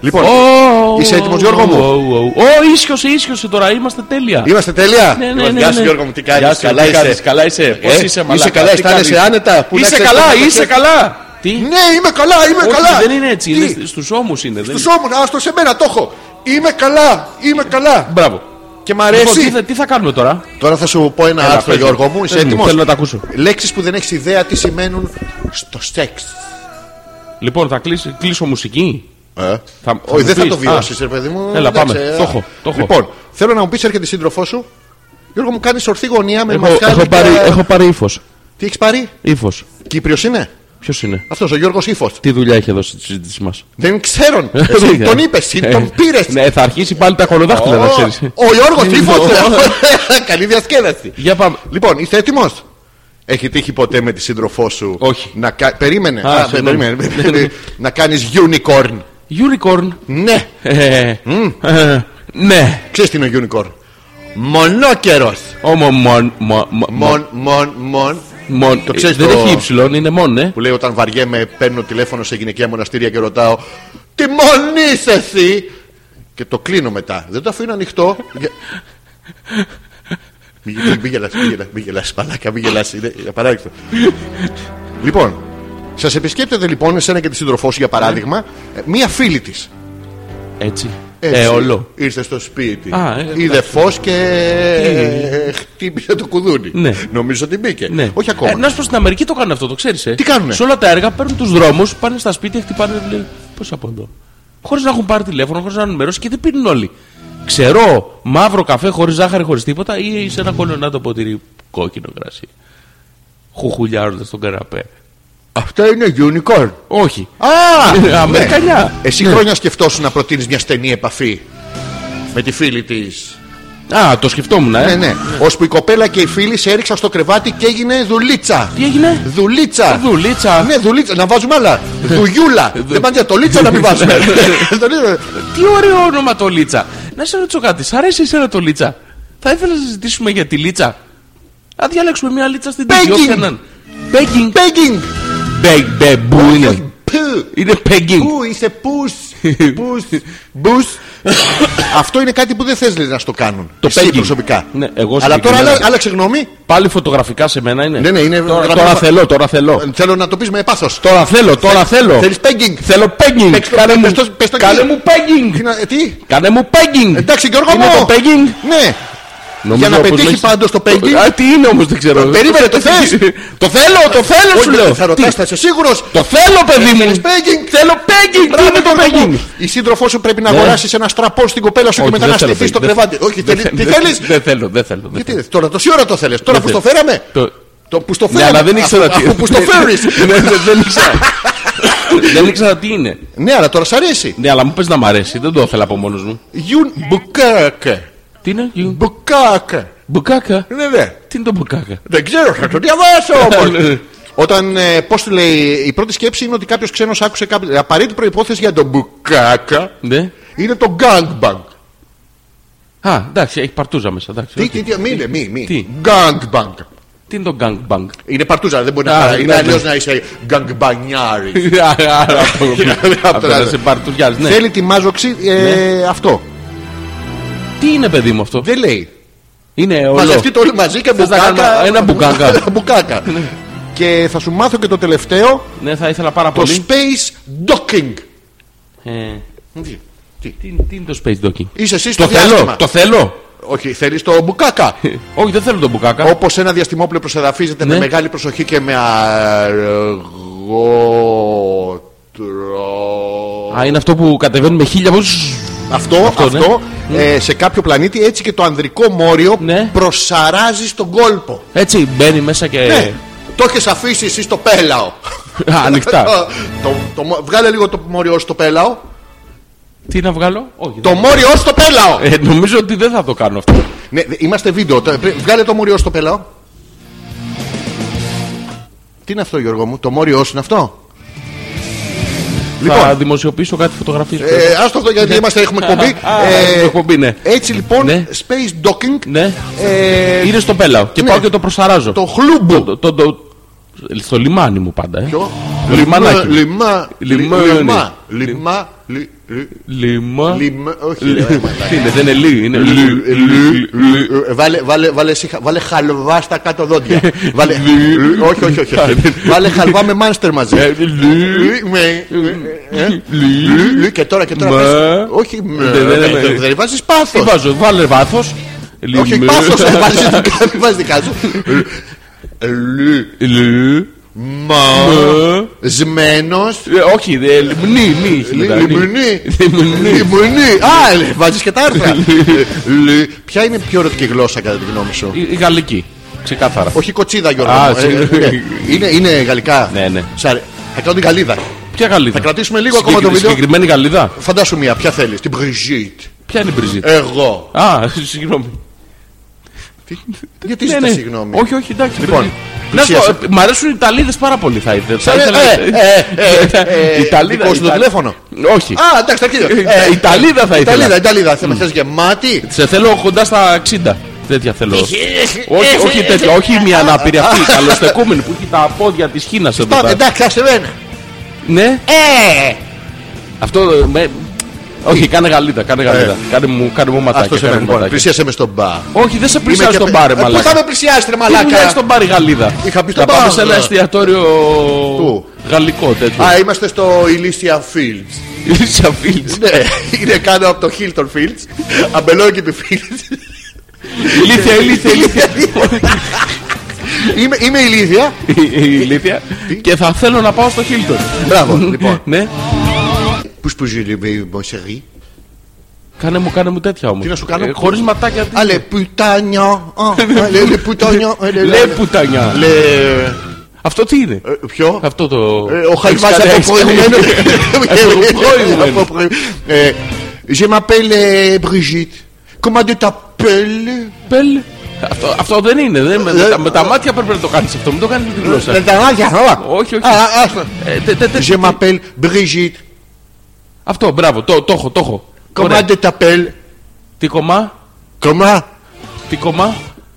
Λοιπόν,
Ω,
είσαι
ω,
έτοιμος, Γιώργο μου?
ω, ω, ω. Ω, ίσιοσε, ίσιοσε τώρα, είμαστε τέλεια.
είμαστε τέλεια.
Ναι, ναι,
Λοιπόν,
ναι,
Γεια σου
ναι.
Γιώργο μου, τι
Γεια
κάνεις.
σου,
Καλά
τι
είσαι.
κάνεις, Καλά είσαι,
Ε,
πώς είσαι, μαλάκα.
Είσαι καλά,
τι
αισθάνεσαι
κάνεις?
άνετα. Πού να
Είσαι
ξέρεις
καλά,
πότε θα
είσαι
ξέρεις.
καλά. Τι,
Ναι, είμαι καλά, είμαι
όχι,
καλά.
δεν είναι έτσι,
Τι,
είναι στους ώμους είναι. δεν
Στους
είναι.
ώμουν, άστο σε μένα, το έχω. Είμαι καλά, είμαι καλά.
Μπράβο.
Και μ'
Λοιπόν, τι
αρέσει.
θα- τι θα κάνουμε τώρα.
Τώρα θα σου πω ένα
Έλα,
άρθρο,
πες μου.
Γιώργο μου. Είσαι
Πες μου,
έτοιμος.
Θέλω να τα ακούσω.
Λέξεις που δεν έχεις ιδέα τι σημαίνουν στο σεξ.
Λοιπόν, θα κλείσω, κλείσω μουσική.
Ε.
Θα- θα
Όχι,
μου
δεν θα
πεις.
το
Α.
βιώσει, ρε παιδί μου.
Έλα,
Εντάξει,
πάμε.
ε.
Το έχω, το έχω.
Λοιπόν, θέλω να μου πεις, έρχεται η σύντροφό σου. Γιώργο μου, κάνεις ορθή γωνία με
Έχω,
μασχάλη.
έχω,
και-
πάρει, έχω πάρει ύφος.
Τι έχεις πάρει,
Ύφος.
Κύπριος είναι.
Ποιος είναι.
Αυτός ο Γιώργος ύφος.
Τι δουλειά έχει εδώ στη συζήτηση μας.
Δεν ξέρουν. Εσύ
Δεν ξέρω.
τον είπες,
Ε,
τον πήρες.
Ναι, θα αρχίσει πάλι τα χολοδάχτυλα, να ξέρεις.
Ο Γιώργος
Είναι
ύφος.
εδώ.
Καλή διασκέδαση.
Για πάμε.
Λοιπόν, είστε έτοιμος. Έχει τύχει ποτέ με τη σύντροφό σου
Όχι.
να κα... Περίμενε.
Α,
Α,
συγγνώμη.
περίμενε. να κάνεις unicorn.
Unicorn.
Ναι.
Ε, ε, Ναι.
Ξέρεις τι είναι ο unicorn. Μονόκερος.
Όμω μον. μον- μον-
Μον, μον, μον.
μον- Ε,
το ξέρεις
Δεν
το-
έχει ύψιλον, είναι μον, ε.
Που λέει όταν βαριέμαι παίρνω τηλέφωνο σε γυναικεία μοναστήρια και ρωτάω Τι μον είσαι εσύ. Και το κλείνω μετά. Δεν το αφήνω ανοιχτό. Για- Μη μη- μη γελάς, μη γελάς, μη γελάς, μαλάκα, μη γελάς, είναι απαράδεκτο. Λοιπόν, σας επισκέπτεται λοιπόν εσένα και τη σύντροφό σου για παράδειγμα, ε, μία φίλη της.
Έτσι.
Έτσι.
Ε, όλο.
Ήρθε στο σπίτι.
Α, ε,
είδε φως και ε, χτύπησε το κουδούνι.
Ναι.
Νομίζω ότι μπήκε.
Ναι.
Όχι ακόμα.
Ε, να σου πω στην Αμερική το κάνουν αυτό, το ξέρεις. Ε.
Τι κάνουνε?
Σε όλα τα έργα παίρνουν τους δρόμους, πάνε στα σπίτια, χτυπάνε. Λέει, Πώς από εδώ. Χωρίς να έχουν πάρει τηλέφωνο, χωρίς να έχουν ενημερώσει και δεν πίνουν όλοι. Ξερό, μαύρο καφέ χωρίς ζάχαρη, χωρίς τίποτα ή σε ένα κολονάτο ποτήρι κόκκινο κρασί. Χουχουλιάζονται στον καναπέ.
Αυτό είναι unicorn.
Όχι. Ε,
Α! ναι.
Αμερικανιά.
Εσύ χρόνια σκεφτόσουν να προτείνεις μια στενή επαφή με τη φίλη της.
Α, το σκεφτόμουν, ε.
Ναι, ναι. Ώσπου η κοπέλα και οι φίλοι σε έριξαν στο κρεβάτι και έγινε δουλίτσα.
Τι έγινε.
Δουλίτσα.
Δουλίτσα. Ναι.
Ναι, δουλίτσα. Να βάζουμε άλλα. Δουλιούλα. Δεν πάνε το λίτσα να μην βάζουμε. Το λίτσα.
Τι ωραίο όνομα το Λίτσα. Να σε ρωτήσω κάτι, σ' αρέσει εσένα το Λίτσα. Θα ήθελα να συζητήσουμε για τη Λίτσα. Α διαλέξουμε μια Λίτσα στην τύχη.
Begging.
όχι έναν. Begging.
Begging.
Beg, beg, μπου είναι.
Που.
Είναι begging.
Πού είσαι, πούς, πούς, μπούς. Αυτό είναι κάτι που δεν θες λέει, να στο κάνουν.
Το
Εσύ
pegging.
προσωπικά.
Ναι, εγώ
Αλλά τώρα
συγκεκριμένα.
άλλα- άλλαξε γνώμη.
Πάλι φωτογραφικά σε μένα είναι.
Ναι, ναι, είναι
Τώρα,
γραμμένο
τώρα
φα-
θέλω, τώρα
Ε,
θέλω.
Θέλω να το πεις με πάθος.
Τώρα θέλω, τώρα θέλω.
Θέλεις pegging.
Θέλω pegging.
Παίξ' το-
Κάνε
πες
μου,
το- πες το
κάνε
εκεί.
μου pegging.
Τι να- ε, Τι.
Κάνε μου pegging.
Εντάξει, Γιώργο
Είναι
μου.
το pegging.
Ναι.
Νομίζω
να
όπως
πετύχει
λέξεις-
πάντως το pegging.
Α, τι είναι όμως δεν ξέρω.
Περίμενε, το θες.
Το θέλω, το θέλω
Όχι,
σου λέω.
θα ρωτάς, θα είσαι σίγουρος.
Το θέλω, παιδί μου!
Θέλεις pegging.
Θέλω pegging! Τι είναι το pegging!
Η σύντροφός σου πρέπει να
Ναι.
αγοράσεις ένα στραπό στην κοπέλα σου και
Όχι,
μετά
δεν
να
θέλω
στηθεί στο
pegging.
κρεβάτι.
Δεν-
Όχι,
δεν
θέλει-
θέλω,
τι
δεν-
θέλεις.
Δεν θέλω, δεν θέλω. δεν
Γιατί
θέλω.
δεν- Τώρα τόση ώρα το θέλεις. Τώρα
Δεν
που στο
θέλω.
φέραμε.
Το-
Το που στο
Ναι,
φέραμε.
αλλά δεν ήξερα τι.
Αφού που στο φέρεις.
Ναι, δεν- Δεν ήξερα. Δεν ήξερα τι είναι.
Ναι, αλλά τώρα σ' αρέσει.
Ναι, αλλά μου πες να μ' αρέσει, δεν το ήθελα από μόνος μου.
Γιουν Μπουκάκε.
Τι είναι, γιου-
Μπουκάκε.
μπουκάκα.
Ναι, ναι.
Τι είναι το μπουκάκα.
Δεν ξέρω, θα το διαβάσω όμως.
Ναι.
Ε, Όταν, ε, πώς τη λέει, η πρώτη σκέψη είναι ότι κάποιος ξένος άκουσε κάποιο. η Απαραίτητη προπόθεση για τον μπουκάκα
Ναι.
είναι το gangbang.
Α, εντάξει, έχει παρτούζα μέσα. εντάξει,
Τι,
οκ.
τι, τι, μη, μη, μη.
Τι?
Gangbang.
Τι είναι το gangbang.
Είναι παρτούζα, δεν μπορεί
Α,
να παρά. Είναι
ναι,
αλλιώ
ναι.
να είσαι gangbangιάρη.
Άρα, αυτό-
Αυτό
αυτό να
να-
σε παρτουζιάζεις, ναι.
Θέλει τη μάζοξη ε, αυτό.
Τι είναι, παιδί μου, αυτό.
Δεν λέει.
Είναι όλο.
Μαζευτείτε όλοι μαζί και
Θες να
μπουκάκα.
κάνω ένα μπουκάκα.
Ένα μπουκάκα. Και θα σου μάθω και το τελευταίο,
Ναι, θα ήθελα πάρα
το
πολύ.
space docking.
Ε,
Τι, τι.
Τι τι είναι το space docking.
Είσαι εσύ στο
Το θέλω,
διάστημα.
το θέλω.
Όχι, θέλεις το μπουκάκα.
Όχι, δεν θέλω τον μπουκάκα.
Όπως ένα διαστημόπλαιο προσεδαφίζεται με
Ναι.
μεγάλη προσοχή και με αργότερο.
Α, είναι αυτό που κατεβαίνουν με χίλια βόλτ.
Αυτό, αυτό,
Αυτό, ναι.
ε, σε κάποιο πλανήτη έτσι και το ανδρικό μόριο
Ναι. Ε.
προσαράζει στον κόλπο.
Έτσι μπαίνει μέσα και.
Ναι. Το έχεις αφήσει εσύ στο πέλαο.
Α, Ανοιχτά.
το, το, μο- βγάλε λίγο το μόριό στο πέλαο.
Τι να βγάλω, Όχι.
Το
δεν-
μόριό στο πέλαο!
Ε, Νομίζω ότι δεν θα το κάνω αυτό.
ναι, δε- είμαστε βίντεο. το- πρέ- Βγάλε το μόριό στο πέλαο. Τι είναι αυτό, Γιώργο μου, το μόριό είναι αυτό.
Θα
Λοιπόν.
δημοσιοποιήσω κάτι φωτογραφίες.
Ε, άστο αυτό γιατί είμαστε, έχουμε εκπομπή. Ε,
Ναι. εκπομπή, ναι.
Έτσι λοιπόν,
Ναι.
space docking.
Ναι.
ε,
Είναι στο πέλαο και
ναι.
πάω και το προσαράζω.
Το χλούμπο.
Το- το- το- Στο λιμάνι μου πάντα. ε.
Ποιο?
Λιμανάκι.
Λιμά. Λιμά. Λιμά.
Λιμάνι.
Λιμά. λι- λι-
Λιμά.
λιμ- Όχι.
Λι-
ρε, μαλάκα.
Τι είναι, δεν είναι λι, είναι λι,
Λι- λι-
λι, λι.
λι- Ε, Βάλε- βάλε- βάλε σιχα- Βάλε χαλβά στα κάτω δόντια. Βάλε.
Λι-
Όχι, όχι, όχι. όχι. Βάλε χαλβά με μάνστερ μαζί.
Ε, λι,
Λι- με- ε,
λι.
λι- λι- Και τώρα και τώρα.
Μα.
πες- Όχι. με-
Δεν- δεν-
Ε, δεν-
δεν-
Δεν βάζεις
Τι
πάθος.
βάζω, βάλε βάθος.
Όχι, πάθος. ε, Βάζεις δικά σου, βάζεις δικά σου. Λι-
ε,
Μα. Σμένος.
Ε, όχι, δε, λιμνή, νη έχει μετά, νη.
Λιμουνί.
Λιμνή.
Λιμουνί. Α, λε, βάζεις και τα άρθρα. Λι- Ποια είναι η πιο ερωτική γλώσσα κατά τη γνώμη σου.
Η- η γαλλική. Ξεκάθαρα.
Όχι κοτσίδα Γιώργο
Α,
μου. Ε,
συγγνώμη.
ναι. είναι, είναι γαλλικά
Ναι, ναι.
Σ' αρέ- Θα κάνω την γαλλίδα
Ποια γαλλίδα.
Θα κρατήσουμε λίγο ακόμα το
Συγκεκρι-
βίντεο
Συγκεκριμένη γαλλίδα.
Φαντάσου μία, ποια θέλεις Την Brigitte
Ποια είναι η
Ε.
Μπριζίτα.
Εγώ
Α, συγγνώμη.
Γιατί
Ναι,
ζητάς
ναι.
συγγνώμη
Όχι, όχι, εντάξει.
Λοιπόν,
Μπριζίτα. Να σου πω,
πλησίασε.
ε, μ' αρέσουν οι Ιταλίδες πάρα πολύ θα ήθελα. θα
Ε,
ήθελα-
ε, ε, ε, ε,
Η Ιταλίδα.
δικό σου το
η Ιταλίδα.
τηλέφωνο.
Όχι.
Α εντάξει τα κύριε
Ε, Ιταλίδα θα
Ιταλίδα,
ήθελα.
Ιταλίδα Θα με θες γεμάτη
Σε θέλω κοντά στα 60. Τέτοια θέλω. όχι,
Ε,
όχι τέτοια, όχι μια ανάπηρη αυτή. η Καλοστεκούμενη που έχει τα πόδια της Χίνας εδώ
Πάμε
πέρα.
εντάξει άσε εμένα
Ναι. Αυτό. ε, με- Όχι, κάνε γαλλίδα, κάνε
Ε.
γαλλίδα. Κάνε μου, κάνε μου ματάκια.
Αυτός
κάνε
εμένα
μου
λοιπόν
ματάκια.
Πλησίασε με στον μπα
Όχι, δεν σε πλησιάζει
Είμαι και-
στον μπαρ,
Ε,
ρε μαλάκα.
Πού θα με πλησιάσεις ρε
Τι
μαλάκα
μιλάει στον μπαρ η γαλλίδα.
Είχα πει
Θα
στον
πάμε
μπαρ,
σε ένα
ναι.
εστιατόριο
Του.
γαλλικό τέτοιο.
Α ε. είμαστε στο Elysia Fields
Ήλισσα Φίλτς.
Ναι, είναι κάτω από το Hilton Fields. Αμπελόκηπη Fields.
Ηλίθεια, ηλίθεια, ηλίθεια.
Είμαι, είμαι ηλίθια.
Ηλίθεια. Και θα θέλω να πάω στο Χίλτον.
Μπράβο, λοιπόν.
Ναι.
Πού σπουζίλει, Μονσερή.
Κάνε μου, κάνε μου τέτοια όμως.
Τι να σου κάνω?
Ε, Χωρίς ματάκια. τι-
Αλε πουτάνιο. Αλε πουτάνιο.
Λε πουτανιά.
Λε.
Αυτό τι είναι.
ε, Ποιο.
Αυτό το.
Ε, Ο Χαϊβάς
Έχεις
από
κάνει-
προηγουμένο.
Από προηγουμένο.
Από προηγου- Ε, Euh, Je m'appelle ε, Brigitte. Comment tu t'appelles?
Πέλ. Αυτό, αυτό δεν είναι. Δεν, με, με τα, με τα μάτια πρέπει να το κάνεις αυτό. Μην το κάνεις με τη
Με
γλώσσα.
τα μάτια, ω.
Όχι, όχι.
Ε, Α, άστα.
Ε, τε- τε- τε-
Je m'appelle Brigitte.
Αυτό, μπράβο. Το, το έχω, το έχω. Ωραία.
Comment tu t'appelles?
Τι κομμά.
Comment?
Τι κομμά.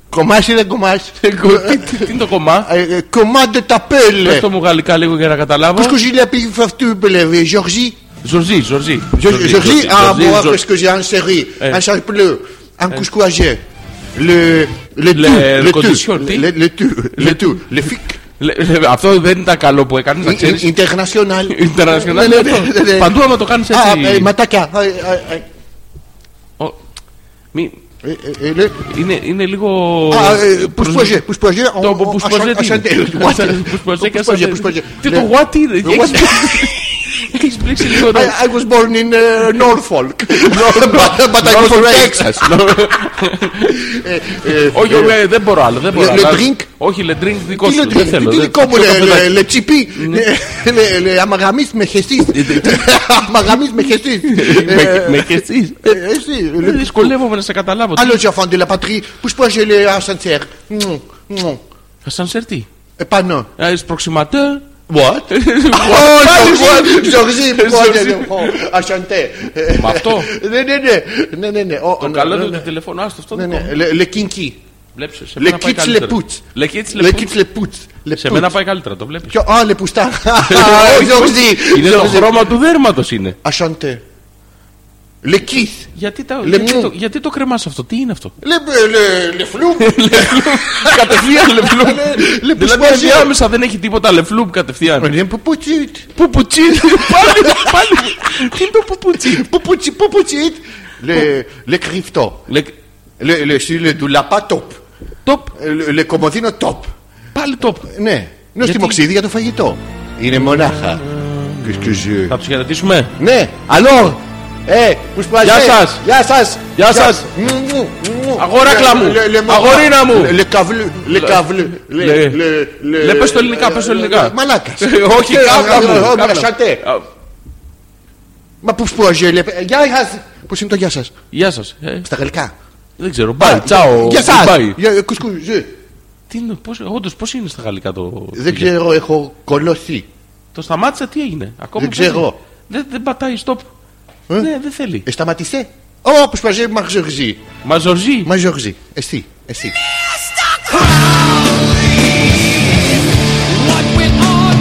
Κομμάς ή δεν κομμάς Euh,
Τι- τι- Τι είναι το κομμά.
Κομμάτε τα
Πες
πέλε
το μου γαλλικά λίγο για να καταλάβω.
Ε. Πώς κουζίλα πήγε αυτού πέλε Ζορζί
Ζορζί, Ζορζί.
Ζορζί Α,
Ζορζί,
μπορώ
Ζορζί.
parce que j'ai un serré
Ε.
Un serré bleu Un couscouagé Le Le tout
le
Le tout
condition, τι?
Le le tout Le tout Le fic Ε,
Λε- λε, Αυτό δεν ήταν καλό που έκανες, να ξέρεις.
International
International.
Ναι, ναι, ναι, ναι.
Παντού άμα το κάνεις
Α, ε,
έτσι.
ματάκια Ε, ε, ε,
Ο- μη-
ε, ε, ε, λε-
Είναι, είναι λίγο.
Α, ε,
προσ-
Πουσπαζέ, πουσπαζέ, ο-
Το
ο-
πουσπαζέ
ασαν-
τι είναι.
ασαντέ, what?
Πουσπαζέ και
Πουσπαζέ,
ασαντέ.
πουσπαζέ.
Τι
Ναι.
το what είναι.
Το
έχεις-
what?
Έχεις μπλέξει λίγο.
I,
ναι.
I was born in uh, Norfolk. but, but I was
Norfolk,
raised. eh,
Texas. Oh,
Ε, ε,
Όχι,
ε,
όχι, δεν μπορώ άλλο. Δεν μπορώ
Le-
άλλο.
le drink?
Όχι, le drink δικό
Τι
σου.
λέω,
Δεν θέλω.
τι
δεν-
δικό μου,
το
λε- λε-
καφεδάκι.
λε τσιπί. Λε- λε- Άμα γαμίσεις με χεστείς. Άμα γαμίσεις με χεστείς.
Με-
Euh,
Με και εσείς.
Ε, ε, εσύ,
Δεν
λε-
δυσκολεύομαι να σε καταλάβω.
Άλλο enfants de la patrie, που σπούδασε λέει ασαντσέρ. Μμμ, μμμ.
Ε, Σαν Ε, σερτί.
Επάνω.
Σπροξιματέ.
What? Oh,
Ε,
Ζωγζί, ασαντέ.
Με αυτό.
Ναι, ναι, ναι. Ναι, ναι, ναι. Ο-
Το
ναι,
καλό
ναι,
του
ναι.
το τηλεφωνό, άστο αυτό.
Ναι,
δικό
ναι.
μου.
Le- Le Kinky.
Βλέπεις, σε
Le
μένα πάει
Kits Le
καλύτερα.
Pouts.
Le Kits Le
Le
Pouts.
Kits Le Pouts. Le
Σε
Pouts. oh,
μένα πάει καλύτερα, το βλέπεις.
Ποιο, α, Le Poustard. Oh,
Όχι,
Ζοργζί.
Είναι το χρώμα του δέρματος είναι.
Ασαντέ. Le Keith.
Γιατί, τα,
Λεμού.
γιατί, το, γιατί το κρεμάς αυτό, τι είναι αυτό.
Le, le, le Flou.
κατευθείαν λεφλούμ.
Le
δηλαδή
Poustard.
ενδιάμεσα δεν έχει τίποτα λεφλούμ κατευθείαν.
Le Poupouchit.
Πουπουτσίτ, πάλι, πάλι. Τι είναι το πουπουτσίτ.
Poupouchit, Poupouchit. Le, le Crypto.
Λε-
Le, le, c'est le Doulapa Top.
Τοπ,
Le, le Comodino Top.
πάλι τοπ.
Ναι. Νοστιμοξίδι για το φαγητό. Είναι μονάχα. Qu'est-ce que j'ai.
Θα τους χαιρετήσουμε.
Ναι. Alors. Ε, που σπουδάζετε.
Γεια σας.
Γεια σας.
Γεια σας.
Μου, μου, μου.
Αγοράκλα μου.
Λε- λε- λε-
Αγορίνα μου.
Λε- Λε καβλου. Λε καβλου. Λε-
λε-
λε- λε-
λε, πες το ελληνικά, πες το ελληνικά.
Μαλάκας.
Όχι,
Ε,
κάπλα
ε, ε,
μου.
ε,
κάπλα.
σατέ.
Α,
Μα που σπουδάζε. λε- ε, Γεια σας. Πώς είναι το γεια σας.
Γεια σας. Ε,
Στα γαλλικά.
Δεν ξέρω, μπάι, τσάο.
Γεια σας.
goodbye.
Γεια- ε, κουσκού, ζε.
Τι είναι, πώς, όντως, πώς είναι στα γαλλικά το...
Δεν ξέρω, έχω κολωθεί.
Το σταμάτησα, τι έγινε. Ακόμα
Δεν
παίζει.
ξέρω.
Δεν, δεν πατάει stop. Ναι, δεν θέλει.
Ε, σταματήστε. Όπω παζεύει Μαρζοργζή.
Μαζορζή.
Μαρζοργζή. Εσύ, εσύ.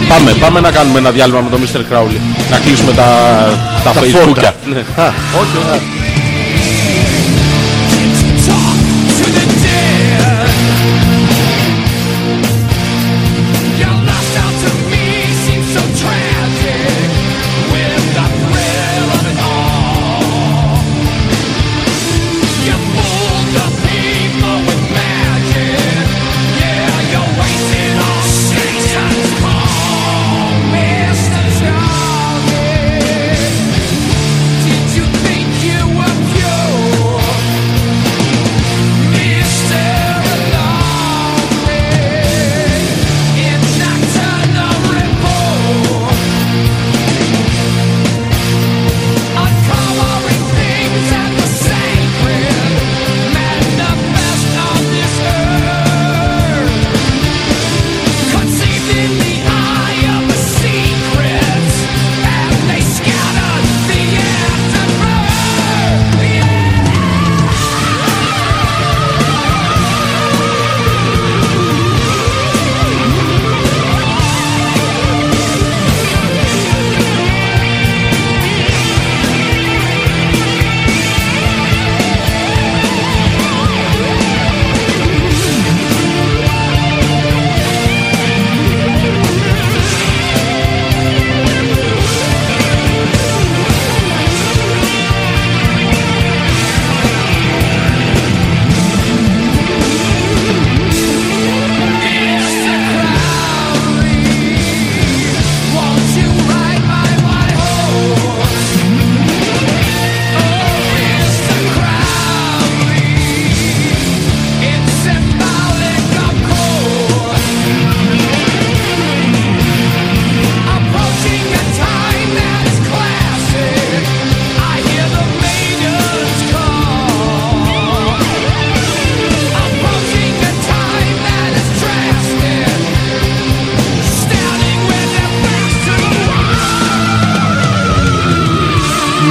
Πάμε, πάμε να κάνουμε ένα διάλειμμα με τον Mr. Crowley. Να κλείσουμε τα, τα, facebook. Ναι.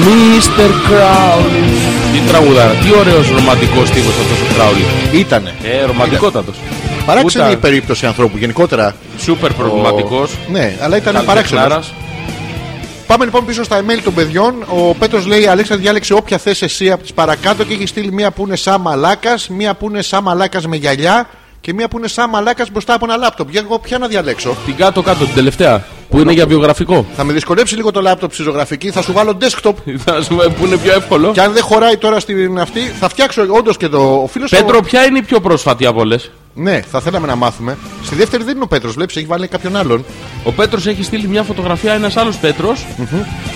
Mr. Crowley. Τι τραγουδάρα, τι ωραίος ρομαντικός τύπος αυτός ο Crowley.
Ήτανε.
Ε, ρομαντικότατος.
Παράξενη
Ούτε-
η περίπτωση ανθρώπου γενικότερα.
Σούπερ προβληματικός.
Ναι, αλλά ήταν
Καλή
παράξενος.
τεχνάρας.
Πάμε λοιπόν πίσω στα email των παιδιών. Ο Πέτρος λέει: Αλέξα, διάλεξε όποια θες εσύ από τις παρακάτω και έχει στείλει μία που είναι σαν μαλάκας, μία που είναι σαν μαλάκας με γυαλιά και μία που είναι σαν μαλάκας μπροστά από ένα λάπτοπ. Για εγώ ποια να διαλέξω.
Την κάτω κάτω, την τελευταία. Που είναι για βιογραφικό.
Θα με δυσκολέψει λίγο το λάπτοπ στη ζωγραφική, θα σου βάλω desktop.
Θα σου πούμε που είναι πιο εύκολο.
Και αν δεν χωράει τώρα στην αυτή, θα φτιάξω όντως και το. Ο φίλο
Πέτρο, ποια είναι η πιο πρόσφατη από όλες.
Ναι, θα θέλαμε να μάθουμε. Στη δεύτερη δεν είναι ο Πέτρος, βλέπεις, έχει βάλει κάποιον άλλον.
Ο Πέτρος έχει στείλει μια φωτογραφία, ένας άλλος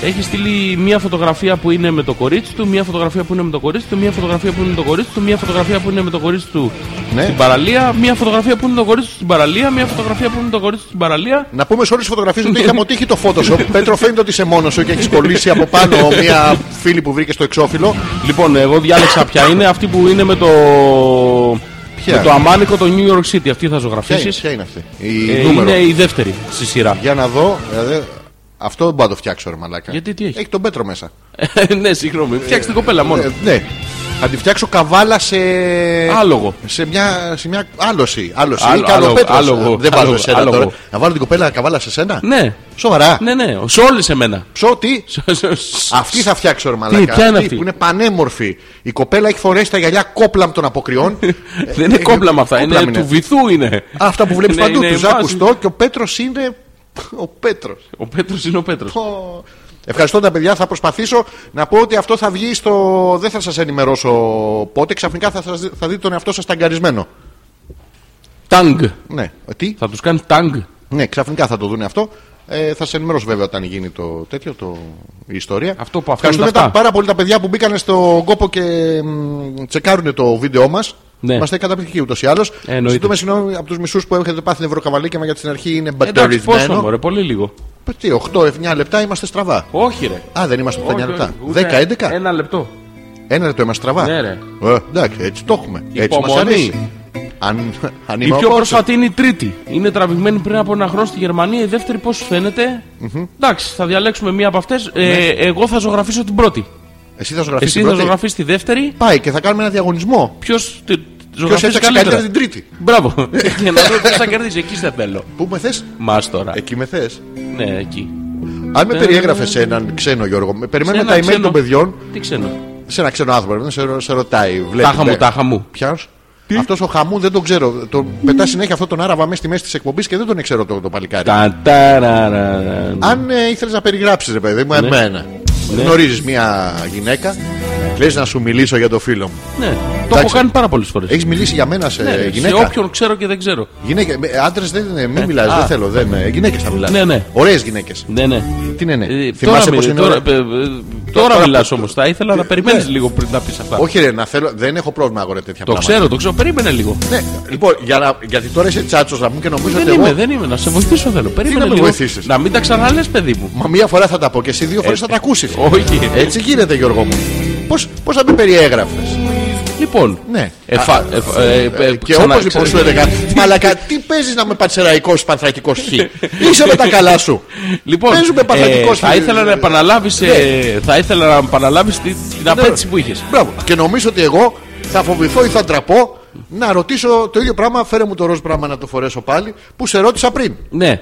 Έχει στείλει μια φωτογραφία που είναι με το κορίτσι του, μια φωτογραφία που είναι με το κορίτσι του, μια φωτογραφία που είναι με το κορίτσι του, μια φωτογραφία που είναι με το κορίτσι του
Ναι.
στην παραλία, μια φωτογραφία που είναι το κορίτσι του στην παραλία, μια φωτογραφία που είναι το κορίτσι του στην παραλία.
Να πούμε σε όλες τις φωτογραφίες ότι είχαμε αποτύχει το Photoshop. Πέτρο, φαίνεται ότι είσαι μόνος σου και έχεις κολλήσει από πάνω μία φίλη που βρήκε στο εξώφυλλο.
Λοιπόν, εγώ διάλεξα ποια είναι, αυτή που είναι με το.
Ποια?
Με το αμάνικο το New York City, αυτή θα
Ποια είναι,
ζωγραφίσει.
ποια είναι αυτή. Η
Ε,
νούμερο.
είναι η δεύτερη στη σειρά.
Για να δω. ε, δε- Αυτό δεν μπορώ να το φτιάξω, ρε Μαλάκα.
Γιατί, τι έχει?
Έχει τον Πέτρο μέσα.
ναι, συγγνώμη. Φτιάξτε την κοπέλα μόνο.
Ε, ναι. Θα τη φτιάξω καβάλα σε.
Άλογο.
Σε μια, σε μια άλωση. άλωση.
Άλλο-
Ή κάνω
άλογο,
Πέτρος.
άλογο,
Δεν βάζω
άλογο,
εσένα
άλογο.
τώρα. Να βάλω την κοπέλα καβάλα σε σένα.
Ναι.
Σοβαρά.
Ναι, ναι, σε όλες εμένα.
Ψω τι. Αυτή θα φτιάξω, ρε Μαλάκα.
ποια είναι αυτή?
που είναι πανέμορφη. Η κοπέλα έχει φορέσει τα γυαλιά κόπλαμ των αποκριών.
Δεν είναι κόμπλα με αυτά, είναι
Κόπλαμ
του βυθού είναι.
Α, Αυτά που βλέπεις
Ναι,
παντού.
είναι
Του
βάση.
άκουστο και ο Πέτρος είναι. Ο Πέτρος.
Ο Πέτρος είναι ο Πέτρος.
Πω. Ευχαριστώ τα παιδιά. Θα προσπαθήσω να πω ότι αυτό θα βγει στο. Δεν θα σας ενημερώσω πότε. Ξαφνικά θα, σας... θα δείτε τον εαυτό σας ταγκαρισμένο.
Τάγκ.
Ναι. Τι?
Θα τους κάνει τάγκ.
Ναι, ξαφνικά θα το δουν αυτό. Ε, θα σα ενημερώσω βέβαια όταν γίνει το τέτοιο, το... η ιστορία.
Αυτό που αυτά
Ευχαριστούμε
είναι τα αυτά.
πάρα πολύ τα παιδιά που μπήκαν στον κόπο και μ, τσεκάρουν το βίντεο μας.
Ναι.
Είμαστε καταπληκτικοί ούτως ή άλλως.
Ε, εννοείται.
Ζητούμε συγγνώμη από τους μισούς που έχετε πάθει νευροκαβαλίκια γιατί στην αρχή είναι
Εντάξει, πόσο
μπαταρισμένο.
μωρέ, πολύ λίγο.
Τι, 8-9 λεπτά είμαστε στραβά.
Όχι ρε.
Α, δεν είμαστε
Όχι,
8-9 λεπτά.
όχι, ούτε
10-11.
Ένα λεπτό.
Ένα λεπτό είμαστε στραβά.
Ναι, ρε.
Ε, εντάξει, έτσι το έχουμε. Έτσι μας
Υπομονή.
αρέσει. Αν, αν
Η
είμαι
πιο
ο Πότσο.
πρόσφατη είναι η τρίτη. Είναι τραβηγμένη πριν από ένα χρόνο στη Γερμανία. Η δεύτερη, πώς φαίνεται. Εντάξει, θα διαλέξουμε μία από αυτές. εγώ θα ζωγραφίσω την πρώτη.
Εσύ θα ζωγραφίσεις
Εσύ
Ναι. την
θα
πρώτη.
ζωγραφίσεις τη δεύτερη.
Πάει και θα κάνουμε ένα διαγωνισμό.
Ποιος
Ποιο
ζωγραφίζει
έφτιαξε καλύτερα
καλύτερα.
την τρίτη.
Μπράβο. Και να δω ποιος θα κερδίσει. Εκεί σε θέλω.
Πού με θες,
Μας τώρα.
εκεί με θες.
Ναι, εκεί.
Αν με περιέγραφες έναν ξένο Γιώργο, με- περιμένουμε
ένα
τα email
ξένο.
των παιδιών
Τι ξένο.
σε ένα ξένο άνθρωπο. Σε, ρω- σε ρωτάει, βλέπει.
Τάχα μου, τάχα μου.
Ποιος. Αυτός ο χαμού δεν τον ξέρω. Τον πετά συνέχεια αυτόν τον άραβα μέσα στη μέση της εκπομπής και δεν τον ξέρω το, το παλικάρι.
Τα- τα- ρα- ρα- ρα-
Αν ε, ήθελες να περιγράψεις, ρε παιδί
Ναι.
μου, εμένα. Γνωρίζεις μια γυναίκα, λες να σου μιλήσω για το φίλο μου.
Ναι, το έχω
Εντάξει.
κάνει πάρα πολλές φορές.
Έχεις μιλήσει για μένα σε
Ναι, Σε
γυναίκα.
όποιον ξέρω και δεν ξέρω.
Γυναίκα, άντρες δεν ε, μην μιλάς, δεν
α.
θέλω. Δεν, γυναίκες θα μιλάς
Ναι, ναι.
Ωραίες γυναίκες.
Ναι, ναι.
Τι είναι, ναι.
Ε,
Θυμάσαι
τώρα
πως
μι-
είναι.
τώρα,
ωραία?
ε, ε, τώρα μιλά όμως. Θα ήθελα να περιμένεις λίγο πριν να πεις αυτά.
Όχι, ρε, να θέλω, δεν έχω πρόβλημα αγορέ τέτοια
Το
πράγματα.
ξέρω, το ξέρω. Περίμενε λίγο.
Ναι, λοιπόν, για να, γιατί τώρα είσαι τσάτσος να μου και νομίζω
Ε, Δεν
ότι εγώ.
είμαι, δεν είμαι. Να σε βοηθήσω θέλω. Περίμενε
να με
λίγο.
βοηθήσεις?
Να μην τα ξαναλέ, παιδί μου.
Μα μία φορά θα τα πω και εσύ δύο φορές θα τα ακούσεις.
Ε, Όχι.
Έτσι γίνεται, Γιώργο μου. Πώς θα με περιέγραφες.
Λοιπόν.
Ναι.
Εφα,
Α,
εφα- ε, ε, ε,
και
ξανά-
όπως λοιπόν
ξανά-
σου έλεγα, Μαλακά, τι παίζεις να με πατσεραϊκό πανθρακικό χ. Είσαι με τα καλά σου.
Λοιπόν,
Παίζουμε παθητικό
ε, θα
στη-
ήθελα να επαναλάβεις ε, θα ήθελα να επαναλάβεις τη- την απέτηση που είχες
Μπράβο. Και νομίζω ότι εγώ θα φοβηθώ ή θα ντραπώ να ρωτήσω το ίδιο πράγμα. Φέρε μου το ροζ πράγμα να το φορέσω πάλι που σε ρώτησα πριν.
Ναι.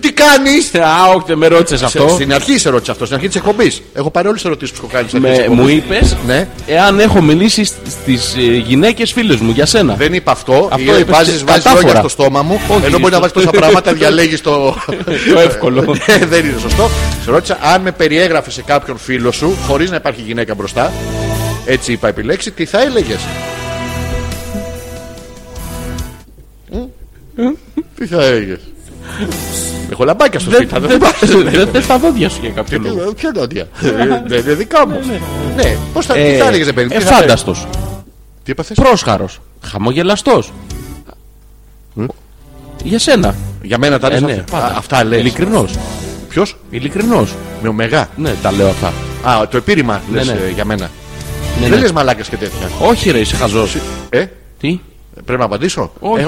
Τι κάνει!
Α, όχι, δεν με ρώτησες αυτό.
Στην αρχή σε ρώτησε αυτό, στην αρχή της εκπομπής. Έχω πάρει όλες τις ερωτήσεις που έχω κάνει στην αρχή.
Με,
της εκπομπής.
μου είπες
Ναι.
εάν έχω μιλήσει σ- στις ε, γυναίκες φίλες μου για σένα.
Δεν είπα αυτό.
Αυτό
Αυτό
είπες
βάζεις
κατάφορα.
λόγια στο στόμα μου.
Όχι.
ενώ μπορεί να βάλει τόσα πράγματα, διαλέγεις το.
Το εύκολο.
Ναι, δεν είναι σωστό. Σε ρώτησα αν με περιέγραφε σε κάποιον φίλο σου, χωρίς να υπάρχει γυναίκα μπροστά. Έτσι είπα επιλέξει, τι θα έλεγες. Τι θα έλεγες. Έχω λαμπάκια στο σπίτι, θα δεν
δεν- Ναι, δεν θες τα δόντια σου για κάποιο λόγο.
θυμάμαι. Ποια νότια. Δεν είναι δικά μου. Ναι, πώς θα τι
Ε,
θα έλεγες, παιδί μου, τι θα έλεγες.
Εφάνταστος,
Τι έπαθες?
πρόσχαρος, χαμογελαστός. Για σένα.
Για μένα τα
Ε,
λες
ναι,
αυτά.
πάντα.
Α, Αυτά λες.
Ειλικρινός.
Ποιος?
Ειλικρινός.
Με ομεγά.
Ναι, τα λέω αυτά.
Α, το επίρρημα
Ναι,
λες,
ναι.
ε, για μένα.
Ναι,
Δεν
ναι.
λες μαλάκες και τέτοια.
Όχι ρε, είσαι χαζός.
Ε,
Τι.
πρέπει να απαντήσω.
Όχι.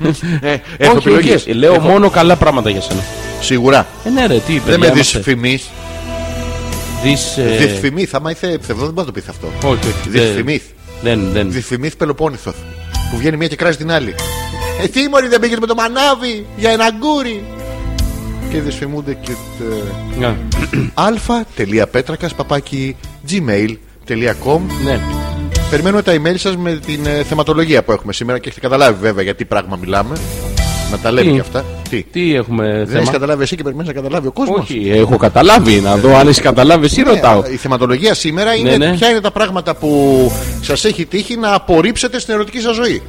Ε, μ, ε, έχω
όχι,
επιλογές.
όχι. Λέω
Έχω-
μόνο καλά πράγματα για σένα.
Σίγουρα.
Ε, ναι, ρε, τι,
Δεν
παιδιά,
με
είμαστε.
δυσφημείς.
Δυσ, ε,
Δυσφημεί, θα μάθε ψευδός, δεν μπορείς να το πεις αυτό.
Όχι, όχι. Ε.
Δυσφημείς.
Δεν, δεν.
Δυσφημείς Πελοπόννηθος. Που βγαίνει μία και κράζει την άλλη. Ε, τι μωρή δεν πήγες με το μανάβι για ένα γκούρι. Και δυσφημούνται και... ε, τε-
Ναι.
αλφα.πέτρακας παπάκι gmail.com
Ναι.
Περιμένουμε τα email σας με την ε, θεματολογία που έχουμε σήμερα και έχετε καταλάβει βέβαια για τι πράγμα μιλάμε. Να τα λέμε
Τι?
και αυτά. Τι.
Τι έχουμε
Δεν έχει
θέμα.
καταλάβει εσύ και περιμένεις να καταλάβει ο κόσμος.
Όχι, έχω καταλάβει. Να δω αν έχεις καταλάβει, εσύ ρωτάω.
Η θεματολογία σήμερα είναι
ναι.
ποια είναι τα πράγματα που σας έχει τύχει να απορρίψετε στην ερωτική σας ζωή.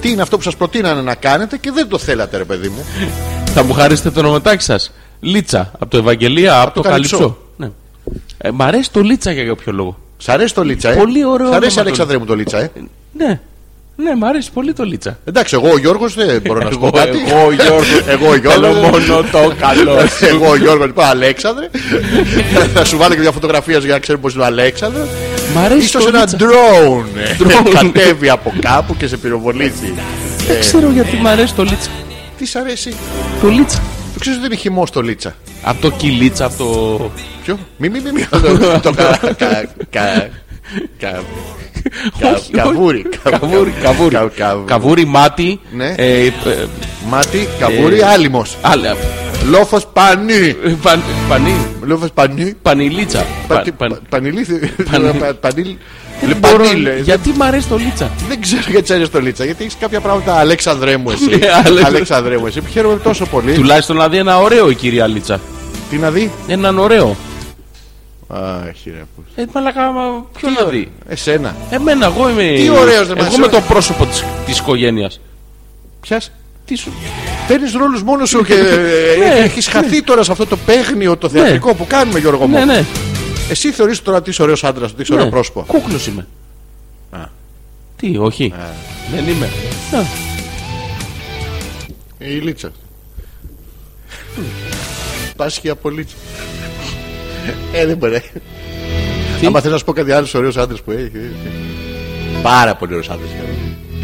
Τι είναι αυτό που σας προτείνανε να κάνετε και δεν το θέλατε, ρε παιδί μου.
Θα μου χαρίσετε το ονοματάκι σας. Λίτσα. Από το Ευαγγελία, από το
Καλυψό.
Καλυψό. Ναι. Ε, μ' αρέσει το Λίτσα για κάποιο λόγο.
Σ' αρέσει το Λίτσα, ε.
Πολύ
Σ'
ωραίο
αρέσει,
όνομα το-
Αλεξανδρέ μου, το Λίτσα, ε.
Ναι. Ναι, μ' αρέσει πολύ το Λίτσα.
Εντάξει, εγώ ο Γιώργος δεν μπορώ να σου πω
Εγώ-
κάτι.
εγώ ο Γιώργος.
εγώ ο Γιώργος.
Θέλω μόνο το καλό σου.
εγώ ο Γιώργος, λοιπόν, Αλέξανδρε. θα σου βάλω και μια φωτογραφία σου για να ξέρουμε πώς είναι ο Αλέξανδρος.
Μ' αρέσει
Ίσως
το
ένα
Λίτσα.
drone ε,
Drone.
κατέβει από κάπου και σε πυροβολήσει.
Δεν ξέρω γιατί μ' αρέσει το Λίτσα.
Τι σ' αρέσει.
Το Λίτσα.
Το ξέρεις ότι είναι χυμό το Λίτσα.
Από το Κιλίτσα, από το.
Ποιο? Μη, μη, μη, μη. Το- Το κα- κα- κα- κα- κα-
όχι.
Καβούρι.
Καβούρι, καβούρι.
Κα- κα-
Καβούρι, μάτι.
Ναι.
ε, ε,
Μάτι, καβούρι,
Ε.
άλυμος.
άλλα.
Λόφος πανί.
Ε, παν- πανί-
Λόφος πανί.
Πανιλίτσα. Πα-
Πα-
παν-
πα- Πανηλήθη.
Πανη-
Πα- πανήλ-
Δεν μπορώ-
Πανήλ, ε,
Γιατί μ' αρέσει το Λίτσα.
Δεν ξέρω γιατί ξέρει το Λίτσα. Γιατί έχεις κάποια πράγματα, Αλέξανδρέ μου εσύ.
Ναι, Αλέξανδρε.
Αλέξανδρέ μου εσύ που χαίρομαι τόσο πολύ.
Τουλάχιστον να δει ένα ωραίο η κυρία Λίτσα.
Τι να δει.
Έναν ωραίο.
Αχ, ρε, που-
Ε, μαλακά, μα ποιο να δει.
Εσένα.
Εμένα, εγώ είμαι.
Τι ωραίος, δεν μας
Εγώ είμαι
ωραία.
το πρόσωπο της, της οικογένειας.
Πια.
Τι σου.
Παίρνεις ρόλους μόνος σου και
Ναι,
έχεις χαθεί τώρα σε αυτό το παίγνιο το θεατρικό που κάνουμε, Γιώργο
Ναι,
μου.
ναι.
Εσύ θεωρείς τώρα ότι είσαι ωραίος άντρας, ότι είσαι
ναι.
ωραίο πρόσωπο.
Κούκλος είμαι. Τι, όχι. Δεν είμαι. Να,
Η
Ε,
Λίτσα. Πάσχει από Λίτσα. Ε, δεν μπορεί.
Τι?
ε,
Άμα θέλει να σου πω κάτι άλλος ωραίος άντρας που έχει. Πάρα πολύ ωραίος άντρας.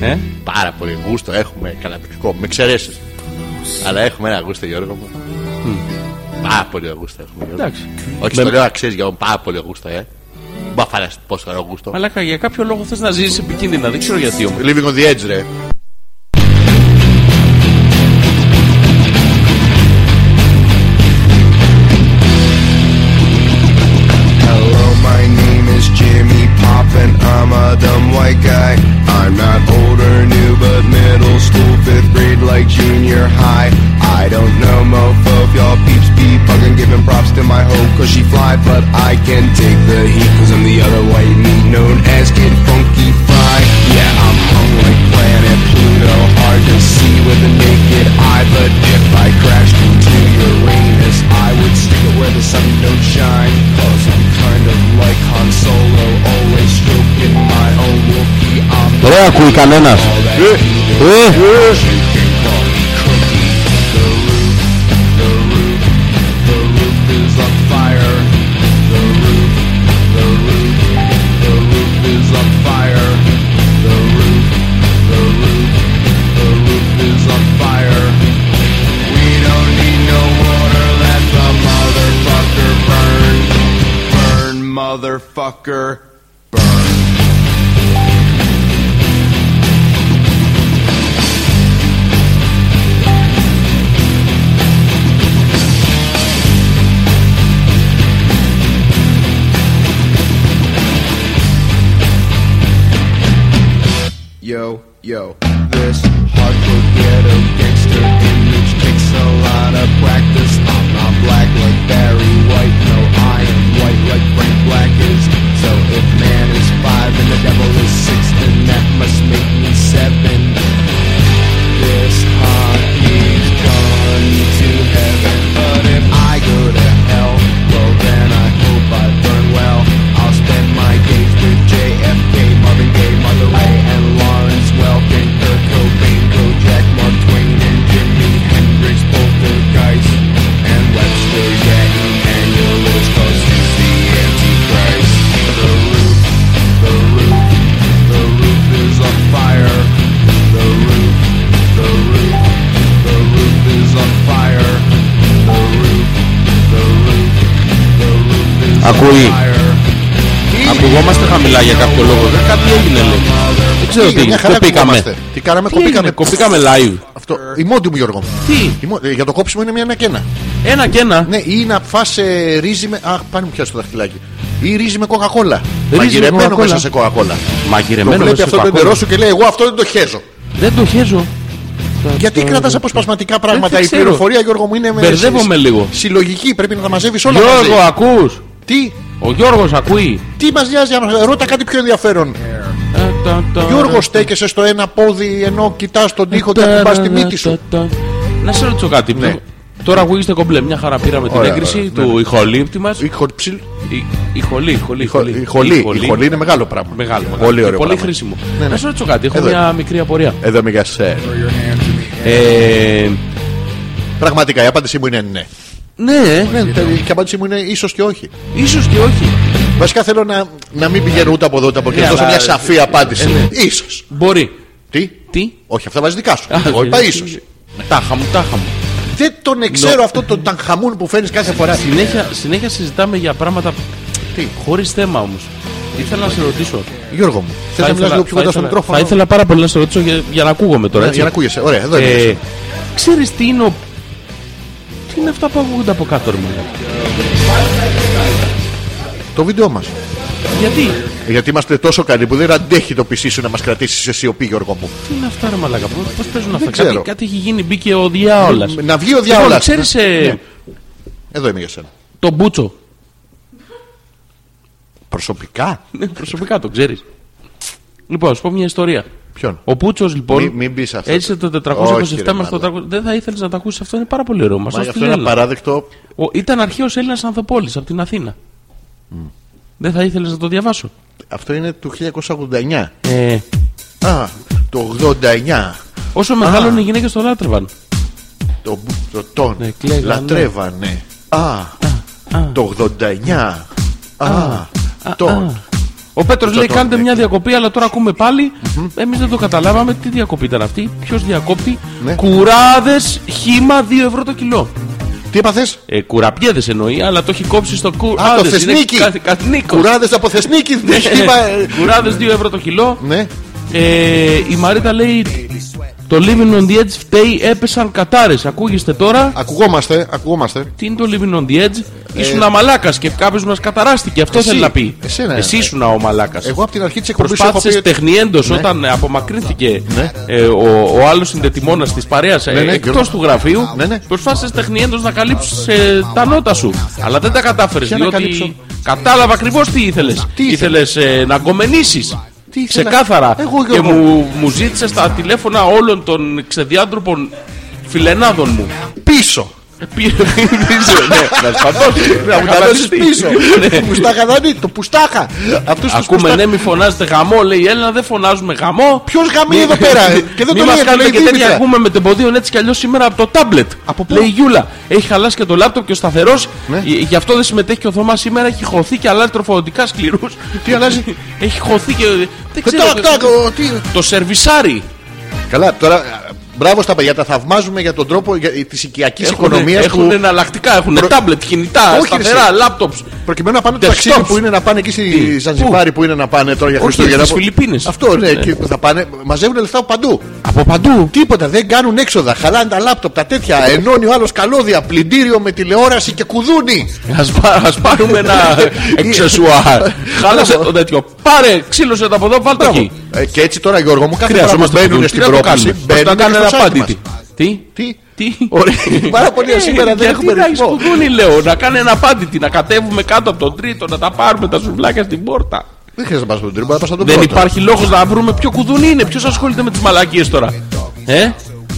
Ε?
Πάρα πολύ γούστο έχουμε, καταπληκτικό, με εξαιρέσεις. Αλλά έχουμε ένα γούστο, Γιώργο μου. Πάρα πολύ γούστο έχουμε. Γιώργο.
Εντάξει.
Όχι,
Με-
το λέω αξίζει για πάρα πολύ γούστο, ε. Μπα φάρες πόσο ωραίο γούστο.
Μαλάκα, για κάποιο λόγο θες να ζήσει επικίνδυνα. Δεν ξέρω γιατί όμως.
Living on the edge, ρε.
Hello, my name is Jimmy Poppin. I'm a dumb white guy. I'm not old or new, but middle school, fifth grade, like junior high. I don't know, mofo, if y'all peeps be buggin', giving props to my hoe, cause she fly, but I can take the heat, cause I'm the other white meat known as Kid Funky Fry. Yeah, I'm hung like planet Pluto, hard to see with the naked eye, but if I crashed into Uranus, I would stick it where the sun don't shine, cause I'm kind of like Han Solo, always stroking my own whoopee, I'm
Ρε, ακούει κανένας.
all that evil. You can call me Cookie. The roof, the roof, the roof is on fire. The roof, the roof, the roof is on fire. The roof, the roof, the roof is on fire. We don't need no water. Let the motherfucker burn, burn, motherfucker, burn. Yo, yo, this hardcore ghetto gangster image takes a lot of practice. I'm not black like Barry White, no, I am white like Frank Black is. So if man is five and the devil is six, then that must make me seven. This hockey's gone to heaven, but if I go to hell, well then I hope I burn well. I'll spend my days with JFK, Marvin Gaye, Mother Ray, and Lawrence Welkin, Kurt Cobain, Kojak, Mark Twain, and Jimi Hendrix, Poltergeist, and Webster, Jack, and Lewis, cause he's the Antichrist. The roof, the roof, the roof is on fire. The roof, the roof, the roof is on fire. The roof, the roof, the roof is on
Ακούει.
fire.
Ακουγόμαστε χαμηλά για κάποιο λόγο. Δεν κάτι έγινε, λέει. Δεν ξέρω
Ε, Μια
τι.
χαρά
Κοπήκαμε.
ακουγόμαστε. Τι κάναμε,
Τι
κοπήκαμε.
έγινε, Κοπήκαμε live.
Αυτό. Η μόντι μου, Γιώργο.
Τι.
Η μο- ε, Για το κόψιμο είναι μια ένα και ένα.
Ένα και ένα.
Ναι, ή να φας ε, ρύζι με. Αχ, πάνε μου πιάσει το δαχτυλάκι. Ή ρύζι με κοκακόλα.
με
Μαγειρεμένο
Coca-Cola.
μέσα σε κοκακόλα. Το
Μαγειρεμένο
βλέπει
μέσα
αυτό
στο
το
πακόλο.
εντερό σου και λέει: Εγώ αυτό δεν το χέζω.
Δεν το χέζω. Ε,
Γιατί κρατά αποσπασματικά πράγματα.
Δεν
Η
ξέρω.
πληροφορία, Γιώργο μου, είναι με-
Μπερδεύομαι
συ-
λίγο.
Συλλογική, πρέπει να τα μαζεύεις όλα
Γιώργο,
μαζί.
ακούς.
Τι,
Ο Γιώργος ακούει.
τι μας νοιάζει, άμα- ρώτα κάτι πιο ενδιαφέρον.
Ε, Ε, τα, τα,
Γιώργος, στέκεσαι στο ένα πόδι ενώ κοιτάς τον τοίχο και
τα,
ακουμπά
τα,
τη μύτη
τα,
σου.
τα. Να σε ρωτήσω κάτι.
Ναι.
Τώρα ακούγεστε κομπλέ. Μια χαρά πήραμε την
Ωραία,
έγκριση
ωραία. ναι,
του ηχολήπτη μας.
Η χορψιλ-
Η- Ηχολή, ηχολή,
Η χολή. Η χολή είναι μεγάλο πράγμα.
Μεγάλο, μεγάλο.
Πολύ
Και
ωραίο.
πολύ
πράγμα.
χρήσιμο.
Ναι, ναι.
Να σου ρωτήσω κάτι, έχω
Εδώ
μια μικρή απορία.
Εδώ είμαι για σένα.
Ε,
Πραγματικά η απάντησή μου είναι ναι.
ναι,
Ναι, τε- και η απάντησή μου είναι ίσως και όχι.
ίσως και όχι.
Βασικά θέλω να, να μην πηγαίνω ούτε από εδώ ούτε από εκεί.
Ναι,
Να δώσω
αλλά-
μια σαφή απάντηση.
Ε,
σω.
Μπορεί.
Τι.
Τι?
Όχι, αυτά βάζεις δικά σου.
Α,
Εγώ είπα
ε,
ίσως.
Τάχα μου, τάχα μου.
Δεν τον εξέρω αυτό τον ταγχαμούν που φέρνεις κάθε φορά.
Συνέχεια, συνέχεια συζητάμε για πράγματα
Τι?
χωρίς θέμα όμως. Ήθελα να σε ρωτήσω.
Γιώργο μου, θες να μιλάς
Θα ήθελα-
λίγο πιο
θα
κοντά στο
ήθελα-
μικρόφωνο.
Θα ήθελα πάρα πολύ να σε ρωτήσω για, για να ακούγομαι τώρα.
Ναι,
έτσι.
Για να ακούγεσαι. Ωραία, εδώ είναι.
Ε, Ξέρεις τι είναι ο... Τι είναι αυτά που ακούγονται από κάτω, ρε μαλάκα?
Το βίντεο μας.
Γιατί?
Γιατί είμαστε τόσο καλοί που δεν αντέχει το PC σου να μας κρατήσεις σε σιωπή, Γιώργο μου.
Τι είναι αυτά, ρε μαλάκα, πώς, πώς παίζουν αυτά.
ξέρω.
Κάτι, κάτι έχει γίνει, μπήκε ο διάολας.
Να βγει ο Ναι.
Λοιπόν,
διάολα.
ξέρεις ε,
Εδώ είμαι για σένα.
τον Μπούτσο.
Προσωπικά.
Ναι, προσωπικά το ξέρεις. Λοιπόν, σου πω μια ιστορία.
Ποιον.
Ο Πούτσος λοιπόν.
Μην- μην πεις αυτό.
Έτσι το 427
Όχι, ρε,
μέχρι το 400. Δεν θα ήθελες να τα ακούσεις αυτό, είναι πάρα πολύ ωραίο. Μας
Μα
το
αυτό είναι
παρά...
απαράδεκτο.
Ο, ήταν αρχαίος Έλληνας Ανθοπόλης από την Αθήνα. Δεν θα ήθελες να το διαβάσω.
Αυτό είναι του 1989.
Ε,
Α, το 89.
όσο μεγάλωνε οι γυναίκες το λάτρευαν.
Το, μπου- το τον
Ναι, κλαίγανε.
λατρεύανε. Α, το Ναι. 89. Α, τον.
Ο Πέτρος λέει: Κάντε μια διακοπή, αλλά τώρα ακούμε πάλι. Εμείς δεν το καταλάβαμε. Τι διακοπή ήταν αυτή, ποιος διακόπτη.
Ναι.
Κουράδες χήμα 2 ευρώ το κιλό.
Τι έπαθες,
Ε, κουραπιέδες εννοεί, αλλά το έχει κόψει στο κουρ.
Α, το θεσνίκι. Κουράδες από Θεσνίκη. δεν
Ναι.
χτύπα, ε,
Κουράδες 2 ευρώ το κιλό.
Ναι,
Ε, η Μαρίτα λέει Το Living on the Edge φταίει έπεσαν κατάρες Ακούγεστε τώρα
ακουγόμαστε, ακουγόμαστε.
Τι είναι το Living on the Edge Ήσουν αμαλάκας και κάποιος μας καταράστηκε Αυτό
Ε, Εσύ.
θέλει να πει
Εσένα. ε.
Εσύ ήσουν ο μαλάκας
Εγώ από την αρχή της εκπομπής έχω πει.
Προσπάθησε
ότι- Ναι.
τεχνιέντο όταν ε, απομακρύνθηκε ε, ο, ο άλλος συντετημόνας της παρέας
Ναι, ναι,
εκτό
Γιώργο.
ε, του γραφείου.
Ναι, ναι.
Προσπάθησες τεχνιέντος να καλύψεις ε, τα νότα σου. Αλλά δεν τα κατάφερες
Ποια να καλύψω?
διότι κατάλαβα ακριβώς τι ήθελες.
Τι
Ήθελες να γκομενήσεις.
Τι ήθελα?
Ξεκάθαρα.
Εγώ,
και
Γιώργο.
μου, μου ζήτησες τα τηλέφωνα όλων των ξεδιάντροπων φιλενάδων μου.
Πίσω.
Πήρε πίσω, ναι, να σπατώσει.
Να μου τα δώσεις πίσω.
Ναι.
Πουστάχα δεν είναι, το πουστάχα. Αυτούς τους
Ακούμε,
πουστάχα-
ναι, μη φωνάζετε γαμό, λέει η Έλληνα, δεν φωνάζουμε γαμό.
Ποιος γαμί εδώ πέρα. ε, Και δεν
Ναι. Μη
το
μας
λέει, το
κάνετε
λέει
και τέτοια
Δήμητρα.
ακούμε με τον ποδίο έτσι κι αλλιώς σήμερα από το τάμπλετ.
Από πού?
λέει η Γιούλα. Έχει χαλάσει και το λάπτοπ και ο σταθερός.
Ναι.
Γι' αυτό δεν συμμετέχει και ο Θωμάς σήμερα. Έχει χωθεί και αλλάζει τροφοδοτικά σκληρούς.
Τι αλλάζει?
Έχει χωθεί και. Δεν
Ε,
ξέρω.
τάκ, τάκ, ο, τι-
Το σερβισάρι.
Καλά, τώρα α, μπράβο στα παιδιά, τα θαυμάζουμε για ε, τον τρόπο της οικιακής
Έχουνε-
οικονομίας
Έχουνε
που.
εναλλακτικά. Έχουν τάμπλετ, κινητά,
Όχι,
σταθερά,
ρε,
λάπτοπ.
Προκειμένου να πάνε το
Desktop.
ταξίδι που είναι να πάνε εκεί στη
Τι,
Ζανζιβάρη που είναι να πάνε τώρα για
Όχι,
Χριστούγεννα.
στις
που-
Φιλιππίνες.
Αυτό ναι,
Ναι.
εκεί που θα πάνε. Μαζεύουν λεφτά από παντού.
Από παντού.
Τίποτα, δεν κάνουν έξοδα. Χαλάνε τα λάπτοπ, τα τέτοια. Ενώνει ο άλλος καλώδια, πλυντήριο με τηλεόραση και κουδούνι.
Ας, πά- ας πάρουμε ένα εξεσουάρ. Χάλασε το τέτοιο. Πάρε, ξύλωσε το από εδώ, βάλτε εκεί.
Ε, και έτσι τώρα Γιώργο μου, κάθε φορά που
Χρειαζόμαστε
μπαίνουν
κουλτούρα,
στην
να το
πρόκληση.
κάνουμε.
Μπαίνουν
Πρέπει να κάνουν
στο site
ένα
μας.
απάντητη. Τι.
Τι?
Τι.
Ωραία. Πάρα πολύ
Ε,
σήμερα, δεν
γιατί
έχουμε
να
ρυθμό.
εξουδούνι, λέω, να κάνει ένα απάντητη, να κατέβουμε κάτω από τον τρίτο, να τα πάρουμε τα σουβλάκια στην πόρτα.
Δεν χρειάζεται να πας στον τρίτο, μπορεί να πας στον
Δεν
πρώτο.
υπάρχει λόγος να βρούμε ποιο κουδούνι είναι, ποιος ασχολείται με τις μαλακίες τώρα. Ε,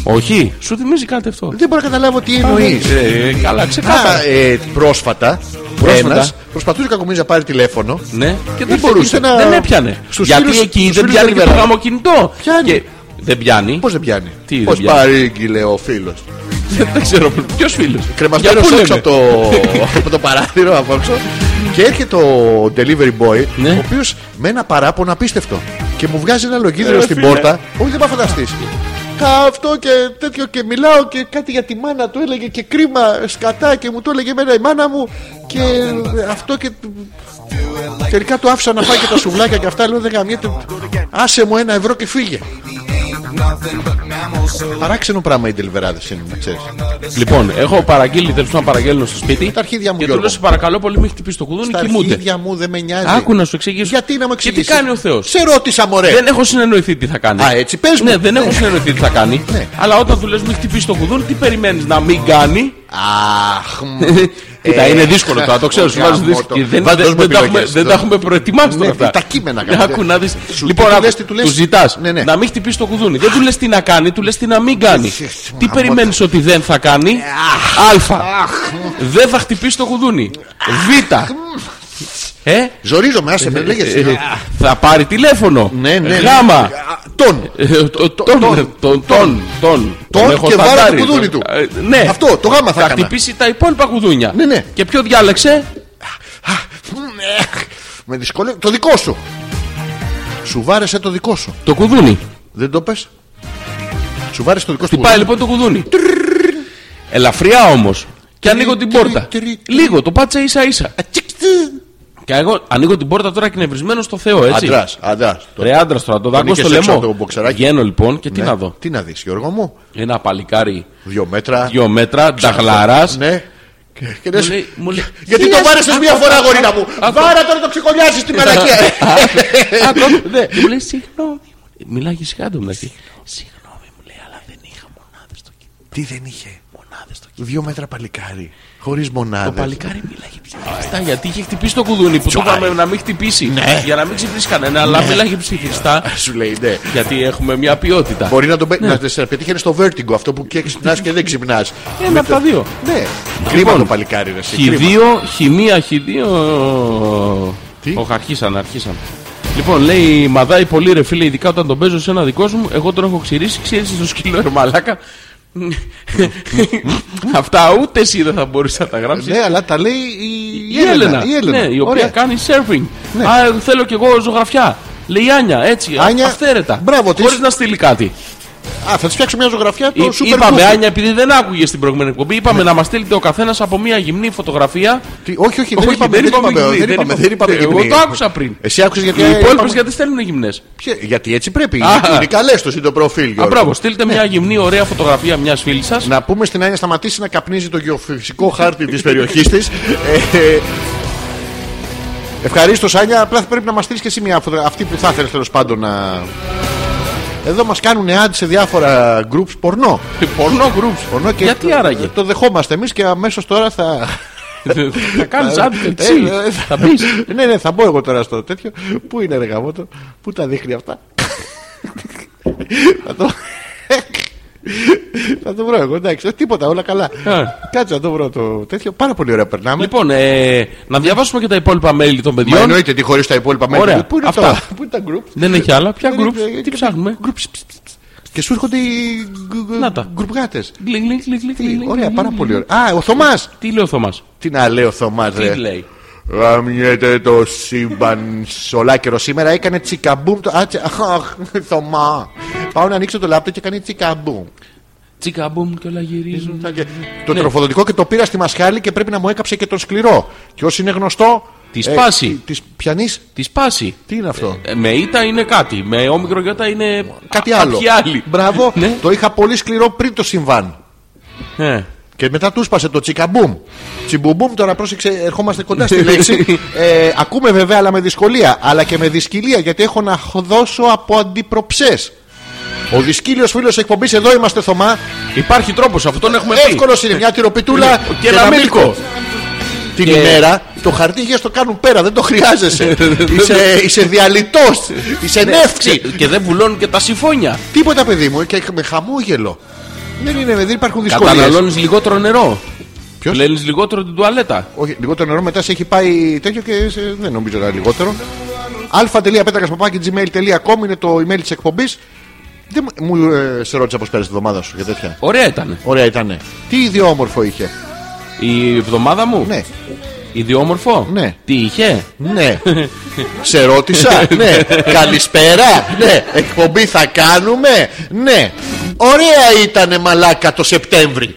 όχι, σου θυμίζει κάτι αυτό.
Δεν μπορώ να καταλάβω τι εννοείς.
Ε, καλά,
Α,
ξεκάθαρα.
ε, πρόσφατα,
Πρόσφατα.
ένας προσπαθούσε κακομίζει να πάρει τηλέφωνο.
Ναι, και δεν
ε, Ήρθε-
μπορούσε.
ήρθε να-
Δεν έπιανε.
στους
Γιατί
φίλους-
εκεί
στους
δεν
φίλους
πιάνει και το
Rivera.
γαμοκινητό.
Πιάνει.
Και- Δεν πιάνει.
Πώς δεν πιάνει.
Τι δεν
Πώς
πιάνει?
παρήγγειλε ο φίλος.
Δεν ξέρω ποιος φίλος.
Κρεμασμένο έξω από το, από το παράθυρο απόψε. Και έρχεται ο delivery boy,
Ναι.
ο οποίος με ένα παράπονο απίστευτο. Και μου βγάζει ένα λογίδριο
Ε,
στην
φίλε.
πόρτα. Όχι, δεν θα φανταστεί. Αυτό και τέτοιο και μιλάω και κάτι για τη μάνα του έλεγε και κρίμα σκατά και μου το έλεγε εμένα η μάνα μου και αυτό και τελικά του άφησα να φάει και τα σουβλάκια και αυτά λέω δεν γαμιέται άσε μου ένα ευρώ και φύγε παράξενο πράγμα οι τελιβεράδες είναι να ξέρεις
Λοιπόν, έχω παραγγείλει τέλος πάντων παραγγέλνω στο σπίτι.
Τα αρχίδια μου,
Και του
Γιώργο.
λέω σε παρακαλώ πολύ, μην χτυπήσεις το κουδούνι,
Στα
κοιμούνται.
αρχίδια μου δεν με νοιάζει.
Άκου να σου εξηγήσω.
Γιατί να μου
Και τι
εξηγήσεις.
κάνει ο Θεός.
Σε ρώτησα, μωρέ.
Δεν έχω συνεννοηθεί τι θα κάνει.
Α, έτσι, πες μου.
Ναι, δεν έχω συνεννοηθεί τι θα κάνει.
Ναι.
Αλλά όταν του λες μην χτυπήσεις το κουδούνι, τι περιμένεις να μην κάνει.
Αχ, μ.
Κοίτα,
Ε,
είναι δύσκολο τώρα, το ξέρω. Σου βάζεις
γαμώτο.
δύσκολο. Δεν,
Βάζ-
δεν,
δώσ' μου
δεν τα έχουμε,
επιλογές.
δεν τα έχουμε προετοιμάσει
Ναι,
τώρα. αυτά.
τα κείμενα κάνουμε.
Άκου να δεις.
Σου-
Λοιπόν,
τι του
άκου,
λες, τι του
του,
λες.
ζητάς
Ναι, ναι.
να μην χτυπήσεις το κουδούνι. Δεν του λες τι να κάνει, του λες τι να μην κάνει. τι
γαμώτο.
περιμένεις ότι δεν θα κάνει. Α. Δεν θα χτυπήσει το κουδούνι. Β. Ε,
Ζορίζομαι, άσε με, λέγες.
ε, θα πάρει τηλέφωνο.
Ναι, ναι.
Γάμα.
Τον.
Ε, το- Τον, τον, τον, τον,
Τον
έχω
και βάρα
σταντάρει.
το κουδούνι του.
Ε, Ναι.
Αυτό, το γάμα θα
Θα
έκανα.
χτυπήσει τα υπόλοιπα κουδούνια.
Ναι, ναι.
Και ποιο διάλεξε.
Με δυσκολεύει. Το δικό σου. Σου βάρεσε το δικό σου.
Το κουδούνι.
Δεν το πες. Σου βάρεσε το δικό σου.
Πάει λοιπόν το κουδούνι. Ελαφριά όμω. Και ανοίγω την
τρι,
πόρτα.
τρι, τρι.
Λίγο, το πάτσα ίσα ίσα. Και εγώ ανοίγω την πόρτα τώρα εκνευρισμένος στο Θεό, έτσι.
Αντράς, αντράς.
Ρε άντρας τώρα, το δάγκο
ανήκες
στο
έξω
λαιμό.
από το μποξεράκι. Ναι.
Βγαίνω λοιπόν και τι να δω.
Τι να δεις, Γιώργο μου.
Ένα παλικάρι
Δύο μέτρα.
δύο μέτρα, νταγλαρά.
Ναι. Και- και λες,
λέει- μου λέει,
Γιατί
«Τι
το
λες,
βάρεσες μία
άκου,
φορά,
άκου,
γορίνα
άκου,
μου.
άκου».
Βάρα τώρα το ξεκολλιάζει τη μαλακία. Ε.
Ακόμα. Ναι. Και μου λέει συγγνώμη. μου λέει. Μιλάει και σιγά του μεταξύ. Συγγνώμη, μου λέει, αλλά δεν είχα μονάδες στο κινητό.
Τι δεν είχε.
Μονάδε στο κινητό.
Δύο μέτρα παλικάρι. Χωρίς
Το
μονάδε.
παλικάρι μιλάει ψυχιστά γιατί είχε χτυπήσει το κουδούνι που του είπαμε να μην χτυπήσει.
Ναι.
Για να μην ξυπνήσει κανένα, αλλά μιλάει ψυχιστά.
Σου λέει ναι.
Γιατί έχουμε μια ποιότητα.
Μπορεί να τον πε-
Ναι.
να σε πετύχει στο vertigo αυτό που και ξυπνάς και δεν ξυπνάς.
Ένα από τα δύο.
Ναι.
Λοιπόν,
Κρίμα το παλικάρι, ρε. εσύ, κρίμα.
Χ2, χ1, χ2.
Τι?
Όχι, αρχίσαν, αρχίσαν. Λοιπόν, λέει, μαδάει πολύ ρε φίλε, ειδικά όταν τον παίζω σε ένα δικό σου, εγώ τον έχω ξηρίσει, ξηρίσει στο σκύλο ρε μαλάκα. Αυτά ούτε εσύ δεν θα μπορούσε να τα γράψεις.
Ναι, αλλά τα λέει η,
Η Έλενα.
Η Έλενα.
Ναι, η οποία
Ωραία. Ναι.
κάνει surfing. Α, θέλω κι εγώ ζωγραφιά. Λέει η Άνια, έτσι.
Άνια,
αυθαίρετα.
μπράβο της.
Χωρίς να στείλει κάτι.
Α, θα της φτιάξω μια ζωγραφιά
Ή-
το Super Ναι.
είπαμε,
Goofy.
Άνια, επειδή δεν άκουγες την προηγούμενη εκπομπή, είπαμε να μας στείλετε ο καθένας από μια γυμνή φωτογραφία.
Τι- όχι, όχι, δεν
Όχι,
είπαμε, δεν είπαμε,
γυμνή,
δεν είπαμε, δεν είπαμε
Εγώ
γυμνή.
το άκουσα πριν.
Εσύ άκουσες γιατί.
Οι
ε,
υπόλοιπε
είπαμε-
γιατί στέλνουν γυμνές.
Ποια- Γιατί έτσι πρέπει.
Α.
Είναι καλές το είναι το προφίλ.
Α,
Γιώργο.
μπράβο, στείλτε μια γυμνή ωραία φωτογραφία μιας φίλης σας.
Να πούμε στην Άνια σταματήσει να καπνίζει το γεωφυσικό χάρτη της περιοχής της. Ε, Ευχαρίστως, Άνια. Απλά θα πρέπει να μας στείλεις και εσύ μια φωτογραφία. Αυτή που θα ήθελες τέλος πάντων να. Εδώ μας κάνουν ad σε διάφορα groups πορνό.
Πορνό groups.
Πορνό και
Γιατί
το-
άραγε.
Το δεχόμαστε εμείς και αμέσως τώρα θα.
Θα κάνεις άντρε,
Ε,
έτσι.
ε,
Θα πει.
ναι, ναι, θα μπω εγώ τώρα στο τέτοιο. Πού είναι ρε γαμότο, πού τα δείχνει αυτά. θα το... θα το βρω εγώ, εντάξει, ε, τίποτα, όλα καλά.
Ε.
Κάτσε να το βρω το τέτοιο. Πάρα πολύ ωραία περνάμε.
Λοιπόν, ε, να διαβάσουμε και τα υπόλοιπα mail των
Μα
παιδιών.
εννοείται τι χωρίς τα υπόλοιπα
Ωραία,
μέλη. Πού είναι
αυτά.
τώρα, πού είναι τα group.
Δεν έχει άλλα. Ποια
Δεν είναι-
groups, τι ψάχνουμε.
Groups, ψ, ψ, ψ. Και σου έρχονται οι
Να τα.
group γάτε.
Γκλικ, γκλικ, γκλικ, γκλικ, γκλικ,
Ωραία,
γκλικ,
πάρα
γκλικ.
πολύ ωραία. Α, ο Θωμάς!
Τι λέει ο Θωμάς.
Τι να λέει ο Θωμάς,
Τι
ρε.
λέει.
Γαμιέται το σύμπαν σολάκερο σήμερα έκανε τσικαμπούμ το άτσε αχ Θωμά Πάω να ανοίξω το λάπτο και κάνει τσικαμπούμ
Τσικαμπούμ και όλα γυρίζουν.
Και Το τροφοδοτικό και το πήρα στη μασχάλη και πρέπει να μου έκαψε και τον σκληρό Και όσοι είναι γνωστό Ε,
Τη σπάση.
Της πιανής
Τη σπάση.
Τι είναι αυτό
Ε, με ήττα είναι κάτι. Με όμικρο γιώτα είναι.
Κάτι
α-
άλλο
κάποιοι άλλοι.
Μπράβο
Ναι.
Το είχα πολύ σκληρό πριν το συμβάν
Ε,
Και μετά του σπάσε το τσικαμπούμ. Τσιμπουμπούμ, τώρα πρόσεξε, ερχόμαστε κοντά στη λέξη. Ε, ακούμε βέβαια, αλλά με δυσκολία. Αλλά και με δυσκολία, γιατί έχω να χ- δώσω από αντιπροψές. Ο δυσκύλιος φίλος εκπομπής, εδώ είμαστε Θωμά.
Υπάρχει τρόπος, αυτόν τον έχουμε πει. Ε,
Εύκολο είναι μια τυροπιτούλα
Και ένα μίλκο.
Την
Και-
ημέρα το χαρτί για το κάνουν πέρα, δεν το χρειάζεσαι. είσαι είσαι διαλυτός, είσαι
Ναι.
νεύξη.
Και δεν βουλώνουν και τα συμφώνια.
Τίποτα, παιδί μου, και με χαμόγελο. Δεν, είναι, δεν υπάρχουν δυσκολίες.
Καταναλώνεις λιγότερο νερό.
Ποιος?
Πλένεις λιγότερο την τουαλέτα.
Όχι, λιγότερο νερό μετά σε έχει πάει τέτοιο και σε- δεν νομίζω να είναι λιγότερο. α.πέτρακα.gmail.com είναι το email της εκπομπής. Δεν μου- μου ε, σε ρώτησα πώς πέρασε τη βδομάδα σου και τέτοια.
Ωραία ήταν.
Ωραία ήτανε. Τι ιδιόμορφο είχε.
Η εβδομάδα μου.
Ναι,
Ιδιόμορφο.
Ναι.
Τι είχε.
ναι. σε ρώτησα. ναι. Καλησπέρα. Ναι. Εκπομπή θα κάνουμε. Ναι. Ωραία ήτανε μαλάκα το Σεπτέμβρη.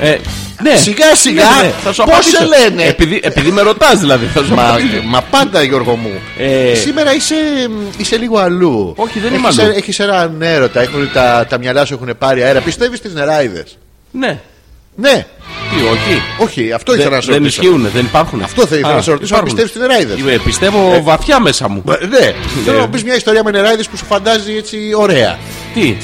Ε, ναι.
Σιγά σιγά.
Ναι, ναι, θα σου
Πώς
απαντήσω.
σε λένε.
Επειδή, επειδή με ρωτάς δηλαδή. Θα σου
Μα, ε,
απαντήσω.
μα πάντα Γιώργο μου
Ε.
Σήμερα είσαι, μ, είσαι λίγο αλλού
Όχι, δεν
έχεις,
είμαι αλλού.
ε, Έχεις έναν έρωτα έχουν, τα, τα μυαλά σου έχουν πάρει αέρα Πιστεύεις στις νεράιδες
Ναι.
Ναι,
Τι, όχι.
όχι, αυτό
Δεν,
ήθελα να σε
δεν
ρωτήσω
ισχύουν, δεν υπάρχουν.
Αυτό θα ήθελα να σε ρωτήσω, αν πιστεύεις στις νεράιδες
Ε, Πιστεύω βαθιά μέσα μου.
Μα, Ναι, θέλω να μου πεις μια ιστορία με νεράιδες που σου φαντάζει έτσι ωραία
Τι,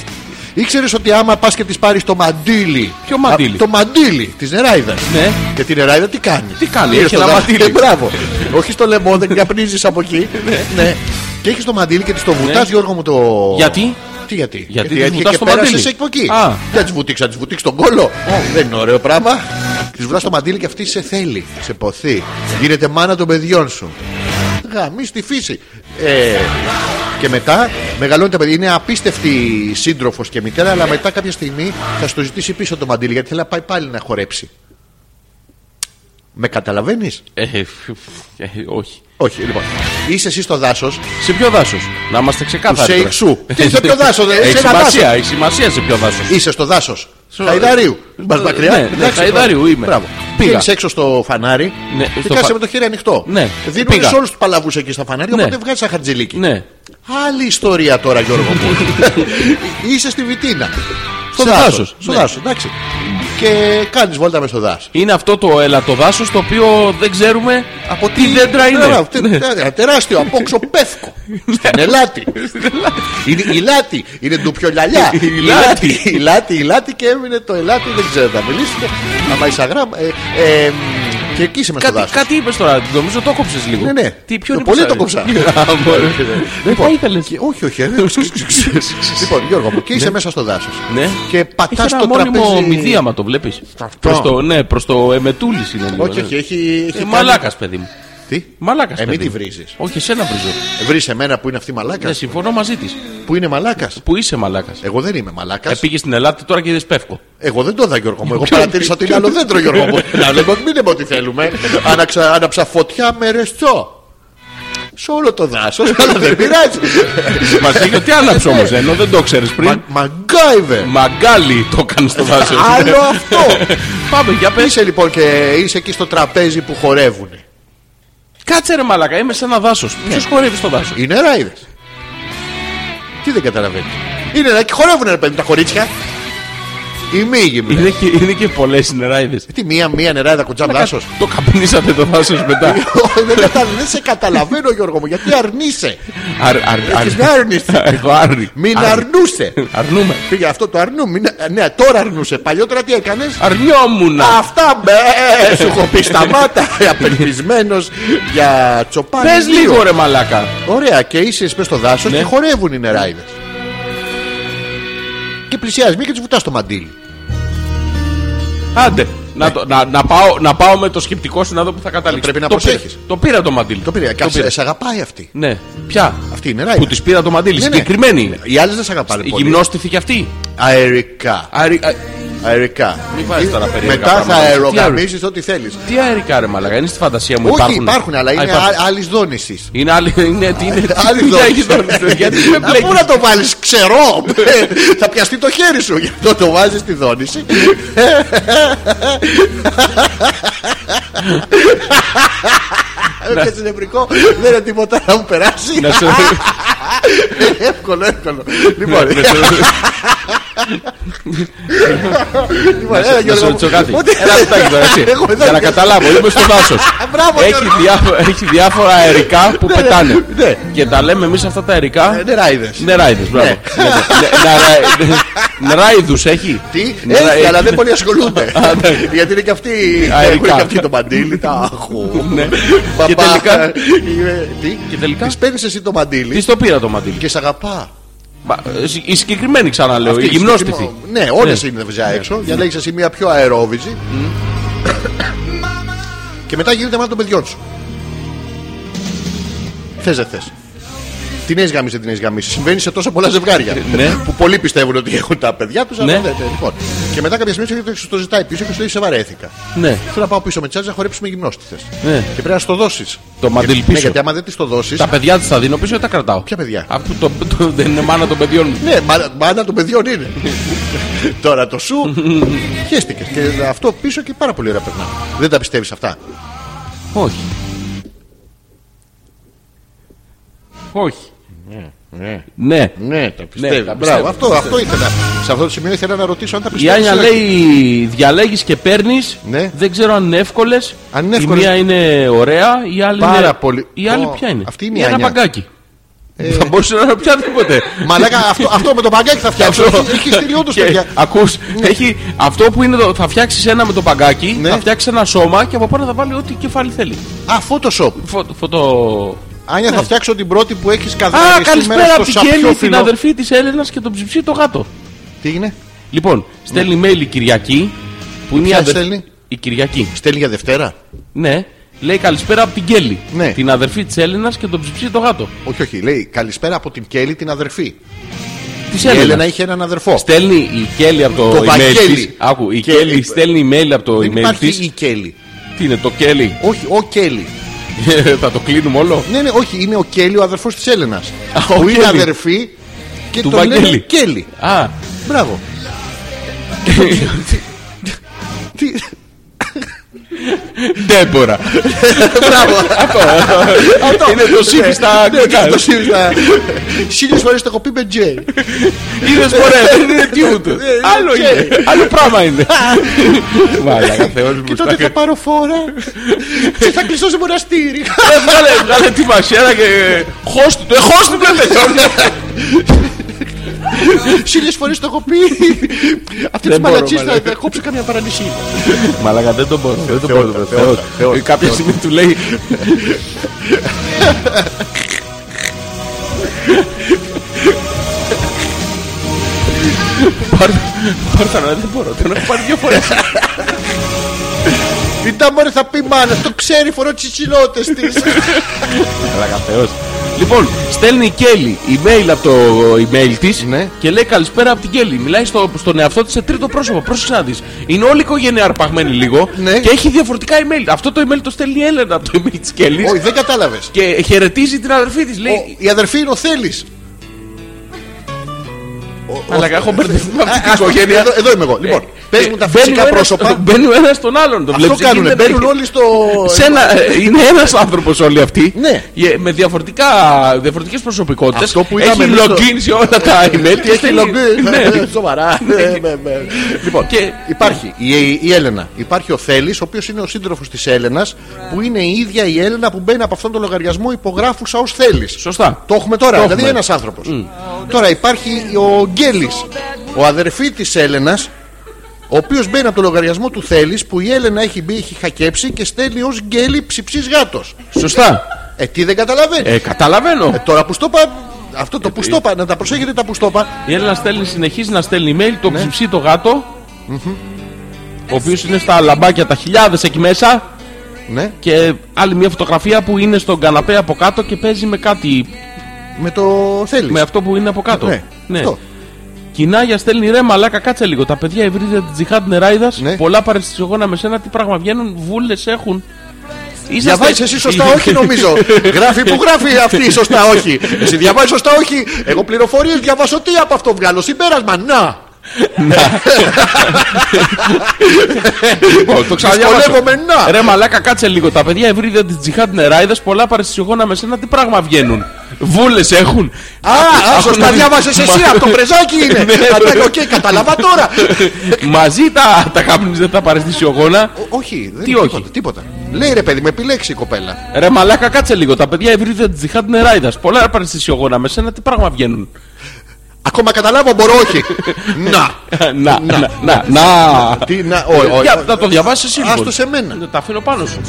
Ήξερες ότι άμα πας και τις πάρεις το μαντίλι
Ποιο μαντίλι?
Α, Το μαντίλι της νεράιδας
Ναι.
Και την νεράιδα τι κάνει
Τι κάνει,
Είναι
έχει
στο
ένα
δα-
μαντίλι.
Ε, Μπράβο, όχι στο λαιμό, δεν καπνίζεις από εκεί Ναι. Και έχεις το μαντίλι και της το βουτάς Γιώργο μου το...
Ναι. γιατί.
Τι γιατί,
Γιατί της
έτυχε
βουτάς
και
το
πέρασες
μαντίλι.
εκεί από εκεί.
Α.
Δεν της βουτήξα, της βουτήξα τον κόλο. Δεν είναι ωραίο πράγμα. Της βουτάς το μαντίλι και αυτή σε θέλει, σε ποθεί. Γίνεται μάνα των παιδιών σου. Γαμί στη φύση. Ε, και μετά μεγαλώνει τα παιδιά. Είναι απίστευτη σύντροφος και μητέρα, αλλά μετά κάποια στιγμή θα στο ζητήσει πίσω το μαντίλι γιατί θέλει να πάει πάλι να χορέψει. Με καταλαβαίνεις.
Ε, φ- ε, όχι.
Όχι, λοιπόν. Είσαι εσύ στο δάσος,
Σε ποιο δάσος. Να είμαστε
Του
ξεκάθαροι. τώρα.
Σέιξου. Τι, σε ποιο δάσος, Ε, δεν-
Έχει
σε ένα
σημασία, έχει σημασία σε ποιο δάσος.
είσαι στο δάσος.
Στο-
Χαϊδαρίου.
Ε,
Μπα μακριά.
ναι, ναι,
εντάξει,
Χαϊδαρίου
μπράβο.
είμαι.
Μπράβο.
Πήγα.
Πήγαινε έξω στο φανάρι
Ναι,
και
στο
κάτσε
φα-
με το χέρι ανοιχτό.
Ναι,
Δίνουν
πήγα.
σε όλους τους παλαβούς εκεί στα φανάρια,
Ναι.
οπότε βγάζεις ένα χαρτζηλίκι.
Ναι.
Άλλη ιστορία τώρα, Γιώργο μου. είσαι στη Βιτίνα. Στο
Σε
δάσος.
δάσος,
Στο
ναι.
δάσος, εντάξει. Και κάνεις βόλτα μες στο δάσος.
Είναι αυτό το ελατοδάσο το οποίο δεν ξέρουμε από τι δέντρα είναι. Ναι.
Μπράβο, τε- τε- Τεράστιο, απόξω πεύκο. Στην Ελάτη. Είναι η Λάτη, είναι ντουπιολιαλιά.
Η
Η
Λάτη.
Λάτη, η Λάτη, η Λάτη και έμεινε το Ελάτη, δεν ξέρω να μιλήσετε. Άμα είσαι αγράμμα. ε, ε, Και εκεί είμαι στο
Κάτι,
δάσος.
κάτι είπες τώρα, νομίζω το κόψες λίγο.
Ναι, ναι.
Τι, ποιο
Το
είναι
πολύ
που
το
σ'
κόψα. Ναι, Λοιπόν,
άρεσε? Α, μπορεί. Λοιπόν, Δεν θα ήθελες.
Και- Όχι, όχι. ε, Λοιπόν, Γιώργο μου, και είσαι μέσα στο δάσος.
Ναι.
Και πατάς
Έχει ένα
το
μόνιμο
τραπέζι.
μηδίαμα το βλέπεις.
Αυτό.
Προς το, ναι, προς το εμετούλης είναι λίγο.
Όχι,
ναι.
όχι, έχει. έχει
Ε,
κάνει-
μαλάκας, παιδί μου.
Τι?
Μαλάκας.
Ε, μην τη βρίζεις.
Όχι, εσένα βρίζω.
Βρει εμένα που είναι αυτή μαλάκας.
Δεν συμφωνώ μαζί της.
Που είναι μαλάκας.
Που είσαι μαλάκας.
Εγώ δεν είμαι μαλάκας.
Ε, πήγες στην Ελλάδα τώρα και είδες πεύκο.
Εγώ δεν το είδα, Γιώργο μου. Εγώ παρατήρησα ότι είναι άλλο δέντρο, Γιώργο μου. Να λέμε ότι μην λέμε ό,τι θέλουμε. Άναξα, άναψα φωτιά με ρεστό. Σε όλο το δάσος, αλλά δεν πειράζει.
Μα είχε τι άναψε όμω, ενώ δεν το ξέρεις
Ε, ναι. Μα-
πριν.
Μαγκάιβερ.
Μαγκάλι το κάνεις στο δάσος.
Άλλο αυτό.
Πάμε, για πες.
Είσαι λοιπόν και είσαι εκεί στο τραπέζι που χορεύουν.
Κάτσε ρε μαλάκα, είμαι σε ένα δάσος. Ποιος χορεύει στο δάσος.
Είναι ράιδες. Τι δεν καταλαβαίνεις. Είναι να χορεύουν ρε παιδί μου, τα κορίτσια. Η μύγη μου.
Είναι και, είναι και πολλές νεράιδες.
Τι μία μία νεράιδα κοντζά δάσο.
Το καπνίσατε το δάσος μετά.
δεν, κατα- δεν σε καταλαβαίνω Γιώργο μου γιατί αρνείσαι
Αρ- αρ- αρ-
Έχεις άρνηση.
Εγώ άρνη.
Μην
Άρνη.
αρνούσε
Αρνούμε.
Πήγε αυτό το αρνού μην... Ναι τώρα αρνούσε παλιότερα τι έκανες
Αρνιόμουν.
Αυτά μπε ε, Σου έχω πει σταμάτα ε, Απελπισμένος για τσοπάνι
Πες
δύο.
λίγο ρε μαλάκα.
Ωραία, και είσαι εσύ μες στο δάσος
Ναι.
και χορεύουν οι νεράιδες. Και πλησιάζεις, μην και τους βουτάς το μαντίλι.
Άντε. Να, το- να, να, πάω, να πάω με το σκεπτικό σου να δω που θα καταλήξω.
Ναι. πρέπει να
το, πήρα,
προσέχεις.
το πήρα το μαντίλι.
Το πήρε.
Το πήρα.
Κάτσε, σε αγαπάει αυτή.
Ναι. Ποια.
Αυτή είναι ράιδα.
Που της πήρα το μαντίλι.
Ναι, ναι.
Συγκεκριμένη είναι.
Οι άλλες δεν σε αγαπάνε
Η
πολύ.
Γυμνώστηκε και αυτή.
Αερικά.
Αερι- α-
Αερικά. Ε,
Μην βάζεις τώρα περίεργα
Μετά θα
πράγματα. Τι
αερογαμίσει ό,τι θέλεις.
Τι αερικά ρε μαλάκα. Είναι στη φαντασία μου.
Όχι, υπάρχουν, αλλά είναι
υπάρχουν.
άλλης δόνησης.
Είναι άλλη. Είναι, τι είναι, τι-
Άλλης
τι
δόνησης.
έχει δόνηση, Γιατί με
Α, Πού
πλέκει.
να το βάλεις, ξερό! θα πιαστεί το χέρι σου. Γι' αυτό το βάζεις στη δόνηση. Έπιασε νευρικό, δεν είναι τίποτα να μου περάσει.
Να σου-
εύκολο, εύκολο. Λοιπόν, λοιπόν, έλα
Να σου
Γιώργο.
ρωτήσω
μου.
κάτι.
Ούτε-
Ένα λεπτάκι τώρα, έτσι.
Έχω εδώ
Για να
και-
καταλάβω, είμαι στο δάσο.
Μπράβο, Γιώργο.
έχει, διά- έχει διάφορα αερικά που
Ναι, ναι,
πετάνε.
ναι.
Και τα λέμε εμείς αυτά τα αερικά.
Ε, Νεράιδες.
Νεράιδες, μπράβο. Ναι, ναι. Νερα- νε- Νεράιδους έχει.
Τι,
Νερα-
έχει, αλλά δεν πολύ ασχολούνται.
Α, ναι.
Γιατί είναι και αυτοί.
Αερικά.
Έχουν και αυτοί το μαντίλι. Τα αχού.
Ναι.
Μπαμπά.
Και τελικά.
Ε, Τι,
Και τελικά.
Τη παίρνεις εσύ το μαντίλι
Τι στο πήρα το μαντίλι.
και σε αγαπά.
Μα, ε, συ- Η συγκεκριμένη ξαναλέω, η
Αυτή
γυμνώστηθη.
συγκεκριμένη- Ναι, όλες είναι βυζιά
Ναι.
έξω. Διαλέγει εσύ μια πιο αερόβυζη. Και μετά γίνεται μάτι των παιδιών σου. Θες, δεν θες. Την έχεις γαμίσει, την έχεις γαμίσει. Συμβαίνει σε τόσο πολλά ζευγάρια.
ναι.
Που πολλοί πιστεύουν ότι έχουν τα παιδιά τους, αλλά
Ναι.
δεν. δεν, Λοιπόν. Και μετά κάποια στιγμή σου έρχεται και σου το ζητάει πίσω και σου λέει σε βαρέθηκα.
Ναι,
Θέλω να πάω πίσω με τσάζα να χορέψουμε γυμνώστιθε.
Ναι.
Και πρέπει να σου το δώσεις.
το μαντίλι
Ναι,
πίσω.
γιατί άμα δεν της το δώσεις.
Τα παιδιά της θα δίνω πίσω ή τα κρατάω.
Ποια παιδιά?
Αφού το, το- δεν είναι μάνα των παιδιών μου.
Ναι, μάνα, μάνα των παιδιών είναι. Τώρα το σου. Χαίστηκες. Και αυτό πίσω και πάρα πολύ ωραία περνά. Δεν τα πιστεύεις αυτά.
Όχι. Όχι. Ναι.
Ναι, τα
πιστεύεις.
πιστεύει. Μπράβο, αυτό, αυτό ήθελα. Σε αυτό το σημείο ήθελα να ρωτήσω αν τα
Η
πιστεύει.
Άνια λέει διαλέγεις και παίρνεις
Ναι.
Δεν ξέρω αν είναι εύκολες
Αν είναι εύκολες.
Η μία είναι ωραία η άλλη
Πάρα
είναι...
πολύ.
Η άλλη
Ω,
ποια είναι
αυτή είναι η
Ένα
Άνια. Ε,
παγκάκι Θα μπορούσε να είναι οποιαδήποτε
Μαλάκα, αυτό, αυτό με το παγκάκι θα φτιάξω. Έχει στείλει όντω
Και
παιδιά.
Ακούς έχει, Αυτό που είναι το, Θα φτιάξεις ένα με το παγκάκι
Ναι.
Θα φτιάξεις ένα σώμα Και από πάνω θα βάλει ό,τι κεφάλι θέλει
Α, Photoshop.
Φω- Φωτο... Ναι.
Άνια, θα φτιάξω την πρώτη που έχεις
Α,
καδράρει σήμερα
καλησπέρα
στο
από την Κέλλη, την
σαπιόφυλλο.
αδερφή της Έλενας και τον ψιψί το γάτο.
Τι έγινε,
Λοιπόν, στέλνει mail η Κυριακή. Που είναι
Ναι.
η
Ποια
αδερφή.
στέλνει?
Η Κυριακή.
στέλνει για Δευτέρα.
Ναι. Λέει καλησπέρα από την Κέλλη.
Ναι.
Την αδερφή της Έλενας και τον ψιψί το γάτο.
Όχι, όχι, λέει καλησπέρα από την Κέλλη την αδερφή.
Της
Η Έλενα
Έλενας.
είχε έναν αδερφό.
Στέλνει η Κέλλη από το,
Το
email
Βαγγέλη.
της. Άκου, η
Κέλλη.
Κέλλη στέλνει email από το
Δεν
email
υπάρχει
της.
η Κέλλη.
Τι είναι το Κέλλη.
Όχι, ο Κέλλη.
Θα το κλείνουμε όλο.
Ναι, ναι, όχι, είναι ο Κέλλη ο αδερφός της Έλενας.
ο
Που είναι
Κέλλη.
αδερφή και
Του
τον λένε
Βαγγέλη.
Κέλλη.
Α,
Μπράβο. Τι.
Ντέμπορα.
Μπράβο. Αυτό.
Είναι το σύμπι στα
Ναι, ναι,
αγγλικά.
το σύμπιστα. Χίλιες φορές το έχω πει με Τζέι.
Είδες μωρέ, δεν είναι τιούτ.
Ε,
Άλλο είναι. Άλλο πράγμα είναι. Μάλακα, θεός μου.
Και τότε θα πάρω φόρα και θα κλειστώ σε μοναστήρι.
Έβγαλε, έβγαλε Ε, τη μασέρα και χώστη του, ε, χώστη του έπαιξε.
Χίλιες φορές το έχω πει. Αυτή τη
Δεν μπορώ,
μαλατσή θα
μαλάκα.
θα κόψω καμιά παρανησία.
Μαλάκα δεν το μπορώ, δεν το
Θεός,
μπορώ.
Θεός,
Θεός.
Θεός,
Ε, Κάποια στιγμή του λέει Πάρτα, πάρτα, να δεν μπορώ, τον έχω πάρει δύο φορές
Η Τάμαρα θα πει μάνα, το ξέρει, φορώ τι τσιλότε τη.
Καλά, Θεός. Λοιπόν, στέλνει η Κέλλη email από το email της
Ναι.
και λέει καλησπέρα από την Κέλλη. Μιλάει στο, στον εαυτό της σε τρίτο πρόσωπο. Πρόσεξε να δεις. Είναι όλη η οικογένεια αρπαγμένη λίγο
Ναι.
και έχει διαφορετικά email. Αυτό το email το στέλνει η Έλενα από το email της Κέλλης
Όχι, δεν κατάλαβες.
και χαιρετίζει την αδερφή της. Λέει.
Η αδερφή είναι ο Θέλει.
Αλλά έχω μπερδευτεί με αυτή την οικογένεια. Ε,
Εδώ, εδώ είμαι εγώ. Λοιπόν, πες μου τα
Μπαίνει ο
φυσικά
ένας-
πρόσωπα.
Μπαίνει ο ένας στον άλλον. Το
Αυτό
βλέπεις, εκεί
κάνουν.
δεν
Μπαίνουν
έρχεται.
όλοι στο.
Σε ένα- ε, είναι ένας άνθρωπος όλοι αυτοί.
Ναι.
Ε, Με διαφορετικά, διαφορετικές προσωπικότητες.
Αυτό που
έχει
είδαμε εμείς στο-
login σε όλα τα email.
Τι έχει λογκ.
Ναι.
Σοβαρά. Ναι, ναι, ναι. Λοιπόν,
Και-
υπάρχει η, η Έλενα. Υπάρχει ο Θέλει, ο οποίος είναι ο σύντροφος της Έλενας, που είναι η ίδια η Έλενα που μπαίνει από αυτόν τον λογαριασμό υπογράφουσα ως Θέλει.
Σωστά.
Το έχουμε τώρα,
Το
δηλαδή
έχουμε.
ένας άνθρωπος. Τώρα υπάρχει ο Γκέλη, ο αδερφή της Έλενας, ο οποίος μπαίνει από το λογαριασμό του Θέλει που η Έλενα έχει μπει, έχει χακέψει και στέλνει ως Γκέλη ψυψής γάτος.
Σωστά.
Ε, τι δεν καταλαβαίνεις.
Ε, καταλαβαίνω.
Ε, τώρα που στο είπα, αυτό
Ε,
το που στο είπα, να τα προσέχετε τα που στο είπα.
Η Έλληνα στέλνει, συνεχίζει να στέλνει email, το ψηψεί το γάτο. Ο οποίος είναι στα λαμπάκια τα χιλιάδες εκεί μέσα.
Ναι,
Και άλλη μια φωτογραφία που είναι στον καναπέ από κάτω και παίζει με κάτι.
με το Θέλει.
Με αυτό που είναι από κάτω.
Ναι, αυτό.
Κοινάγια στέλνει ρε μαλάκα, κάτσε λίγο. Τα παιδιά ευρύζια τη Τζιχάντ Νεράιδας.
Ναι.
Πολλά παρεστησιογόνα με σένα, τι πράγμα βγαίνουν, βούλες έχουν.
Διαβάζεις εσύ σωστά, όχι νομίζω. γράφει που γράφει αυτή, σωστά, όχι. Εσύ διαβάζεις σωστά, όχι. Εγώ πληροφορίες διαβάζω τι από αυτό βγάλω. Συμπέρασμα, να.
Λοιπόν, το ξαναδιαβάζω.
Δυσκολεύομαι, να.
Ρε μαλάκα, κάτσε λίγο. Τα παιδιά ευρύδια τη Τζιχάντ Νεράιδα, πολλά παρεστησιογόνα με σένα, τι πράγμα βγαίνουν. Βούλες έχουν.
Α, α, σωστά
Έχουν-
διάβασες εσύ,
Μα-
από το πρεζάκι είναι.
Ναι, ναι.
Αντάξει, οκ, κατάλαβα τώρα.
Μαζί τα, τα κάπνιζε τα παρεστησιογόνα.
Ο- Όχι, δεν
Τι
είναι
όχι?
τίποτα, τίποτα. Λέει ρε παιδί, με επιλέξει η κοπέλα.
Ρε μαλάκα, κάτσε λίγο. Τα παιδιά ευρύδια τη Τζιχάντ Νεράιδα, πολλά παρεστησιογόνα με σένα, τι πράγμα βγαίνουν.
Ακόμα καταλάβω, μπορώ, όχι. Να.
Να, να, να, να.
Τι να, όχι, όχι.
Για, να το διαβάσεις εσύ. λοιπόν.
Άστο σε μένα.
Τα αφήνω πάνω σου.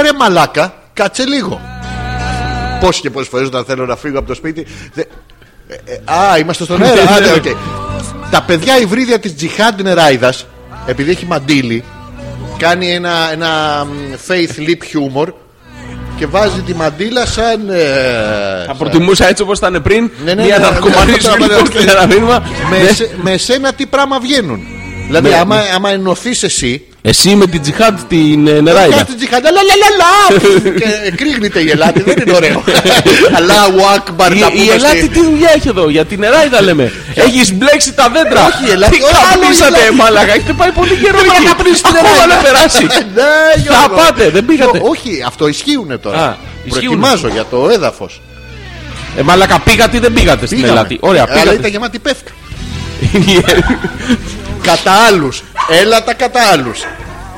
Ρε μαλάκα, κάτσε λίγο. Πόσε και πόσες φορές όταν θέλω να φύγω από το σπίτι. δε- Ε, ε, Α, είμαστε στον
Ναι,
αέρα. Άντε, οκ. Τα παιδιά υβρίδια της Τζιχάντ Νεράιδας, επειδή έχει μαντίλι, κάνει ένα, ένα μ, faith lip humor και βάζει τη μαντίλα σαν. ε,
Θα προτιμούσα έτσι όπως ήταν πριν.
Ναι, ναι,
Μια
ναι,
ναρκωμανή
ναι,
σου
ναι,
λοιπόν
ναι,
στην
ναι.
αναβήμα.
με, εσέ- με εσένα τι πράγμα βγαίνουν. Δηλαδή,
Ναι,
άμα, άμα ενωθείς εσύ,
Εσύ με την τζιχάντ την ε, νεράιδα.
Κάτι τζιχαντά, λα, λα, λα, λα. Και κρύγνεται η Ελάτη, δεν είναι ωραίο. Αλλά ο Ακμπαρ
Η,
να πούμε.
η Ελάτη
στη-
τι δουλειά έχει εδώ, για την νεράιδα λέμε. Έχεις μπλέξει τα δέντρα.
Όχι, η Ελάτη,
Τι
όχι, άλλο η
καπνίσατε,
Ελάτη.
μαλάκα. Έχετε πάει πολύ καιρό.
Δεν
εκεί.
είχα καπνίσει την
Ακόμα
Ελάτη.
να περάσει.
Ναι,
Θα
Γιώργο.
πάτε, δεν πήγατε.
Γιώ- Όχι, αυτό ισχύουνε
Α,
τώρα.
ισχύουνε.
Προετοιμάζω για το έδαφος.
Ε, μαλάκα, πήγατε ή δεν πήγατε στην Ελάτη. Ναι, Ωραία,
Αλλά ήταν
πήγατε.
γεμάτη πέφτει. Κατά άλλους. Έλα τα κατά άλλους.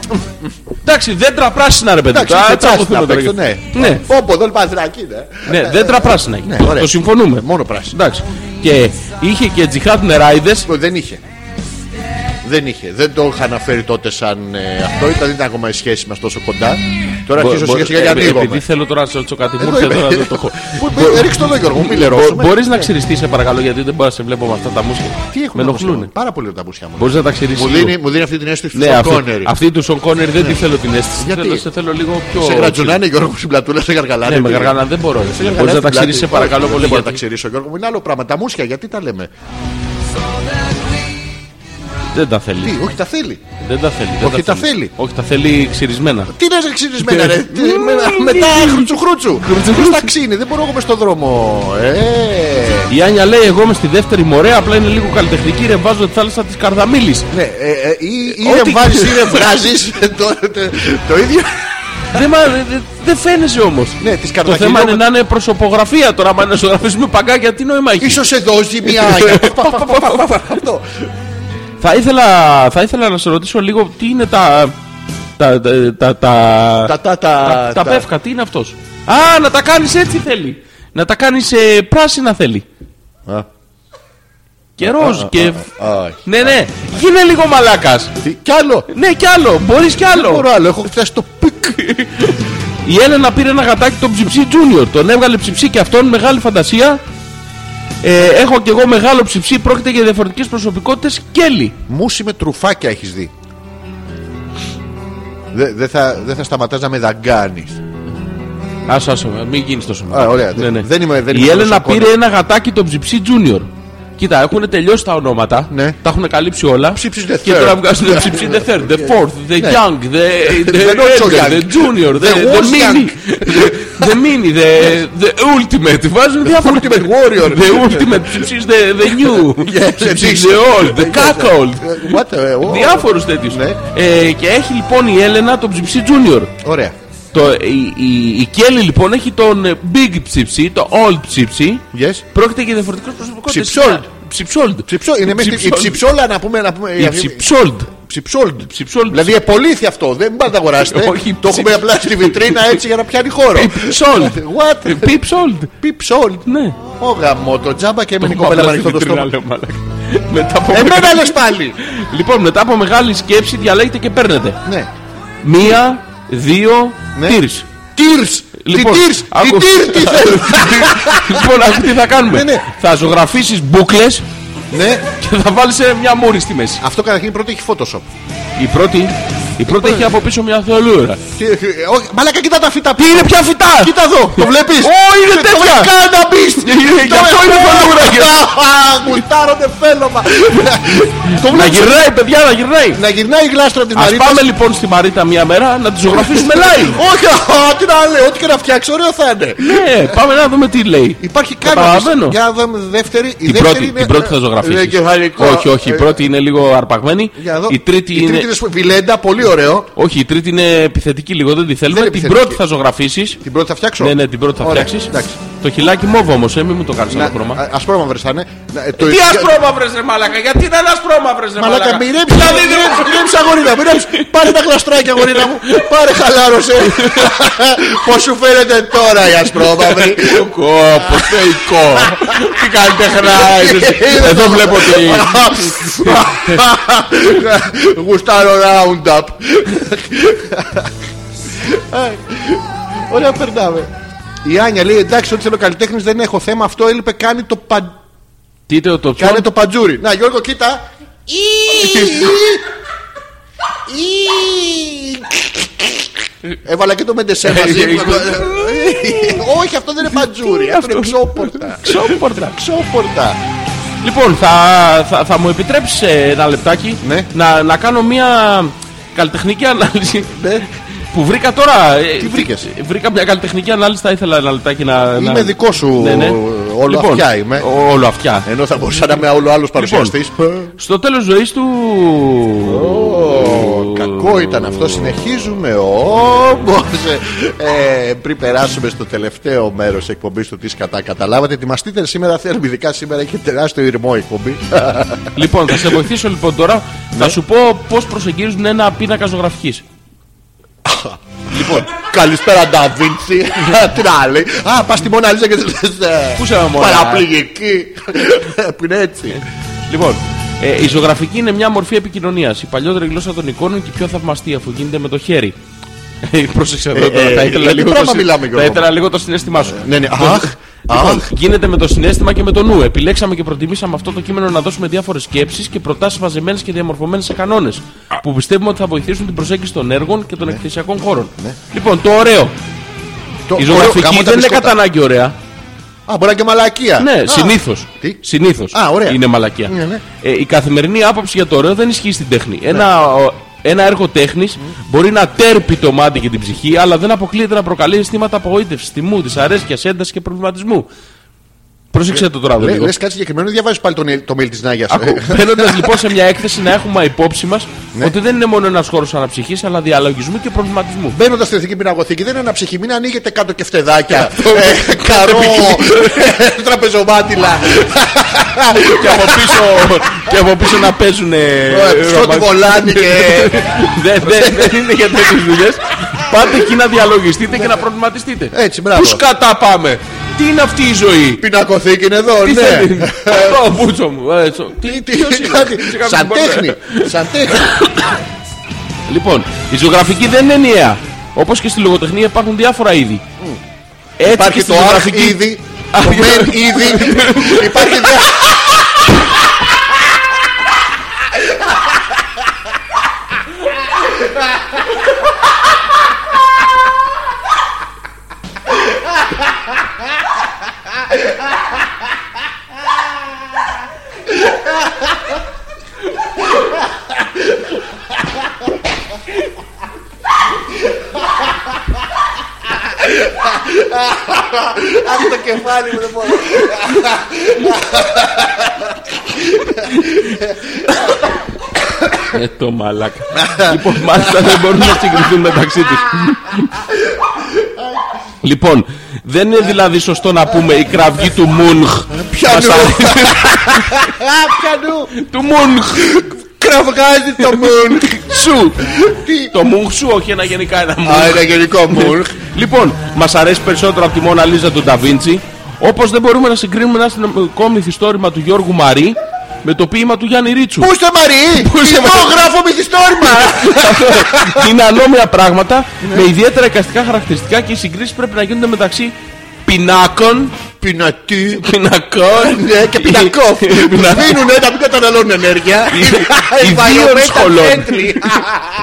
Εντάξει, δέντρα πράσινα ρε παιδί.
Εντάξει,
Ε, Τα
είχε
τσακωθούμε
πράσινα
τώρα.
απ' έξω, ναι.
Ναι.
Πόπο, εδώ παθράκι είναι.
Ναι, δέντρα πράσινα.
Ε, Ναι, ωραία.
Το συμφωνούμε.
Μόνο πράσινο. Ε,
Εντάξει. Και είχε και τζιχάτ νεράιδες.
Δεν είχε. Δεν είχε. Δεν το είχα αναφέρει τότε σαν ε, αυτό. Ήταν, δεν ήταν ακόμα η σχέση μας τόσο κοντά. Τώρα αρχίζω σιγά σιγά και ανοίγομαι.
ε, Επειδή θέλω τώρα να σε ρωτήσω κάτι, μου
Ε, Εδώ είμαι.
ήρθε τώρα δεν το έχω.
Πού- πού- Ρίξτε το εδώ Γιώργο, μην λερώσουμε.
Μπορείς να ξυριστείς, σε παρακαλώ, γιατί δεν μπορώ να σε βλέπω με αυτά τα μουσια.
Τι
Με
έχουμε τα μουσια μου,
ενοχλούν.
Πάρα πολύ τα μουσια μου.
Μπορείς να τα ξυριστείς.
Μου δίνει, μου δίνει αυτή την αίσθηση του
Ναι, αυτή,
Κόνερη.
αυτή του Σον Κόνερ δεν τη θέλω την αίσθηση.
Γιατί?
Θέλω, σε θέλω λίγο πιο.
Σε γρατζουνάνε Γιώργο μου στην πλατούλα, σε γαργαλάνε.
Ναι, με
παιδιά.
γαργανά δεν μπορώ.
Σε γαργαλάνε
Μπορείς να τα
στην πλάτη.
ξυρίσει, σε παρακαλώ
Όχι,
πολύ.
Δεν μπορώ να τα
γιατί
ξυρίσω Γιώργο μου, είναι άλλο πράγμα. Τα μουσια γιατί τα λέμε.
Δεν τα θέλει.
Τι, όχι τα θέλει.
Δεν τα θέλει. δεν
Όχι, τα θέλει.
Όχι, τα θέλει ξυρισμένα.
Τι να ξυρισμένα ρε. Τι-
Μμμ.
με- Μετά
Ναι.
χρουτσου χρουτσου. Πώς τα ξύνει, δεν μπορώ εγώ μες στον δρόμο. Ε,
Η Άνια λέει: Εγώ είμαι στη δεύτερη μορέα, απλά είναι λίγο καλλιτεχνική. Ρεβάζω τη θάλασσα της Καρδαμίλης.
Ναι, ε, ε, ή- ή
Ό,τι-
ρε βάζεις ή ρε βγάζεις. Το- το- Το ίδιο.
Δεν μα- δε- δε- δεν φαίνεσαι όμως.
Ναι, τις
Το θέμα είναι
καρδακυλιόμενες.
να είναι προσωπογραφία τώρα. Αν να σου γραφήσουμε παγκάκια, τι νόημα έχει.
Ίσως εδώ ζημιά. Αυτό.
Θα ήθελα, θα ήθελα να σε ρωτήσω λίγο τι είναι τα. Τα. Τα. Τα.
Τα-
Τα,
τα- τα-
τα
τα-
πεύκα, τι είναι αυτός. Α, να τα κάνεις έτσι θέλει. Να τα κάνεις ε, πράσινα θέλει.
Α.
Και ροζ και.
όχι.
Ναι, ναι, γίνε λίγο μαλάκας.
Τι- Κι άλλο.
Ναι, κι άλλο, μπορείς κι
Δεν
άλλο.
μπορώ άλλο, έχω φτάσει στο πικ.
Η Έλενα πήρε ένα γατάκι τον ψιψί Junior. Τον έβγαλε ψιψί και αυτόν, μεγάλη φαντασία. Ε, έχω κι εγώ μεγάλο ψιψί, πρόκειται για διαφορετικές προσωπικότητες. Κέλλη.
Μουσι με τρουφάκια έχεις δει. Δε- Δεν θα, δεν θα σταματάς να με δαγκάνεις
Άσο, άσο, μην γίνεις τόσο μεγάλος.
Α, ωραία. Δεν είμαι- δεν
Η
είμαι
Έλενα
τόσο κόλλος.
πήρε ένα γατάκι το ψιψί Junior. Κοίτα, έχουν τελειώσει τα ονόματα.
Ναι.
Τα έχουν καλύψει όλα.
Ψιψί the
και
third.
τώρα βγάζουν το
Ναι.
ψιψί the third, the fourth, the young, the, the,
The not so
elder,
young.
the junior, the,
The
the
worst
mini, the, the mini, the, the ultimate. Βάζουν διάφορα.
ultimate warrior.
The ultimate ψιψί is the, the new. Ψιψί is
yes.
the old, the
Yes.
cuckold.
Ε, What, ε, ο-
Διάφορους τέτοιους.
Ναι.
Ε, Και έχει λοιπόν η Έλενα το ψιψί Junior.
Ωραία.
Το, η, η, η Κέλλη λοιπόν έχει τον ε, Big ψήψη, το Old ψήψη.
Yes.
Πρόκειται για διαφορετικό προσωπικό.
Ψιψόλτ.
Ψιψόλτ.
Ψιψό, είναι μέσα στη- η ψιψόλα να πούμε. Να πούμε
Η ψιψόλτ.
Ψιψόλτ.
Ψιψόλτ.
Δηλαδή επολύθη αυτό. Δεν πάτε να αγοράσετε.
Όχι,
Το έχουμε
ψι-
απλά στη βιτρίνα έτσι για να πιάνει χώρο. Ε,
Ψιψόλτ.
What?
Πιψόλτ.
Πιψόλτ.
Ναι.
Ω γαμό το τζάμπα και έμεινε η κοπέλα με
Απλά
ανοιχτό το
στην
στόμα.
βιτρίνα, λέω, μαλάκα. Μετά από
Εμένα λες πάλι.
Λοιπόν, μετά από μεγάλη σκέψη διαλέγετε και παίρνετε.
Ναι.
Μία, δύο,
Ναι.
τύρς.
Τύρς. Τι τύρς. Τι
Λοιπόν, άκου-
τύρ τι θέλεις.
Λοιπόν, άκου τι θα κάνουμε.
Ναι, ναι.
Θα ζωγραφίσεις μπουκλες
Ναι.
και θα βάλεις ε, μια μούρη στη μέση.
Αυτό καταρχήν πρώτο έχει Photoshop.
Η πρώτη, η πρώτη έχει από πίσω μια θεολούρα.
Τι- ε, όχι, Μαλάκα κοίτα τα φύτα.
Τι είναι πια φυτά! Ε,
Κοίτα εδώ. Το βλέπεις.
Ω, είναι τέτοια!
Κάναμπις.
Ε, Γι' αυτό είναι φωτογραφία!
Γουλτάρονται φέλωμα. Το
Να
βλέπεις.
γυρνάει, παιδιά, να γυρνάει!
Να γυρνάει η γλάστρα της
Ας
Μαρίτας.
πάμε λοιπόν στη Μαρίτα μία μέρα να τη ζωγραφίσουμε live!
Όχι, α, τι να λέω, ό,τι και να φτιάξει, ωραίο θα είναι.
Ναι, πάμε να δούμε τι λέει.
Υπάρχει
Καταλαβαίνω.
κάτι. Για να δούμε δεύτερη. Η
Την
δεύτερη
πρώτη,
είναι-
την πρώτη θα
Ε,
ζωγραφίσει.
κεφαλικό.
Όχι, όχι, η
Ε,
πρώτη είναι λίγο αρπαγμένη.
για να δω.
Η τρίτη
Η
είναι.
τρίτη είναι βιλέντα, πολύ ωραίο.
Όχι, η τρίτη είναι επιθετική λίγο, δεν τη θέλουμε.
είναι
Την
επιθετική.
πρώτη θα ζωγραφίσεις.
Την πρώτη θα φτιάξω.
Ναι, ναι, την πρώτη θα
Ωραία,
φτιάξεις.
εντάξει.
Το χιλάκι μόβ όμως, ε, μην μου το κάνεις άλλο χρώμα.
Ασπρόμα βρεσάνε.
Τι ασπρόμαυρες ρε μαλάκα, γιατί είναι ασπρόμαυρες ρε μαλάκα. Δηλαδή,
Μαλάκα, μοιρέψει, μοιρέψει αγορίνα, μοιρέψει. Πάρε τα γλαστράκια, αγορίνα μου. Πάρε, χαλάρωσε. Πώς σου φαίνεται τώρα η ασπρόμαυρη.
Κόπο, θεϊκό. Τι καλλιτεχνά
Ε,
Εδώ βλέπω ότι...
Γουστάρω round-up. Ωραία, περνάμε. Η Άνια λέει: Εντάξει, ό,τι θέλω καλλιτέχνης δεν έχω θέμα. Αυτό έλειπε. Κάνει το, πα...
Τι το το
κάνει
πιόν.
το παντζούρι. Να, Γιώργο, κοίτα. Έβαλα και το μεντεσέ μαζί.
Ε,
Όχι, αυτό δεν είναι παντζούρι. Αυτό είναι ξόπορτα.
Ξόπορτα.
Ξόπορτα.
Λοιπόν, θα, θα, θα μου επιτρέψεις ε, ένα λεπτάκι
Ναι.
να, να κάνω μια καλλιτεχνική ανάλυση που βρήκα τώρα. ε,
Ναι. Τι βρήκες?
Βρήκα μια καλλιτεχνική ανάλυση, θα ήθελα ένα λεπτάκι να...
Είμαι
να-
δικός σου
Ναι, ναι.
όλο
Λοιπόν,
αυτιά είμαι. Ε,
Όλο αυτιά.
Ενώ θα μπορούσα να είμαι όλο άλλος παρουσιαστής.
Στο τέλος ζωής του...
Κακό ήταν αυτό. Συνεχίζουμε όμω. πριν περάσουμε στο τελευταίο μέρος εκπομπής του Τι Κατά, καταλάβατε. Ετοιμαστείτε σήμερα. Θέλω ειδικά σήμερα έχει τεράστιο ηρμό η εκπομπή.
Λοιπόν, θα σε βοηθήσω λοιπόν τώρα.
Ναι.
Θα σου πω πώς προσεγγίζουν ένα πίνακα ζωγραφικής.
λοιπόν, καλησπέρα Νταβίντσι. Τι να λέει. Α, πας στη Μοναλίζα και τη
Πού σε μαμόνα.
Παραπληγική. Ε, Που είναι έτσι.
Λοιπόν, ε, η ζωγραφική είναι μια μορφή επικοινωνίας. Η παλιότερη γλώσσα των εικόνων και η πιο θαυμαστή αφού γίνεται με το χέρι. Ε, Πρόσεξε εδώ τώρα.
ε, για
θα ήθελα
τι
λίγο το
πράγμα
συ-
μιλάμε,
θα
Γιώργο
ήθελα λίγο το συνέστημά σου.
Ναι, ναι. Αχ.
Λοιπόν,
Αχ.
γίνεται με το συνέστημα και με το νου. Επιλέξαμε και προτιμήσαμε αυτό το κείμενο να δώσουμε διάφορες σκέψεις και προτάσεις μαζεμένε και διαμορφωμένες σε κανόνες. Που πιστεύουμε ότι θα βοηθήσουν την προσέγγιση των έργων και
Ναι.
των εκθεσιακών χώρων. Λοιπόν, το ωραίο.
Το-
Η
γαμώ τα
ζωγραφική δεν είναι
μπισκότα.
κατά ανάγκη ωραία.
Α, μπορεί να και μαλακία.
Ναι,
Α,
συνήθως.
Τι?
Συνήθως.
Α, ωραία.
Είναι μαλακία.
Ναι, ναι.
Ε, η καθημερινή άποψη για το ωραίο δεν ισχύει στην τέχνη. Ένα, ο, ένα έργο τέχνης μπορεί να τέρπει το μάτι και την ψυχή, αλλά δεν αποκλείεται να προκαλεί αισθήματα απογοήτευσης, θυμού, δυσαρέσκειας, έντασης και προβληματισμού. Πρόσεξε το τώρα εδώ
Λε
λίγο.
κάτι συγκεκριμένο, διαβάζεις πάλι τον ε- το mail της Νάγιας.
Ακού, μπαίνοντας λοιπόν σε μια έκθεση να έχουμε υπόψη μας
Ναι.
ότι δεν είναι μόνο ένας χώρος αναψυχής, αλλά διαλογισμού και προβληματισμού.
Μπαίνοντας στην εθνική πινακοθήκη, δεν είναι αναψυχή, μην ανοίγετε κάτω και φτεδάκια. Ε, Καρό, ε, τραπεζομάτιλα.
και, από πίσω, και από πίσω να παίζουν.
Στο τη βολάνη και.
δεν, δεν, δεν είναι για τέτοιες δουλειές. Πάτε εκεί να διαλογιστείτε και να προβληματιστείτε.
Έτσι, μπράβο.
Πού σκατά πάμε, τι είναι αυτή η ζωή.
Πινακοθήκη είναι εδώ,
Τι
ναι.
θέλει. Αυτό, μπούτσο μου. ε, τσο- τι-
Τι-
ποιος είναι?
κάτι,
Σε κάποιον
Σαν
μπορεί-
τέχνη. Σαν τέχνη.
Λοιπόν, η ζωγραφική δεν είναι ενιαία. Όπως και στη λογοτεχνία υπάρχουν διάφορα είδη. Έτσι και
Υπάρχει
στη
το άρχ
ζωγραφική-
ήδη, το μεν ήδη. Υπάρχει δε. Αχ, το κεφάλι μου δεν μπορώ.
Ε, το μαλάκα. λοιπόν, μάλιστα δεν μπορούν να συγκριθούν μεταξύ τους. λοιπόν, δεν είναι δηλαδή σωστό να πούμε η κραυγή του Μούνχ.
Πιανού.
μας αρέσει. του Μούνχ.
Κραυγάζει το μουν.
Σου. το Μούνχ σου, όχι ένα γενικά ένα Μούνχ.
Α, ένα γενικό μουν.
Λοιπόν, μας αρέσει περισσότερο από τη Μόνα Λίζα του Νταβίντσι. Όπως δεν μπορούμε να συγκρίνουμε ένα αστυνομικό μυθιστόρημα του Γιώργου Μαρή με το ποίημα του Γιάννη Ρίτσου.
Πού είστε Μαρή,
Πού είστε,
εδώ
Μαρή?
γράφω μυθιστόρημα.
Είναι ανώμια πράγματα με ιδιαίτερα εικαστικά χαρακτηριστικά και οι συγκρίσεις πρέπει να γίνονται μεταξύ πινάκων.
Πινατή.
Πινακών.
Ναι, και πινακόφ.
Πινακόφ.
Δίνουνε τα μην καταναλώνουν ενέργεια.
οι δύο
Environmental
σχολών.
friendly.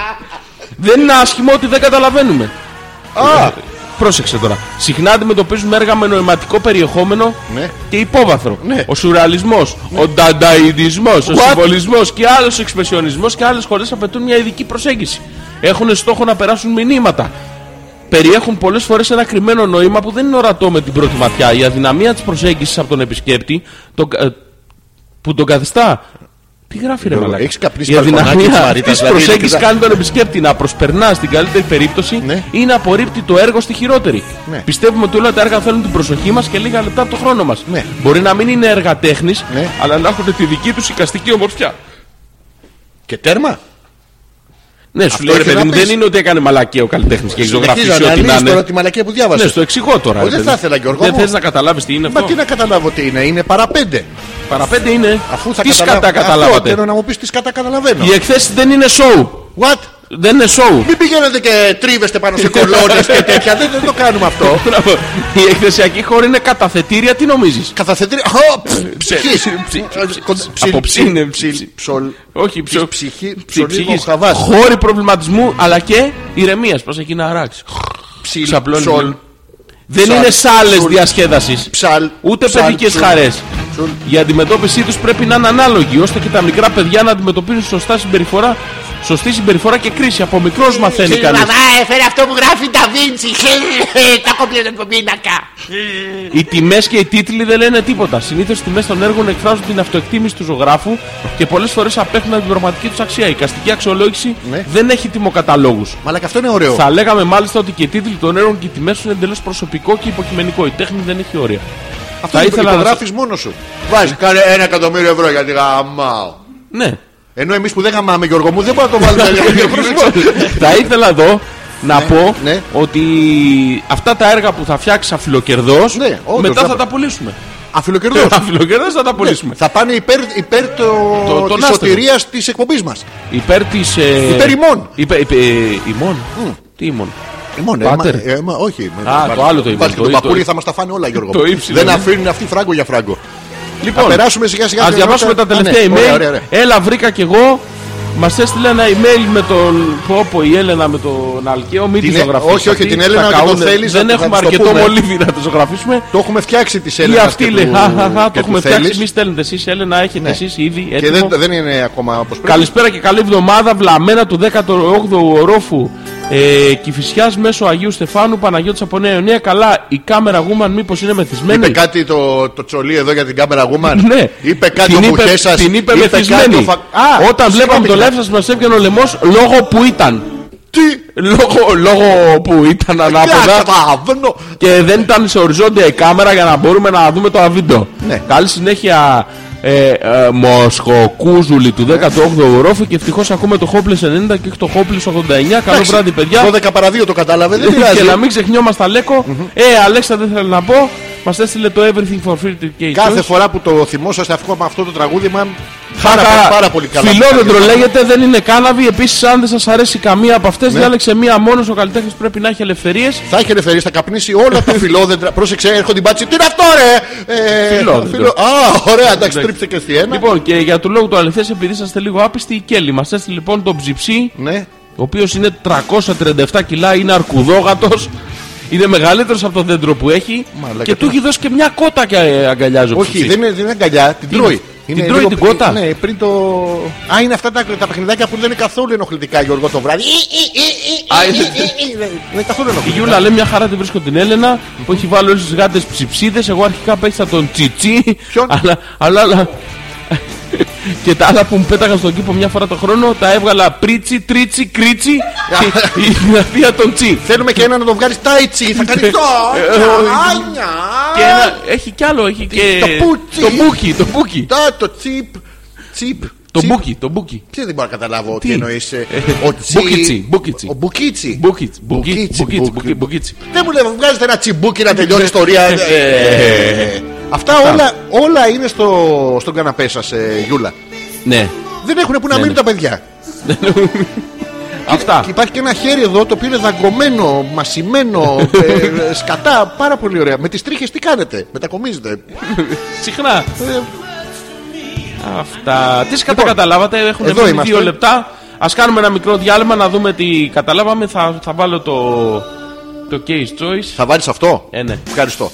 Δεν είναι άσχημο ότι δεν καταλαβαίνουμε. Ε,
Α,
Πρόσεξε τώρα. Συχνά αντιμετωπίζουμε έργα με νοηματικό περιεχόμενο
Ναι.
και υπόβαθρο.
Ναι.
Ο σουραλισμό, ο ντανταϊδισμό, ο συμβολισμός και άλλος εξπεσιονισμό και άλλες χώρες απαιτούν μια ειδική προσέγγιση. Έχουν στόχο να περάσουν μηνύματα. Περιέχουν πολλές φορές ένα κρυμμένο νόημα που δεν είναι ορατό με την πρώτη ματιά. Η αδυναμία της προσέγγισης από τον επισκέπτη τον κα- ε, που τον καθιστά. Τι γράφει ρε
Γιώργο,
Μαλάκα.
έχεις καπνίσει
Η
μπαλκονάκι της
αδυναμία
Μαρίτας,
της
δηλαδή,
προσέγγισης
ειλικρινά.
κάνει τον επισκέπτη να προσπερνά στην καλύτερη περίπτωση
Ναι.
ή να απορρίπτει το έργο στη χειρότερη.
Ναι.
Πιστεύουμε ότι όλα τα έργα θέλουν την προσοχή μας και λίγα λεπτά από το χρόνο μας.
Ναι.
Μπορεί να μην είναι έργα τέχνης,
Ναι.
αλλά να έχουν τη δική τους οικαστική ομορφιά.
και τέρμα.
Ναι, σου λέει ρε
είχε
παιδί
να
μου,
πεις.
δεν είναι ότι έκανε μαλακία ο καλλιτέχνης και έχει ζωγραφίσει
Συνεχίζω να
ό,τι να
αναλύεις
είναι.
τώρα τη μαλακία που
Ναι,
διάβασες.
στο εξηγώ τώρα.
Όχι,
ρε
δεν
παιδί
θα
μου.
ήθελα, Γιώργο
Δεν
μου.
θες να καταλάβεις τι είναι
Μα
αυτό.
τι να καταλάβω τι είναι, είναι παραπέντε.
Παραπέντε είναι.
Αφού θα
τι
καταλάβω-
σκατά
Αυτό,
καταλάβατε.
θέλω να μου πεις τι σκατά καταλαβαίνω.
Οι εκθέσεις δεν είναι show.
What?
Δεν είναι show.
Μην πηγαίνετε και τρίβεστε πάνω σε κολόνες και τέτοια. Δεν, δεν το κάνουμε αυτό.
Η εκθεσιακή χώρα είναι καταθετήρια, τι νομίζεις.
Καθαθετήρια. Ψυχή.
Από ψήνε, ψήλ. Όχι, ψω-
Ψυχή.
ψη-
Ψυχή.
ψυχής. Χώροι προβληματισμού αλλά και ηρεμίας. Πώ εκεί να αράξεις. Ξαπλώνεις.
Ψολ.
Δεν
ψαλ,
είναι σάλες
ψουλ,
διασκέδασης.
ψαλ,
Ούτε
ψαλ,
παιδικές
ψουλ,
χαρές.
ψουλ.
Η αντιμετώπιση τους πρέπει να είναι ανάλογη ώστε και τα μικρά παιδιά να αντιμετωπίζουν σωστά συμπεριφορά, σωστή συμπεριφορά και κρίση. Από μικρός μαθαίνει κανεί.
Μαμά, έφερε αυτό που γράφει τα Βίντσι. Τα κοπεί τον πίνακα.
Οι τιμές και οι τίτλοι δεν λένε τίποτα. Συνήθως οι τιμές των έργων εκφράζουν την αυτοεκτίμηση του ζωγράφου και πολλές φορές απέχουν από την πραγματική τους αξία. Η καστική αξιολόγηση
Ναι.
δεν έχει τιμοκαταλόγους.
Μαλά και αυτό είναι ωραίο.
Θα λέγαμε μάλιστα ότι και οι τίτλοι των έργων και οι τιμές είναι εντελώς προσωπικό και υποκειμενικό. Η τέχνη δεν έχει όρια.
Αυτό
θα ήθελα να
γράφει μόνος σου. Βάζεις κάνε ένα εκατομμύριο ευρώ γιατί γαμάω.
Ναι.
Ενώ εμείς που δεν γαμάμε, Γιώργο μου, δεν μπορούμε να το βάλουμε. για προσβόλη.
θα ήθελα εδώ να πω
ναι.
ότι αυτά τα έργα που θα φτιάξει αφιλοκερδός
Ναι, όντως, Ναι.
μετά θα
θα-
τα πουλήσουμε.
Αφιλοκερδός.
Αφιλοκερδός θα τα πουλήσουμε.
Θα πάνε υπέρ, υπέρ το,
Το- τον
της
άστρο.
σωτηρίας της εκπομπής μας
Υπέρ της. Ε...
Υπέρ ημών.
Υπέρ, υπέρ, ε, ημών. Τι ημών.
Ημών, ε,
Πάτερ.
μα- ε, μα- όχι με-
Α,
βάζ-
το άλλο το ημών,
βάζ και
το
τον
ή- το
παππούλι
ή-
θα μας τα φάνε όλα Γιώργο
το
μου.
ύψιλο,
Δεν
ναι.
αφήνουν αυτοί φράγκο για φράγκο
Λοιπόν,
Θα περάσουμε σιγά σιγά
Ας
στην
διαβάσουμε τα
ενότητα.
τελευταία
Α, ναι,
email.
ωραία, ωραία, ωραία.
Έλα, βρήκα κι εγώ. Μας έστειλε ένα email με τον Πόπο η Έλενα με τον Αλκαίο. Μην τη
Την ε-
ζωγραφίσουμε.
όχι, όχι,
αυτή,
την Έλενα
θα
ότι το
καούνε.
θέλεις,
Δεν
θα- θα
έχουμε
της το
αρκετό
πούμε.
μολύβι να το ζωγραφίσουμε.
Το έχουμε φτιάξει τις
Ή
Έλενας
αυτή
και
λέει,
του-
χαχαχα,
και
το
του
έχουμε φτιάξει.
θέλεις.
Μη στέλνετε εσείς, Έλενα, έχετε
Ναι.
εσείς ήδη
Και δεν,
έτοιμο.
δεν είναι ακόμα όπως πρέπει
Ε, Καλησπέρα και καλή εβδομάδα. Βλαμμένα του 18ου ορόφου ε, Κυφυσιάς μέσω Αγίου Στεφάνου, Παναγιώτης από Νέα Ιωνία. Καλά, η κάμερα γούμαν μήπως είναι
Είπε
μεθυσμένη.
κάτι το, το τσολί εδώ για την κάμερα γούμαν
Ναι.
Είπε κάτι ο
την είπε,
Μπουχέσας
την είπε
Είπε κάτι ο
μεθυσμένη.
Φα- Α,
Όταν
συγγνώμη,
βλέπαμε το
ναι.
live σας μας έβγαινε ο λαιμός λόγω που ήταν.
Τι
Λόγω, λόγω που ήταν ανάποδα.
Καταλαβαίνω.
και δεν ήταν σε οριζόντια η κάμερα για να μπορούμε να δούμε το βίντεο.
Ναι.
Καλή συνέχεια ε, ε, Μοσχοκούζουλη του
Ναι.
18ου ορόφου και ευτυχώς ακούμε το Hopeless 90 και όχι το Hopeless 89. Καλό
Εντάξει,
βράδυ, παιδιά.
12 παρα 2 το κατάλαβε, δεν
και
πειράζει.
να μην ξεχνιόμαστε, Αλέκο. Ε, Αλέξα, δεν θέλω να πω. Μας έστειλε το Everything for Free Turkey.
Κάθε φορά που το θυμόσαστε αυτό, αυτό το τραγούδι, μα
Πάρα,
πάρα, πάρα πολύ καλά.
Φιλόδεντρο λέγεται, δεν είναι κάναβη. Επίσης, αν δεν σας αρέσει καμία από
Ναι.
αυτέ, διάλεξε μία μόνος. Ο καλλιτέχνης πρέπει να έχει ελευθερίες.
Θα έχει ελευθερία, θα καπνίσει όλα τα φιλόδεντρα. Πρόσεξε, έρχονται την μπάτση. Τι είναι αυτό, ρε! Ε,
Φιλόδεντρο.
φιλο- Α, ωραία, εντάξει, τρίψε και στη ένα.
Λοιπόν, και για του λόγου του αληθές, επειδή είσαστε λίγο άπιστοι, η Κέλλη μας έστειλε λοιπόν τον ψιψί,
Ναι.
ο οποίος είναι 337 κιλά, είναι αρκουδόγατος, είναι μεγαλύτερος από το δέντρο που έχει
Μαλάκα,
και του
τώρα.
έχει δώσει και μια κότα και ε, αγκαλιάζει ο
Όχι,
ψιψής.
δεν είναι, δεν είναι αγκαλιά, την
Τι είναι
τρώει.
αυτό?
Είναι
τρώει
λίγο
την
πριν-
κότα.
Ναι, πριν το. Α, είναι αυτά τα, τα παιχνιδάκια που δεν είναι καθόλου ενοχλητικά, Γιώργο, το βράδυ. Ε, Ι, ι, ι, ι,
Α,
ι,
είναι-
ι, ι, ι, ε, δεν- δεν Είναι καθόλου
Η
ενοχλητικά.
Γιούλα λέει μια χαρά τη βρίσκω την Έλενα που έχει βάλει όλες τις γάτες ψιψίδες. Εγώ αρχικά παίξα τον Τσιτσί.
Ποιον?
Αλλά, αλλά, αλλά- και τα άλλα που μου πέταγαν στον κήπο μια φορά το χρόνο τα έβγαλα πρίτσι, τρίτσι, κρίτσι και η δυνατία των Τσι.
Θέλουμε και ένα να το βγάλεις τάιτσι, θα κάνει
Ναι.
το.
Ε,
Νιάνια,
Και ένα, έχει κι άλλο, έχει και.
Το πουτσι.
Το μπούκι, το μπούκι.
τα, Το τσιπ. Τσιπ.
Το
τσιπ.
μπούκι, το μπούκι.
Τι δεν μπορώ να καταλάβω
Τι?
τι εννοείς.
Ε,
Ο τσι.
μπουκίτσι, μπουκίτσι.
Ο μπουκίτσι.
Μπούκιτσι, μπούκι,
Μπουκίτσι,
μπούκιτσι, μπούκι, μπούκιτσι.
Δεν μου λέει, βγάζετε ένα τσιμπούκι να τελειώνει η ιστορία. Ε, Αυτά όλα, όλα είναι στο, στον καναπέ σας, Γιούλα.
Ναι.
Δεν έχουν που να μείνουν τα παιδιά.
Αυτά.
Και υπάρχει και ένα χέρι εδώ το οποίο είναι δαγκωμένο, μασημένο, ε, σκατά, πάρα πολύ ωραία. Με τις τρίχες τι κάνετε, μετακομίζετε.
Συχνά.
Ε,
Αυτά. Τι κατά καταλάβατε, έχουν
Λοιπόν, εδώ
μείνει
είμαστε.
δύο λεπτά. Ας κάνουμε ένα μικρό διάλειμμα να δούμε τι καταλάβαμε. Θα, θα βάλω το, το case choice.
θα βάλεις αυτό.
Ε, ναι.
Ευχαριστώ.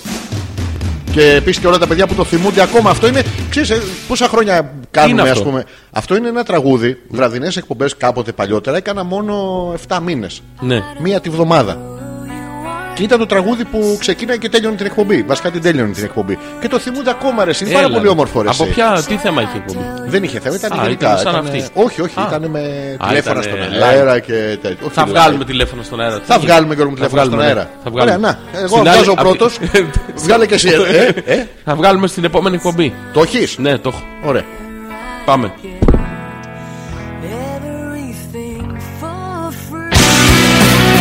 Και επίσης και όλα τα παιδιά που το θυμούνται ακόμα. Αυτό είναι. Ξέρεις, ε, πόσα χρόνια κάνουμε,
είναι
ας
αυτό?
πούμε. Αυτό είναι ένα τραγούδι. Βραδινές εκπομπές κάποτε παλιότερα έκανα μόνο 7 μήνες.
Ναι.
Μία τη βδομάδα. Και ήταν το τραγούδι που ξεκίνησε και τέλειωνε την εκπομπή. Βασικά την τέλειωνε την εκπομπή. Και το θυμούνται ακόμα ρε. εσύ. Είναι πάρα
Έλα,
πολύ
ρε.
όμορφο ρε.
Από
εσύ.
ποια, τι θέμα είχε εκπομπή.
Δεν είχε θέμα, ήταν
Α,
γενικά.
ήταν σαν
ήτανε-
αυτή.
Όχι, όχι,
Α.
ήταν με
Α,
τηλέφωνα
ήτανε
στον
live.
αέρα και τέτοιο. Όχι
Θα
live.
βγάλουμε τηλέφωνο στον αέρα.
Θα βγάλουμε και τηλέφωνα στον
βγάλουμε, ναι.
αέρα.
Θα βγάλουμε.
Ωραία, να. Εγώ
Στην άλλη-
βγάζω
απ' τη-
πρώτο. Βγάλε και εσύ. ε, ε, ε,
Θα βγάλουμε στην επόμενη εκπομπή.
Το έχεις.
Ναι, το έχω.
Ωραία.
Πάμε.
Everything for free.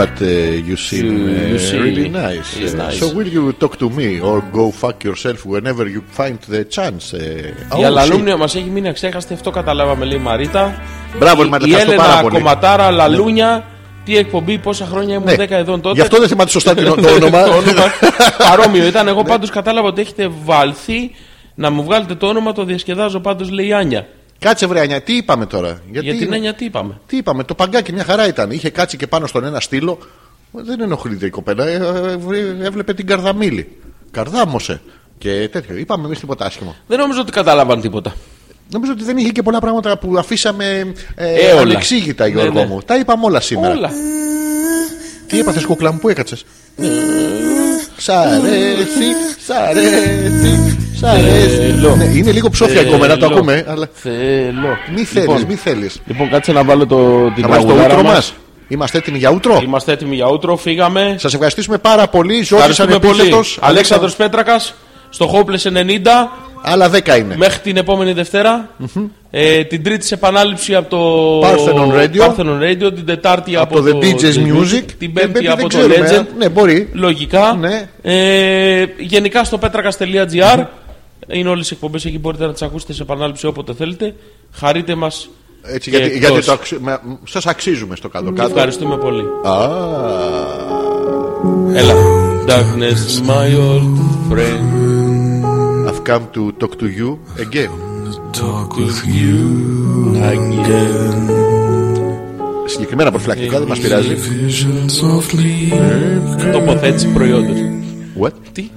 But uh, you seem uh,
you seem
really nice.
is
Uh,
nice.
So will you talk to me or go fuck yourself whenever you find the chance? Uh, oh,
Η
shit.
αλαλούμνια μας έχει μείνει αξέχαστη, αυτό καταλάβαμε λέει η Μαρίτα.
Μπράβο,
Η-
Μαρίτα,
Η
ευχαριστώ πάρα
Έλενα
πολύ.
Κομματάρα Λαλούνια τι εκπομπή, πόσα χρόνια ήμουν
Ναι.
10 εδών τότε.
Γι' αυτό δεν θυμάται σωστά το, το όνομα. Ναι.
Παρόμοιο ήταν. Εγώ πάντως κατάλαβα ότι έχετε βάλθει να μου βγάλετε το όνομα, το διασκεδάζω πάντως, λέει η Άνια.
Κάτσε βρε Άνια, τι είπαμε τώρα. Γιατί,
Για την Άνια τι είπαμε.
Τι είπαμε, το παγκάκι μια χαρά ήταν. Είχε κάτσει και πάνω στον ένα στήλο. Δεν ενοχλείται η κοπέλα. Ε, ε, βρε- Έβλεπε την καρδαμίλη. Καρδάμωσε. Και τέτοιο. Είπαμε εμείς τίποτα άσχημο.
Δεν νομίζω ότι κατάλαβαν τίποτα.
Νομίζω ότι δεν είχε και πολλά πράγματα που αφήσαμε ε,
Ε, όλα.
ανεξήγητα,
Ναι,
Γιώργο
ναι.
μου. Τα είπαμε όλα σήμερα.
Όλα.
Τι έπαθες, κούκλα μου, πού έκατσες. Σ' αρέσει, σ' αρέσει, σ' αρέσει.
Θέλω.
Ναι, είναι λίγο ψόφια
Θέλω.
ακόμα, να το ακούμε. Αλλά
Θέλω.
Ναι. μη θέλεις, μη θέλεις.
Λοιπόν, κάτσε να βάλω το, την
Θα βάλεις το
τραγουδάρα
ούτρο μας.
μας.
Είμαστε έτοιμοι για ούτρο.
Είμαστε έτοιμοι για ούτρο, φύγαμε.
Σας ευχαριστήσουμε πάρα πολύ. Ζόρι
Ευχαριστούμε πολύ.
ανεπίθετος.
Αλέξανδρος Πέτρακας, στο Hopeless 90,
Άλλα 10 είναι.
μέχρι την επόμενη Δευτέρα. Ε, την τρίτη σε επανάληψη από το
Parthenon Radio.
Parthenon Radio, την τετάρτη από,
Από το The DJ's
The
Music.
την
Και
πέμπτη
δεν
από το
ξέρουμε,
Legend.
ε. Ναι, μπορεί.
Λογικά.
Ναι.
Ε, γενικά στο petrakas.gr είναι όλες οι εκπομπές εκεί, μπορείτε να τις ακούσετε σε επανάληψη όποτε θέλετε. Χαρείτε μας.
Έτσι,
και
γιατί,
εκτός.
γιατί το αξι... σας αξίζουμε στο κάτω-κάτω.
Ευχαριστούμε πολύ.
Α.
Έλα. Darkness, my old friend.
I've come to talk to you again. Συγκεκριμένα προφυλακτικά δεν μας πειράζει.
Τοποθέτηση προϊόντος.
What?
Τι?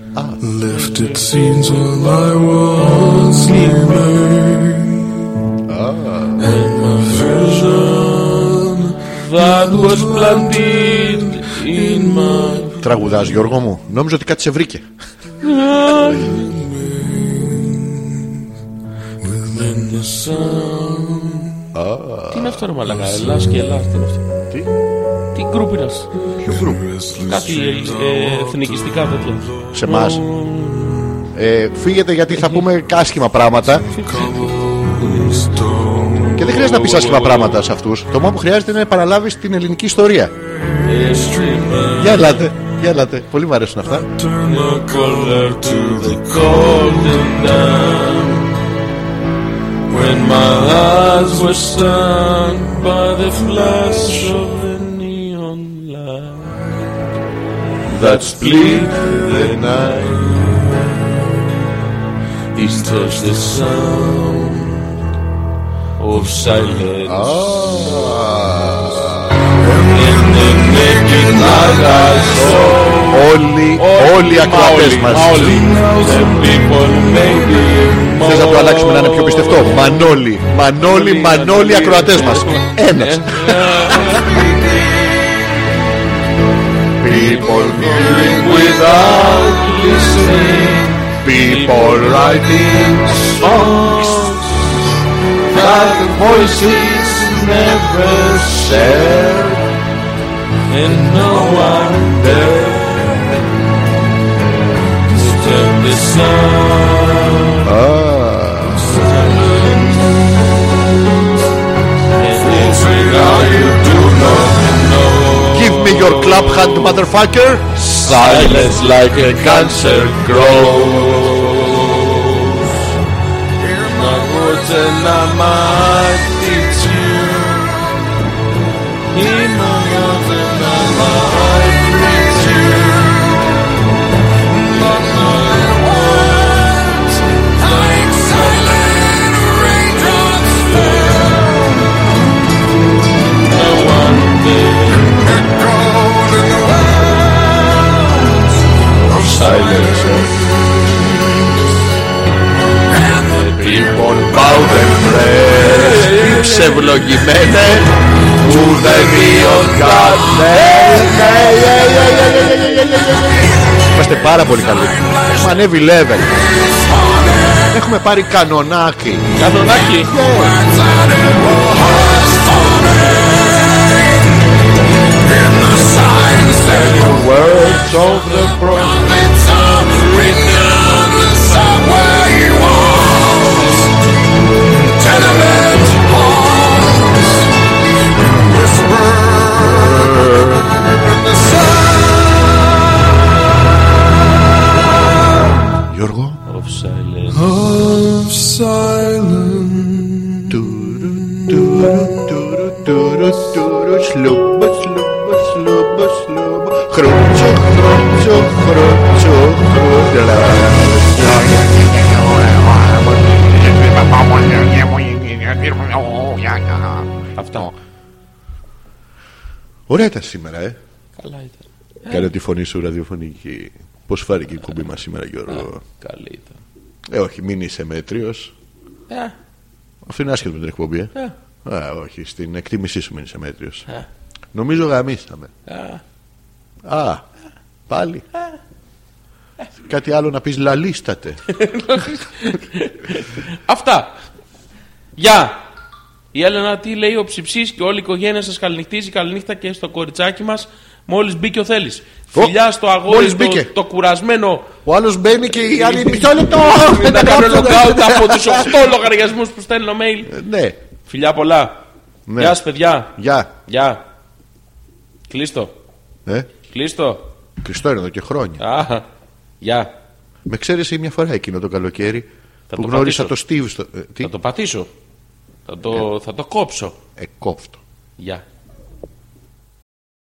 That was planted in my
Τραγουδάς Γιώργο μου. Νόμιζα ότι κάτι σε βρήκε.
Τι είναι αυτό ρε μαλακά, Ελλάς και Ελλάς, τι είναι αυτό.
Τι?
Τι γκρουπ είναι αυτό. Κάτι ε, ε, εθνικιστικά τέτοια.
Σε εμάς. Ε, φύγετε γιατί θα πούμε άσχημα πράγματα. Και δεν χρειάζεται να πεις άσχημα πράγματα σε αυτούς. Το μόνο που χρειάζεται είναι να παραλάβεις την ελληνική ιστορία.
Ε,
Για ελάτε. Για ελάτε. Πολύ μου αρέσουν αυτά.
When my eyes were stunned by the flash of the neon light That split the night This touched the sound of silence In the naked light I saw
Όλοι, όλοι οι ακροατές
Μα
μας.
όλοι. The people may be more.
Θες να το αλλάξουμε να είναι πιο πιστευτό. Μανώλη, Μανώλη, Μανώλη, Ε, οι ακροατές μας. Ένας. People hearing without listening. People writing songs that voices never share.
And no one there to turn the sound and it's without you do not know.
Give me your clap hand, motherfucker.
Silence like a cancer grows. Hear my words and I might teach you. Hear my words and I might teach you. But my words like silent raindrops fall. I wonder. silence.
Λοιπόν, πάω δεν βρες Ψευλογημένε Που δεν Είμαστε πάρα πολύ καλοί Έχουμε ανέβει level Έχουμε πάρει κανονάκι
Κανονάκι.
Words of the pro- Γιώργο Τουρου, τουρου, τουρου, τουρου, τουρου, σλούμπα, σλούμπα. Τσουχρου, τσουχρου,
Αυτά.
Ωραία ήταν σήμερα, ε. Κάνε τη φωνή σου ραδιοφωνική. Πώς φάρηκε η κουμπί μας σήμερα, Γιώργο.
Καλή ήταν.
Ε, όχι, μην είσαι μέτριος.
Ε,
Αυτό είναι άσχετο με την εκπομπή, ε.
ε,
Α, όχι, στην εκτίμησή σου μην είσαι μέτριος.
Ε.
Νομίζω γαμίσαμε.
ε.
Α, πάλι. Κάτι άλλο να πεις λαλίστατε.
Αυτά. Γεια. Η Έλενα τι λέει ο ψυψής και όλη η οικογένεια σας καληνυχτίζει. Καληνύχτα και στο κοριτσάκι μας. Μόλις μπήκε ο Θέλει.
Ω,
Φιλιά στο αγόρι,
μόλις
το,
μπήκε.
το κουρασμένο.
Ο άλλος μπαίνει και η άλλη μισό λεπτό.
Να κάνω
κάψω,
lockout
ναι.
από τους 8 λογαριασμούς που στέλνω mail.
Ναι,
Φιλιά πολλά.
Ναι.
Γεια σας, παιδιά.
γεια.
Γεια. Κλείστο.
Ε,
Κλείστο.
Χριστό είναι εδώ και χρόνια.
Α, γεια.
Με ξέρεις μια φορά εκείνο το καλοκαίρι
Θα
που
το
γνώρισα
πατήσω.
το Steve στο... ε, Τι, Ε.
Θα το πατήσω. Θα το, θα το κόψω.
εκόφτω.
Γεια.